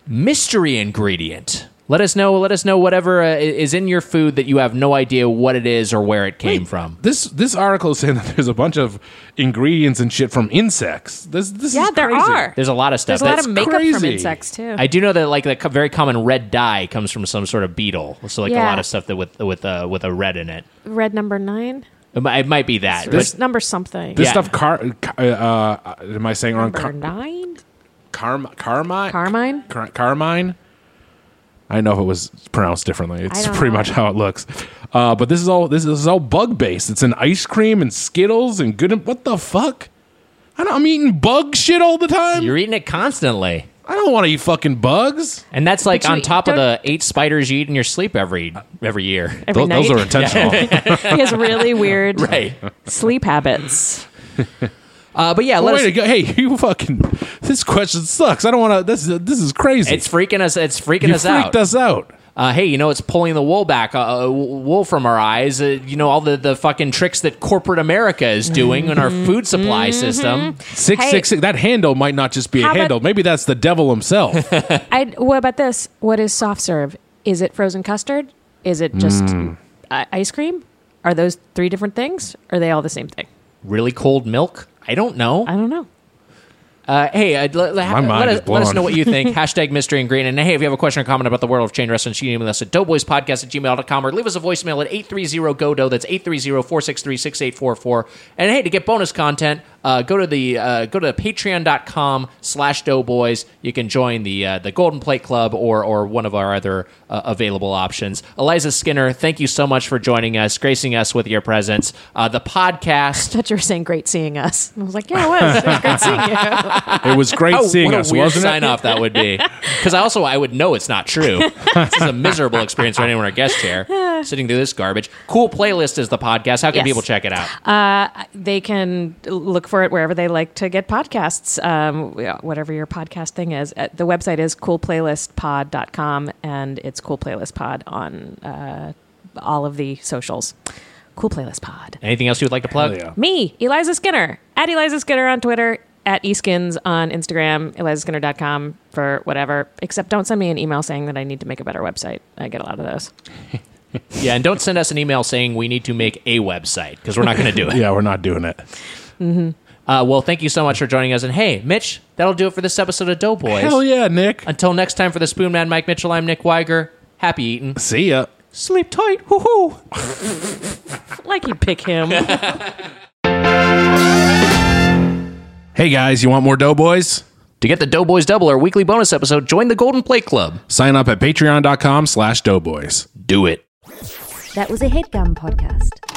mystery ingredient. Let us know. Let us know whatever uh, i- is in your food that you have no idea what it is or where it came from. this this article is saying that there's a bunch of ingredients and shit from insects. This this Yeah, is there crazy. are. There's a lot of stuff. There's a lot That's- of makeup from crazy. insects too. I do know that like the co- very common red dye comes from some sort of beetle. So like a Yeah. lot of stuff that with with uh, with a red in it. Red number nine. It mi- it might be that. This, but- number something. This Yeah. stuff. Car, ca- uh, uh, am I saying it wrong? number [LAUGHS] Car, nine. carm, carmine. Carmine? Car- carmine. I know if it was pronounced differently. It's don't pretty know. much how it looks. Uh, but this is all this is all bug based. It's an ice cream and Skittles and good. What the fuck? I don't, I'm eating bug shit all the time. You're eating it constantly. I don't want to eat fucking bugs. And that's like But you on top of don't- the eight spiders you eat in your sleep every every year. [LAUGHS] Every Tho- night. those are intentional. he has really weird Right. sleep habits. [LAUGHS] Uh, but yeah, let Well, [LAUGHS] way us, to go. Hey, you fucking. This question sucks. I don't want to. This is this is crazy. it's freaking us. It's freaking you us out. freaked us out. uh, hey, you know, it's pulling the wool back, uh, uh, wool from our eyes. Uh, you know, all the, the fucking tricks that corporate America is doing in our Mm-hmm. food supply system. Six Hey. six six. That handle might not just be a How about- handle. Maybe that's the devil himself. I, what about this? What is soft serve? Is it frozen custard? Is it just i- ice cream? Are those three different things? Are they all the same thing? Really cold milk? I don't know. I don't know. Uh, hey, uh, let, let, My mind let is us, let us blown. know what you [LAUGHS] think. Hashtag mystery and green. And hey, if you have a question or comment about the world of chain restaurants, you can email us at doughboyspodcast at gmail.com or leave us a voicemail at 830-GO-DOUGH. That's 830-463-6844. And hey, to get bonus content, uh, go to the uh, go to patreon.com slash doughboys. You can join the uh, the Golden Plate Club or or one of our other uh, available options. Eliza Skinner, thank you so much for joining us, gracing us with your presence. Uh, the podcast. But you were saying great seeing us. [LAUGHS] I was like, yeah, it was. It was great seeing you. [LAUGHS] It was great Oh, seeing what a us, weird wasn't sign it? off that would [LAUGHS] be. Because I also I would know it's not true. this is a miserable experience for anyone our guest [SIGHS] here sitting through this garbage. Cool playlist is the podcast. How can Yes. people check it out? They can look for it wherever they like to get podcasts, um, yeah, whatever your podcast thing is. Uh, The website is coolplaylistpod.com and it's Cool Playlist Pod on uh, all of the socials. Cool Playlist Pod. Anything else you would like to plug? yeah. Me, Eliza Skinner, at Eliza Skinner on Twitter, at eSkins on Instagram, elizaskinner.com for whatever, except don't send me an email saying that I need to make a better website. I get a lot of those. Yeah, and don't send us an email saying we need to make a website because we're not going to do it. [LAUGHS] Yeah, we're not doing it. uh, well, thank you so much for joining us. And hey, Mitch, that'll do it for this episode of Doughboys. Hell yeah, Nick. Until next time for the Spoon Man, Mike Mitchell. I'm Nick Weiger. Happy eating. See ya. Sleep tight. Hoo hoo. Like you pick him. Hey guys, you want more Doughboys? To get the Doughboys Double, our weekly bonus episode, join the Golden Plate Club. Sign up at patreon.com slash doughboys. Do it. That was a headgum podcast.